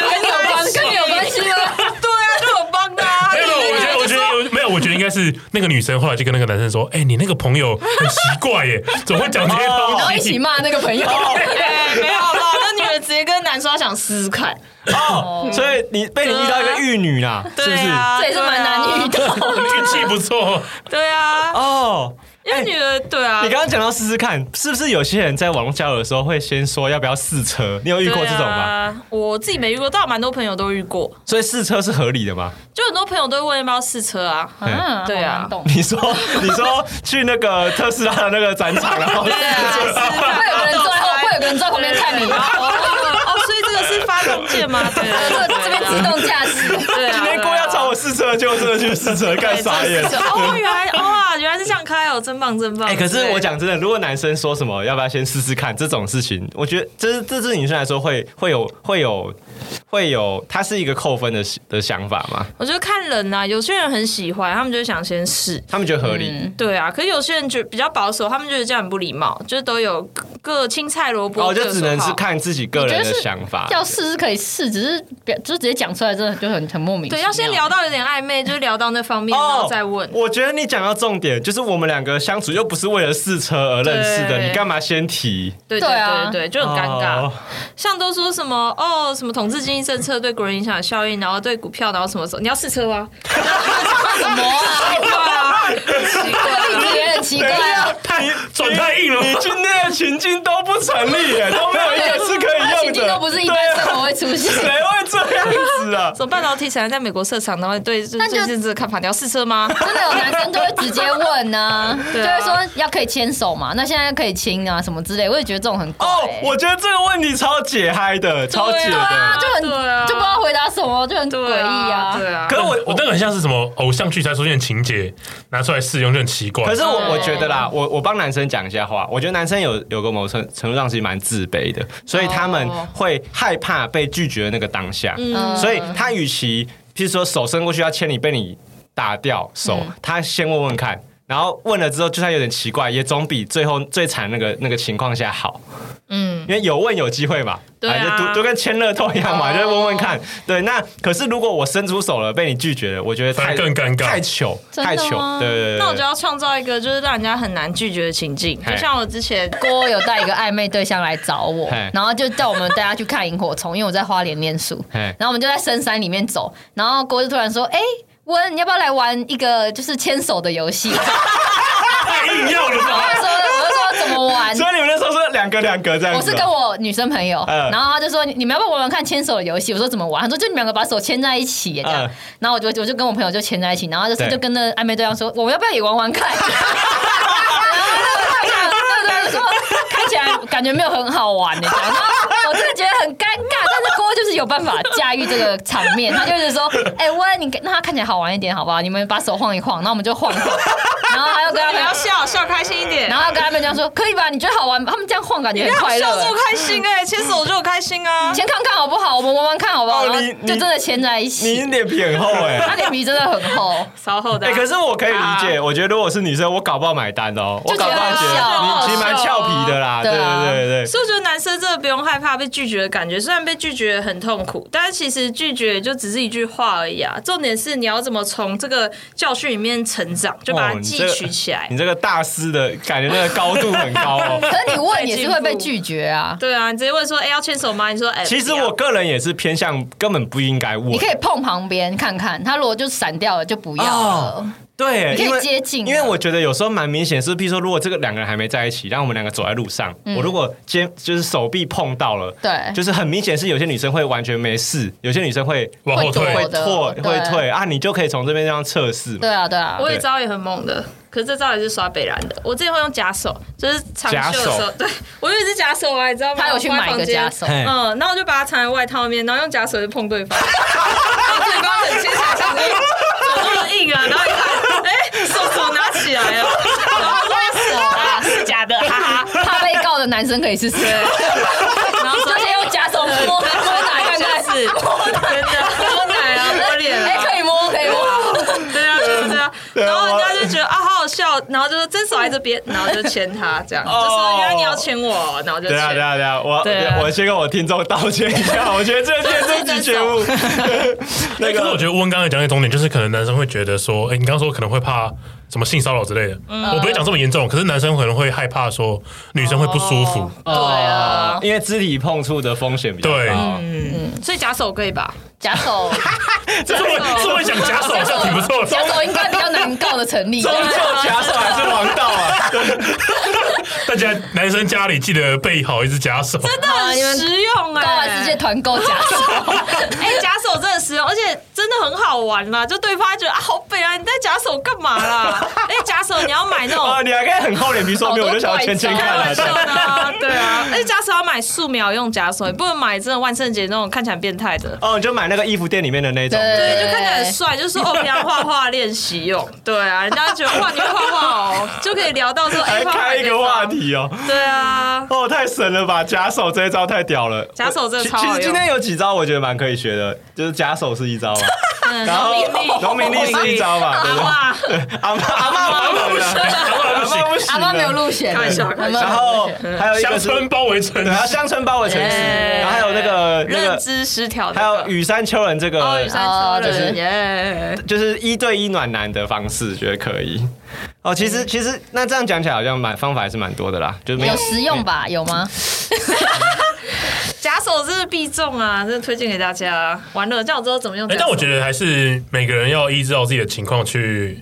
Speaker 5: 跟你有
Speaker 4: 关跟你有关系吗？
Speaker 5: <laughs> 对啊，就我帮的啊。
Speaker 3: 没有，我觉得，我觉得有没有，我觉得应该是那个女生后来就跟那个男生说：“哎，你那个朋友很奇怪耶，怎么会讲这些
Speaker 4: <laughs> 然后
Speaker 3: 东
Speaker 4: 一起
Speaker 3: 西？”
Speaker 4: 骂那个朋 <laughs> 友。
Speaker 5: 哎没有啦，那女的直接跟男生她想试试看，
Speaker 2: 哦，所以你被你遇到一个玉女啦，是不
Speaker 5: 对
Speaker 2: 是？
Speaker 5: 啊，
Speaker 3: <laughs> 哦
Speaker 4: 这也是蛮难遇
Speaker 5: 的。
Speaker 4: 到。
Speaker 3: 运气不错，
Speaker 5: 对啊，
Speaker 2: 哦，
Speaker 5: 因为女儿对啊，
Speaker 2: 你刚刚讲到试试看，是不是有些人在网络交友的时候会先说要不要试车？你有遇过这种
Speaker 5: 对
Speaker 2: 吗？
Speaker 5: 啊？我自己没遇过，但我蛮多朋友都遇过，
Speaker 2: 所以试车是合理的吗？
Speaker 5: 就很多朋友都会问要不要试车啊。
Speaker 2: 哦
Speaker 7: 嗯，
Speaker 5: 对啊
Speaker 7: 好难懂
Speaker 2: 你说你说去那个特斯拉的那个展场，然后
Speaker 5: <laughs> 对啊，试看
Speaker 4: 会有个人坐在后，会有个人坐在旁边看你，
Speaker 5: 然后哦，所以这个是发动键
Speaker 2: <laughs>
Speaker 5: 吗？对啊，
Speaker 4: 这这边自动驾驶。
Speaker 5: 对啊，
Speaker 2: 今天郭要找我试车，就真的去试车，干傻眼。
Speaker 5: 哦，原来哇，原来是这样开哦，真棒真棒。
Speaker 2: 哎、可是我
Speaker 5: 对
Speaker 2: 讲真的，如果男生说什么要不要先试试看这种事情，我觉得这是这对女生来说会会有会有会有，它是一个扣分的的想法嘛？
Speaker 5: 我觉得看人呐、有些人很喜欢，他们就想先试。
Speaker 2: 他们觉得合理。
Speaker 5: 对啊，可是有些人觉比较保守，他们觉得这样很不礼貌，就是都有各各青菜萝卜
Speaker 2: 哦，
Speaker 5: 各
Speaker 2: 就
Speaker 5: 有
Speaker 2: 只
Speaker 5: 所
Speaker 2: 能
Speaker 5: 好
Speaker 2: 是看自己个人的想法。
Speaker 7: 要试是可以试，只是表就直接讲出来，真的就很很莫名。
Speaker 5: 对，要先聊。到有点暧昧，就是聊到那方
Speaker 4: 哦
Speaker 5: 面，然后再问。
Speaker 2: 哦我觉得你讲到重点，就是我们两个相处又不是为了试车而认识的，
Speaker 5: 对
Speaker 2: 你干嘛先提？
Speaker 5: 对
Speaker 7: 对啊
Speaker 5: 对对，就很尴尬。
Speaker 2: 哦
Speaker 5: 像都说什么哦，什么统治经济政策对国人影响的效应，然后对股票，然后什么什么，你要试车 <laughs> 吗？
Speaker 4: 什么啊？
Speaker 5: 对啊，
Speaker 4: 对， <laughs> 这也很奇怪啊。
Speaker 2: <laughs>
Speaker 3: 太转太硬了吧
Speaker 2: 哎你。今天的情境都不成立耶，都没有一个是可以用的，
Speaker 4: 情境都不是一
Speaker 5: 啊
Speaker 4: 般生活会出现。
Speaker 2: 对啊谁会这样子
Speaker 5: <laughs>
Speaker 2: 啊？
Speaker 5: 什么半导体产业在美国设厂，然后对就是
Speaker 4: 那就
Speaker 5: 对政治的看法，你要试车
Speaker 4: <laughs>
Speaker 5: 吗？
Speaker 4: 真的有男生就会直接问呢、就
Speaker 5: 对啊
Speaker 4: 会说要可以牵手嘛，那现在可以亲啊什么之类，我也觉得这种很怪、
Speaker 2: 哦
Speaker 4: 欸，
Speaker 2: 我觉得这个问题超解嗨的，超解
Speaker 5: 对啊
Speaker 2: 的。
Speaker 4: 就很、
Speaker 5: 对啊
Speaker 4: 就不知道回答什么，就很诡
Speaker 5: 对
Speaker 4: 异
Speaker 5: 啊，
Speaker 4: 啊。
Speaker 5: 对啊
Speaker 2: 可。是我
Speaker 3: 我那个很像是什么偶像剧才出现的情节，拿出来试用就很奇怪。
Speaker 2: 可是我
Speaker 4: 对
Speaker 2: 我觉得啦，我我帮男生讲一下话，我觉得男生有有个某程程度上是蛮自卑的，所以他们
Speaker 5: 哦
Speaker 2: 会害怕被拒绝的那个当下，
Speaker 4: 嗯
Speaker 2: 所以他与其譬如说手伸过去要牵你，被你打掉手，
Speaker 4: 嗯
Speaker 2: 他先问问看。然后问了之后，就算有点奇怪，也总比最后最惨那个那个情况下好。嗯，因为有问有机会嘛，
Speaker 5: 对啊
Speaker 2: 就都都跟签乐透一样嘛，
Speaker 4: 哦
Speaker 2: 就是问问看。对，那可是如果我伸出手了，被你拒绝了，我觉得
Speaker 3: 反
Speaker 2: 太
Speaker 3: 而更尴尬
Speaker 2: 太糗，
Speaker 4: 真的
Speaker 2: 太糗。
Speaker 4: 吗
Speaker 2: 对对对对。
Speaker 5: 那我就要创造一个就是让人家很难拒绝的情境，
Speaker 2: 嘿
Speaker 5: 就像我之前 <laughs>
Speaker 4: 郭有带一个暧昧对象来找我
Speaker 2: 嘿，
Speaker 4: 然后就叫我们大家去看萤火虫，因为我在花莲念书，
Speaker 2: 嘿
Speaker 4: 然后我们就在深山里面走，然后郭就突然说：“哎、温，你要不要来玩一个就是牵手的游戏？” <laughs>
Speaker 3: 太硬要了
Speaker 4: 我
Speaker 3: 吧？
Speaker 4: 就说：“我就说怎么玩？”
Speaker 2: 所以你们那时候是两个两个这样子哦、
Speaker 4: 我是跟我女生朋友，
Speaker 2: 嗯
Speaker 4: 然后她就说你你们要不要玩玩看牵手的游戏？我说怎么玩？她说就你们两个把手牵在一起耶这样
Speaker 2: 嗯。
Speaker 4: 然后我就我就跟我朋友就牵在一起，然后就是
Speaker 2: 对
Speaker 4: 就跟那暧昧对象说我们要不要也玩玩看？ <laughs> 然后那个对对对我说看起来感觉没有很好玩呢，这样然后我真的觉得很尴尬，但是郭就是有办法驾驭这个场面，他就是说，哎、温，你给让他看起来好玩一点，好不好？你们把手晃一晃，然后我们就晃一晃，然后还要跟他
Speaker 5: 不
Speaker 4: 朋友
Speaker 5: 啊要笑笑开心一点，
Speaker 4: 然后还要跟他们这样说，可以吧？你觉得好玩吧？他们这样晃感觉很快乐、
Speaker 5: 笑
Speaker 4: 哎
Speaker 5: 就开心哎，牵手就开心啊。
Speaker 4: 先看看好不好？我们玩玩看好不好？
Speaker 2: 哦
Speaker 4: 然后
Speaker 2: 你你
Speaker 4: 就真的牵在一
Speaker 2: 你
Speaker 4: 起。
Speaker 2: 脸皮很厚哎、
Speaker 4: 他脸皮真的很厚，
Speaker 5: 稍后的
Speaker 2: 哎、
Speaker 5: 啊，
Speaker 2: 可是我可以理解，
Speaker 5: 啊
Speaker 2: 我觉得如果是女生，我搞不好买单哦，我
Speaker 4: 就觉
Speaker 2: 搞
Speaker 4: 得
Speaker 2: 不好觉
Speaker 4: 很好笑
Speaker 2: 得你其实蛮俏皮的啦，对
Speaker 4: 对啊
Speaker 2: 对对对对。
Speaker 5: 所以我觉得男生真的不用害怕被拒绝的感觉，虽然被拒绝很痛苦，但是其实拒绝就只是一句话而已啊。重点是你要怎么从这个教训里面成长，就把它
Speaker 2: 哦你
Speaker 5: 汲
Speaker 2: 这个
Speaker 5: 取起来。
Speaker 2: 你这个大师的感觉，那个高度很高
Speaker 4: <laughs>
Speaker 2: 哦。
Speaker 4: 可是你问也是会被拒绝啊。
Speaker 5: 对啊，你直接问说，哎、要牵手吗？你说，哎、
Speaker 2: 其实
Speaker 5: 不要
Speaker 2: 我个人也是偏向根本不应该问
Speaker 4: 你，可以碰旁边看看，他如果就闪掉了就不要了。
Speaker 2: 对，
Speaker 4: 你可以
Speaker 2: 因为
Speaker 4: 接近啊
Speaker 2: 因为我觉得有时候蛮明显，是譬如说，如果这个两个人还没在一起，让我们两个走在路上，我如果肩就是手臂碰到了，
Speaker 4: 嗯对
Speaker 2: 就是很明显是有些女生会完全没事，有些女生会
Speaker 3: 往后退
Speaker 4: 会，
Speaker 2: 会
Speaker 4: 躲的
Speaker 2: 退
Speaker 4: 对
Speaker 2: 会退啊，你就可以从这边这样测试嘛。
Speaker 4: 对啊，对啊
Speaker 5: 我。有一招也很猛的，可是这招也是耍北兰的。我之前会用假手，就是长袖的时
Speaker 2: 假
Speaker 5: 候， <laughs> 对我有一只假手啊，你知道吗？
Speaker 4: 他有去买一个
Speaker 5: 我放在
Speaker 4: 假
Speaker 5: 房间
Speaker 4: 手，
Speaker 2: 嘿
Speaker 5: 嗯，然后我就把它藏在外套里面，然后用假手就碰对方，然后对方很牵强，想说怎么那么硬啊？然后一看，哎、手手拿起来了，然后说手啊是假的，哈哈，
Speaker 4: 怕被告的男生可以试试，
Speaker 5: 对，然后说
Speaker 4: 就是用假手摸摸奶看看，
Speaker 5: 就是真的摸奶啊，摸脸
Speaker 4: <laughs> 哎，
Speaker 5: 啊。
Speaker 4: 可以摸，可以摸。
Speaker 5: 对啊，就是这样。然后人家就觉得啊，好好笑，然后就说真手在这边，然后就牵他，这样就说原来你要牵我，然后
Speaker 2: 啊哦
Speaker 5: 就
Speaker 2: 对啊，对
Speaker 5: 牵。
Speaker 2: 啊，对啊，我
Speaker 5: 对啊
Speaker 2: 我先跟我听众道歉一下，我觉得这这这期节
Speaker 5: <laughs>
Speaker 2: 目，那
Speaker 3: 那个哎我
Speaker 2: 个
Speaker 3: 觉得温刚才讲的重点就是，可能男生会觉得说，哎、你刚刚说可能会怕什么性骚扰之类的，
Speaker 2: 嗯
Speaker 3: 我不会讲这么严重，可是男生可能会害怕说女生会不舒服。
Speaker 2: 哦
Speaker 5: 对啊，嗯
Speaker 2: 因为肢体碰触的风险比较
Speaker 3: 对
Speaker 2: 高，
Speaker 5: 所以假手可以吧？
Speaker 4: 假手，
Speaker 3: 这会这会讲假手好像挺不错的，
Speaker 4: 假手应该比较较难告的
Speaker 2: <laughs>
Speaker 4: 成立。
Speaker 2: 终究假手还是王道
Speaker 5: <laughs>
Speaker 2: 啊！
Speaker 3: 大家男生家里记得备好一只假手，
Speaker 4: 好你们
Speaker 5: 实用
Speaker 4: 告
Speaker 5: 哎、
Speaker 4: 完世界团购假手，
Speaker 5: 哎、假手真的实用，而且真的很好玩啦。就对方觉得啊，好北啊，你戴假手干
Speaker 2: <laughs>
Speaker 5: 嘛啦？哎、假手你要买那种
Speaker 2: 啊，你还可以很厚脸皮说没有，我就想要圈圈看
Speaker 5: 开
Speaker 2: 啊
Speaker 5: 玩笑
Speaker 2: 这样。
Speaker 5: 的啊，对啊，而且假手要买素描用假手，你不能买真的万圣节那种看起来很变态的。
Speaker 2: 哦，你就买那个衣服店里面的那种。
Speaker 4: 对
Speaker 5: 对，就看起来很帅，就
Speaker 2: <laughs>
Speaker 5: 是哦，平常画画练习用。对啊，人家觉得哇，你会画画哦，就可以聊到说，哎、
Speaker 2: 还
Speaker 5: 画画
Speaker 2: 开一个
Speaker 5: 可以
Speaker 2: 话
Speaker 5: 画。
Speaker 2: 题哦。
Speaker 5: 对啊，
Speaker 2: 哦，太神了吧！假手这一招太屌了，
Speaker 5: 假手真的
Speaker 2: 其
Speaker 5: 超好
Speaker 2: 其
Speaker 5: 用
Speaker 2: 实今天有几招我觉得蛮可以学的，就是假手是一招嘛，
Speaker 5: 嗯，
Speaker 2: 然后农
Speaker 5: 农
Speaker 2: 民
Speaker 5: 民
Speaker 2: 力是一招嘛，对不对？
Speaker 5: 哇，
Speaker 2: 阿妈阿妈阿妈不行，阿妈不行，
Speaker 4: 阿妈没有入选，
Speaker 5: 开玩笑开玩笑
Speaker 2: 然后还有一
Speaker 3: 乡
Speaker 2: 个是，
Speaker 3: 村包围城
Speaker 2: 对，还有乡村包围城市，
Speaker 5: 哎
Speaker 2: 然后还有那个那
Speaker 5: 认
Speaker 2: 个，
Speaker 5: 知失调的，
Speaker 2: 还有雨山丘人这
Speaker 5: 哦，雨
Speaker 2: 个，
Speaker 5: 山超
Speaker 4: 哦就是
Speaker 5: 人耶，
Speaker 2: 就是一对一暖男的方式，觉得可以。哦，其实其实那这样讲起来好像蛮方法还是蛮多的啦，就是没
Speaker 4: 有实用吧？有吗？
Speaker 5: 假手真的必中啊，真的推荐给大家。啊完了，这样我知道怎么用
Speaker 3: 哎、
Speaker 5: 假手。
Speaker 3: 但我觉得还是每个人要依照自己的情况去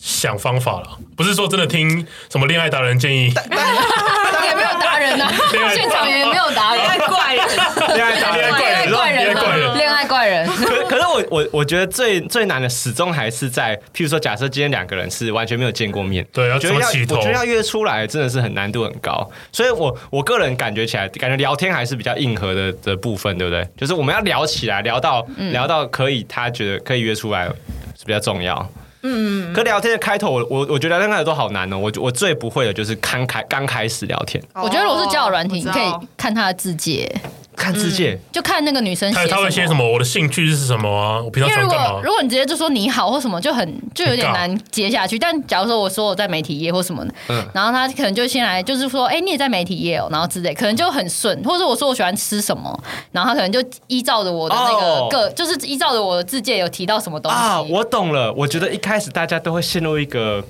Speaker 3: 想方法了，不是说真的听什么恋爱达人建议，
Speaker 4: 也没有达人呐、
Speaker 3: 恋爱
Speaker 4: 现场也没有达人，
Speaker 5: 太哎怪了，
Speaker 2: 恋爱达人
Speaker 3: 恋爱怪人
Speaker 4: 恋爱怪人
Speaker 3: 恋爱怪
Speaker 4: 嘛，
Speaker 3: 人啊
Speaker 4: 恋爱怪人，
Speaker 2: 可可是我我我觉得最最难的始终还是在，譬如说，假设今天两个人是完全没有见过面，
Speaker 3: 对要
Speaker 2: 我觉得
Speaker 3: 怎么
Speaker 2: 要
Speaker 3: 起头
Speaker 2: 我觉得要约出来真的是很难度很高，所以我我个人感觉起来，感觉聊天还是比较硬核的的部分，对不对？就是我们要聊起来，聊到、聊到可以，他觉得可以约出来是比较重要。嗯，可聊天的开头，我我我觉得聊天开头都好难哦。我我最不会的就是刚开刚开始聊天，
Speaker 4: <laughs> 我觉得如果是交友软体，你
Speaker 5: 哦我知道
Speaker 4: 可以看他的字界，
Speaker 2: 看世界，
Speaker 4: 就看那个女生
Speaker 3: 他
Speaker 4: 写
Speaker 3: 他会写什
Speaker 4: 么。
Speaker 3: 么？我的兴趣是什么啊？我平
Speaker 4: 因
Speaker 3: 常
Speaker 4: 为
Speaker 3: 喜欢
Speaker 4: 如
Speaker 3: 干
Speaker 4: 果
Speaker 3: 嘛？
Speaker 4: 如果你直接就说你好或什么，就很就有点
Speaker 3: 很尬
Speaker 4: 难接下去。但假如说我说我在媒体业或什么的，
Speaker 2: 嗯
Speaker 4: 然后他可能就先来就是说，哎、你也在媒体业哦，然后之类，可能就很顺。或者我说我喜欢吃什么，然后他可能就依照着我的那
Speaker 2: 哦
Speaker 4: 个个，就是依照着我的字界有提到什么东西
Speaker 2: 啊，我懂了。我觉得一开始大家都会陷入一个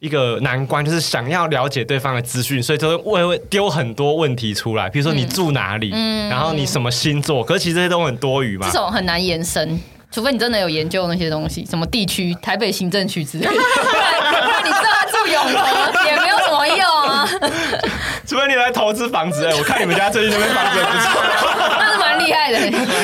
Speaker 2: 一个难关，就是想要了解对方的资讯，所以都会会丢很多问题出来，比如说你住哪里，然后你什么星座，可是其实这些都很多余嘛
Speaker 4: 这。种很难延伸，除非你真的有研究那些东西，什么地区、台北行政区之类的， <laughs> 不然不然你知道他住永和也没有什么用啊，
Speaker 2: 除非你来投资房子，哎、我看你们家最近那边房子 <laughs> 也不错，
Speaker 4: 那是蛮厉害的。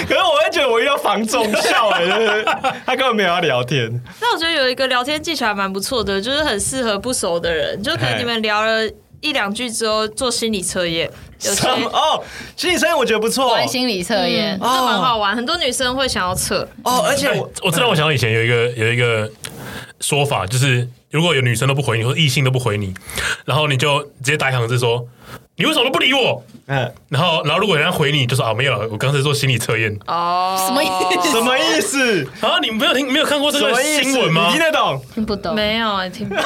Speaker 2: 可是我会觉得我遇到房仲笑哎、就是他根本没有要聊天，
Speaker 5: 那我觉得有一个聊天技巧还蛮不错的，就是很适合不熟的人，就可能
Speaker 2: 嘿
Speaker 5: 你们聊了一两句之后做心理测验，有些
Speaker 2: 什么哦，心理测验我觉得不错
Speaker 4: 玩心理测验
Speaker 5: 这，蛮好玩，很多女生会想要测。
Speaker 2: 哦，而且
Speaker 3: 哎
Speaker 2: 我
Speaker 3: 我知道，我想到以前有一个有一个说法，就是如果有女生都不回你，或者异性都不回你，然后你就直接打一行字说。你为什么都不理我？
Speaker 2: 嗯，
Speaker 3: 然后，然后如果人家回你，就说啊没有了，我刚才做心理测验。
Speaker 5: 哦，
Speaker 4: 什么意思？
Speaker 2: 什么意思？
Speaker 3: 啊，你没有听没有看过这
Speaker 2: 什么
Speaker 3: 个
Speaker 2: 意思？
Speaker 3: 新闻吗
Speaker 2: 你听？得懂？
Speaker 4: 听 <laughs> 不懂。
Speaker 5: 没有，哎听不懂。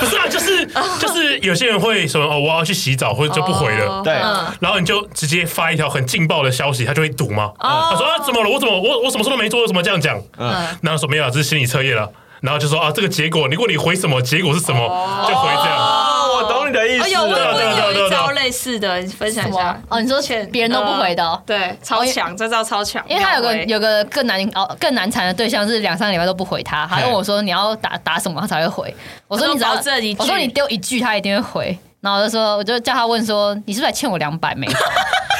Speaker 3: 不是啊，就是就是有些人会什么哦，我要去洗澡，或者就不回
Speaker 2: <laughs>
Speaker 3: 了。
Speaker 2: 对
Speaker 5: 嗯
Speaker 3: 然后你就直接发一条很劲爆的消息，他就会堵嘛。他说啊，怎么了？我怎么我我什么事都没做，为什么这样讲？
Speaker 2: 嗯
Speaker 3: 然后说没有啊，这是心理测验了。然后就说啊，这个结果，如果你回什么，结果是什么，就回这样。
Speaker 2: 哦，我懂你的意思
Speaker 5: 哎呦，我
Speaker 2: 了
Speaker 5: 有
Speaker 3: 对啊对啊
Speaker 5: 我
Speaker 3: 对啊
Speaker 5: 有
Speaker 3: 对
Speaker 5: 一
Speaker 3: 啊
Speaker 5: 招类似的，你分享一
Speaker 4: 什
Speaker 5: 下
Speaker 4: 么。哦你说别人都不回的哦
Speaker 5: 呃对，超强，这招超强。
Speaker 4: 因为他有个
Speaker 5: 秒回
Speaker 4: 有个更难哦更难缠的对象是两三个礼拜都不回他，他问我说你要打打什么他才会回，我说你只要
Speaker 5: 他说保证一句
Speaker 4: 我说你丢一句他一定会回，然后我就说我就叫他问说你是不是还欠我两百 <laughs> 没？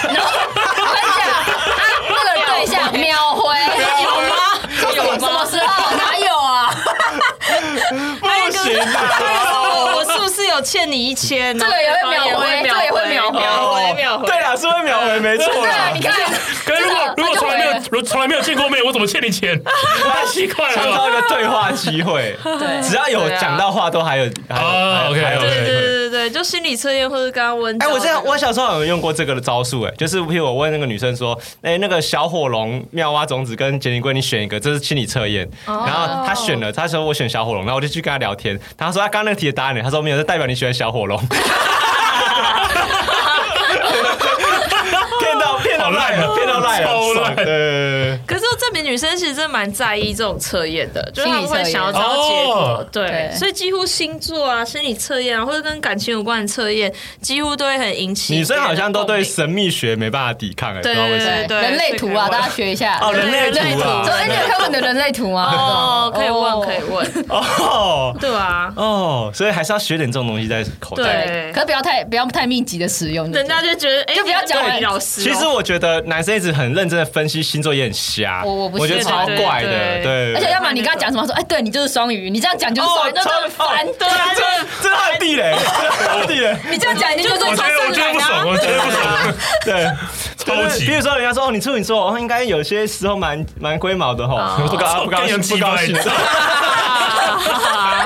Speaker 4: 然后我跟你讲，他啊那个对
Speaker 5: <laughs>
Speaker 4: 象秒回，
Speaker 5: 欸
Speaker 4: 有吗？说什么什么时候？哪有啊？
Speaker 2: 不行啊！
Speaker 5: 哦我是不是有欠你一千呢？
Speaker 4: 这个也会秒回
Speaker 5: 这个也会秒
Speaker 4: 这个也
Speaker 5: 回，秒回，秒回。
Speaker 2: 啊对啦，是会秒回，没错
Speaker 4: 对啊，
Speaker 2: 啦
Speaker 4: 你。看，
Speaker 3: 可是如果如
Speaker 4: 真的
Speaker 3: 果从来没有
Speaker 4: 他就回了，
Speaker 3: 如果从来没有见过面，我怎么欠你钱？太奇怪
Speaker 2: 创
Speaker 3: 了
Speaker 2: 造
Speaker 3: 吧。
Speaker 2: 一个对话机
Speaker 5: <laughs>
Speaker 2: 会，只要有讲到话，都还有还有
Speaker 3: 啊，OK
Speaker 2: 还有
Speaker 3: OK，
Speaker 5: 对对对对，就心理测验或者刚刚问到
Speaker 2: 哎、
Speaker 5: 的。
Speaker 2: 我这样，我小时候有用过这个的招数，哎，就是譬如我问那个女生说，哎、那个小火龙、妙蛙种子跟杰尼龟，你选一个，这是心理测验。然后她选了，她说我选小火龙，然后我就去跟她聊天，她说她刚刚那个题的答案呢，她说没有，这代表你喜欢小火龙。骗到骗到
Speaker 3: 好烂
Speaker 2: 烂
Speaker 3: 啊
Speaker 2: 了，骗到赖啊，
Speaker 3: 超
Speaker 2: 爽
Speaker 3: 赖
Speaker 2: 对对对对
Speaker 5: 可是证明女生其实真的蛮在意这种测验的，就是她们会
Speaker 4: 心理测验
Speaker 5: 想要知道结果
Speaker 3: 哦。
Speaker 5: 对
Speaker 4: 对，
Speaker 5: 所以几乎星座啊、心理测验啊，或者跟感情有关的测验，几乎都会很引起
Speaker 2: 女生好像都对
Speaker 5: 别人的
Speaker 2: 神秘学没办法抵抗，哎，不知道为什么。
Speaker 5: 对对
Speaker 4: 人类图啊，
Speaker 5: 这个
Speaker 4: 大家学一下。
Speaker 2: 哦，人类
Speaker 5: 人类
Speaker 2: 图
Speaker 5: 图
Speaker 2: 啊
Speaker 4: 说，哎，你有看过你的人类图吗？
Speaker 5: 共鸣哦，可以问，
Speaker 4: 哦
Speaker 5: 可以问，
Speaker 2: 哦
Speaker 5: 对啊。
Speaker 2: 哦，所以还是要学点这种东西在口袋。
Speaker 5: 对
Speaker 4: 可不要太不要太密集的使用。
Speaker 5: 人家就觉得，哎，
Speaker 4: 就不要
Speaker 5: 你
Speaker 4: 讲
Speaker 5: 是物理
Speaker 4: 了
Speaker 5: 老师哦。
Speaker 2: 其实我觉得男生一直很认真的分析星座也很瞎，
Speaker 4: 我我不
Speaker 2: 觉得
Speaker 4: 信
Speaker 2: 超
Speaker 5: 对对
Speaker 2: 怪的，
Speaker 5: 对
Speaker 2: 对。
Speaker 4: 而且要么你跟他讲什么，他说哎，对你就是双鱼，你这样讲就是双鱼，那
Speaker 2: 超
Speaker 4: 很烦。啊
Speaker 2: 哦这这这很地
Speaker 4: <laughs>
Speaker 2: 雷，这很地雷。
Speaker 4: 你这样讲，你就
Speaker 3: 我觉
Speaker 4: 说
Speaker 3: 得我觉得不爽，我觉得不爽。
Speaker 2: 对，
Speaker 3: 超级
Speaker 2: 比如说人家说哦，你处女座，哦，应该有些时候蛮蛮龟毛的
Speaker 4: 哦
Speaker 2: 吼，不高不高兴不高兴，
Speaker 5: 啊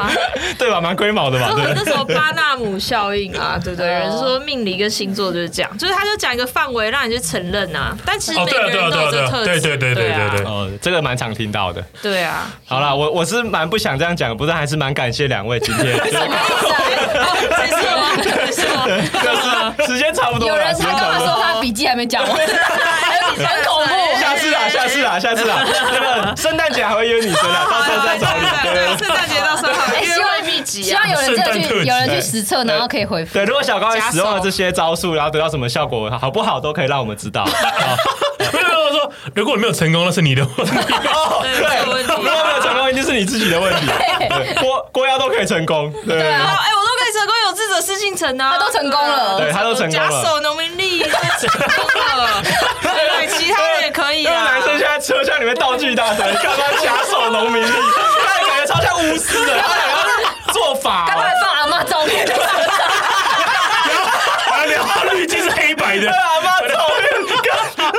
Speaker 2: <laughs> 对吧？蛮龟毛的吧？
Speaker 5: 就
Speaker 2: 对
Speaker 5: 很
Speaker 2: 不
Speaker 5: 那
Speaker 2: 对。
Speaker 5: 什么巴纳姆效应啊，对不对？有人说命理跟星座就是这样，就是他就讲一个范围让你去承认啊，但其实
Speaker 3: 哦
Speaker 5: 每
Speaker 3: 对啊
Speaker 5: 个人都
Speaker 3: 对
Speaker 5: 有这
Speaker 3: 啊
Speaker 5: 特
Speaker 3: 对啊
Speaker 5: 质，
Speaker 3: 对啊对对对
Speaker 5: 啊
Speaker 3: 对对
Speaker 2: 哦，这个蛮常听到的。
Speaker 5: 对啊，
Speaker 2: 好啦，我我是蛮不想这样讲，不过还是蛮感谢两位今
Speaker 4: <laughs>
Speaker 2: 天。
Speaker 5: 没错没错，
Speaker 2: 就是时间差不多
Speaker 4: 有
Speaker 2: 了，
Speaker 4: 人
Speaker 2: 时
Speaker 4: 他
Speaker 2: 间
Speaker 4: 刚
Speaker 2: 差不
Speaker 4: 刚
Speaker 2: 多
Speaker 4: 说他笔记还没讲完，很恐
Speaker 5: 哎
Speaker 4: 怖。
Speaker 2: 下次啦，下次啦，下次啦，那个圣诞节还会约女生啊
Speaker 5: <laughs>
Speaker 2: 啦，到时候再找你。对对对
Speaker 5: 圣诞节到时候好
Speaker 4: 哎
Speaker 5: 约
Speaker 4: 希望
Speaker 5: 会密集
Speaker 4: 希
Speaker 5: 啊
Speaker 4: 望，有人真的
Speaker 3: 圣诞特
Speaker 4: 去
Speaker 3: 辑
Speaker 4: 有人去实测，然后可以回复。
Speaker 2: 对，如果小高也使用了这些招数，然后得到什么效果，好不好都可以让我们知
Speaker 5: <laughs>
Speaker 2: 道。好
Speaker 3: 没有没有，我说如果你没有成功，那是你的问题。
Speaker 5: 对没有问题
Speaker 2: 如果哦没有成功，一定是你自己的问
Speaker 5: <laughs>
Speaker 2: 题。对郭郭幺都可以成功，对对
Speaker 5: 好，哎，我都可以成功，有志者事竟成啊，
Speaker 4: 他都成功了
Speaker 2: 对他都成功了
Speaker 5: 假手农民力都成功了，对，其他人也可以
Speaker 2: 因为
Speaker 5: 啊
Speaker 2: 男生。现在车厢里面道具
Speaker 5: <laughs>
Speaker 2: 大神，干嘛假手农民力？他感觉超像巫师
Speaker 5: <laughs>
Speaker 2: 的，他两个做法
Speaker 4: 赶快
Speaker 2: 哦。
Speaker 4: 放阿妈照片，
Speaker 3: 啊，聊到滤镜是黑白的
Speaker 2: 对，啊，妈照片， <laughs> 干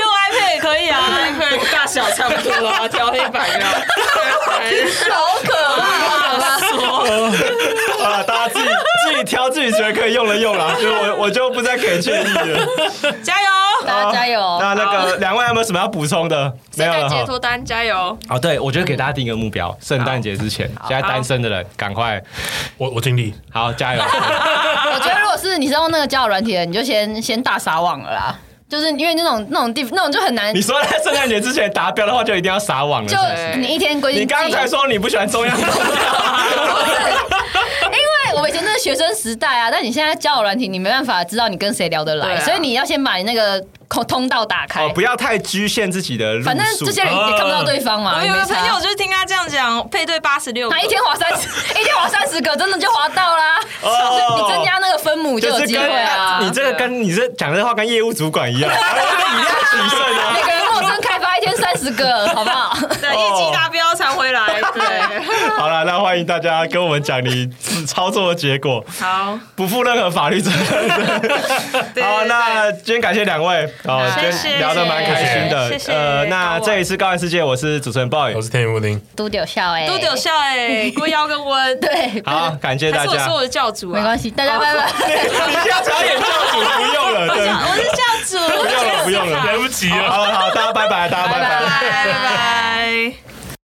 Speaker 5: 用 iPad 也可以啊，iPad 大小差不多 <laughs> 啊，调黑白的啊，
Speaker 4: 好可怕！
Speaker 2: 好了，大家自己自己挑自己觉得可以用的用啦，就我我就不再给建议了。
Speaker 5: 加油！
Speaker 4: 大家加油！
Speaker 2: 那那个两位有没有什么要补充的？没
Speaker 5: 圣
Speaker 2: 有
Speaker 5: 诞
Speaker 2: 了
Speaker 5: 节
Speaker 2: 哈。
Speaker 5: 脱单，加油！
Speaker 2: 哦，对，我觉得给大家定一个目标，圣诞节之前，现在单身的人赶快
Speaker 3: 我我尽力。
Speaker 2: 好加
Speaker 4: <laughs>
Speaker 2: 油。
Speaker 4: 我觉得如果是你是用那个交友软体的，你就先先大撒网了啦，就是因为那种那种地那种就很难
Speaker 2: 你，说在圣诞节之前达标的话，就一定要撒网了。是
Speaker 4: 就
Speaker 2: 不是
Speaker 4: 你一天规定
Speaker 2: 你
Speaker 4: 自己。
Speaker 2: 刚才说你不喜欢中央空调，
Speaker 4: 因为我以前真的学生时代啊，但你现在交友软体，你没办法知道你跟谁聊得
Speaker 5: 对
Speaker 4: 来，
Speaker 5: 啊
Speaker 4: 所以你要先把你那个通通道打开。
Speaker 2: 哦，不要太局限自己的路数。
Speaker 4: 反正这些人
Speaker 2: 啊
Speaker 4: 也看不到对方嘛，
Speaker 5: 我
Speaker 4: 也
Speaker 5: 有
Speaker 4: 没
Speaker 5: 个
Speaker 4: 差
Speaker 5: 哎朋友就是听他这样讲，配对八十六，
Speaker 4: 他一天划三
Speaker 2: <laughs>
Speaker 4: 十，一天划三十个，真的就划到啦。
Speaker 2: 哦
Speaker 4: 你增加那个分母就
Speaker 2: 就
Speaker 4: 有
Speaker 2: 是
Speaker 4: 机
Speaker 2: 跟
Speaker 4: 会啊。
Speaker 2: 你这个跟你这讲这话跟业务主管一
Speaker 4: <laughs>
Speaker 2: 样，一定要取胜啊
Speaker 4: 每。个人陌生开发一天三十个，好不好？ <laughs>
Speaker 5: 对业
Speaker 2: 哦
Speaker 5: 绩达标才回来。 <laughs> 对，
Speaker 2: 好了，那欢迎大家跟我们讲你操作的结果，
Speaker 5: 好，
Speaker 2: 不负任何法律责任。
Speaker 5: <laughs> 对
Speaker 2: 好，
Speaker 5: 对
Speaker 2: 那今天感谢两位，哦，今
Speaker 5: 好谢
Speaker 2: 天
Speaker 5: 谢
Speaker 2: 聊得蛮开心
Speaker 5: 谢
Speaker 2: 的。
Speaker 5: 谢
Speaker 2: 呃，那
Speaker 5: 高
Speaker 2: 这里是高玩世界，我是主持人 boy
Speaker 3: 我。是天宇布丁，
Speaker 4: 都丢笑哎，
Speaker 5: 都有笑 <laughs> 哎，郭妖跟温，
Speaker 4: 对，
Speaker 2: 好，感谢
Speaker 5: 还
Speaker 2: 大
Speaker 5: 是我
Speaker 2: 家 <laughs>
Speaker 5: 说。我是教主啊？
Speaker 4: 没关系，大家拜拜。
Speaker 5: <laughs>
Speaker 2: 你下次要演教主不用了，对，
Speaker 5: 我是教主，
Speaker 2: 不用了，不用了。
Speaker 3: 来不及了。
Speaker 2: 好好，大家拜拜，大家拜拜。
Speaker 5: 拜拜拜拜。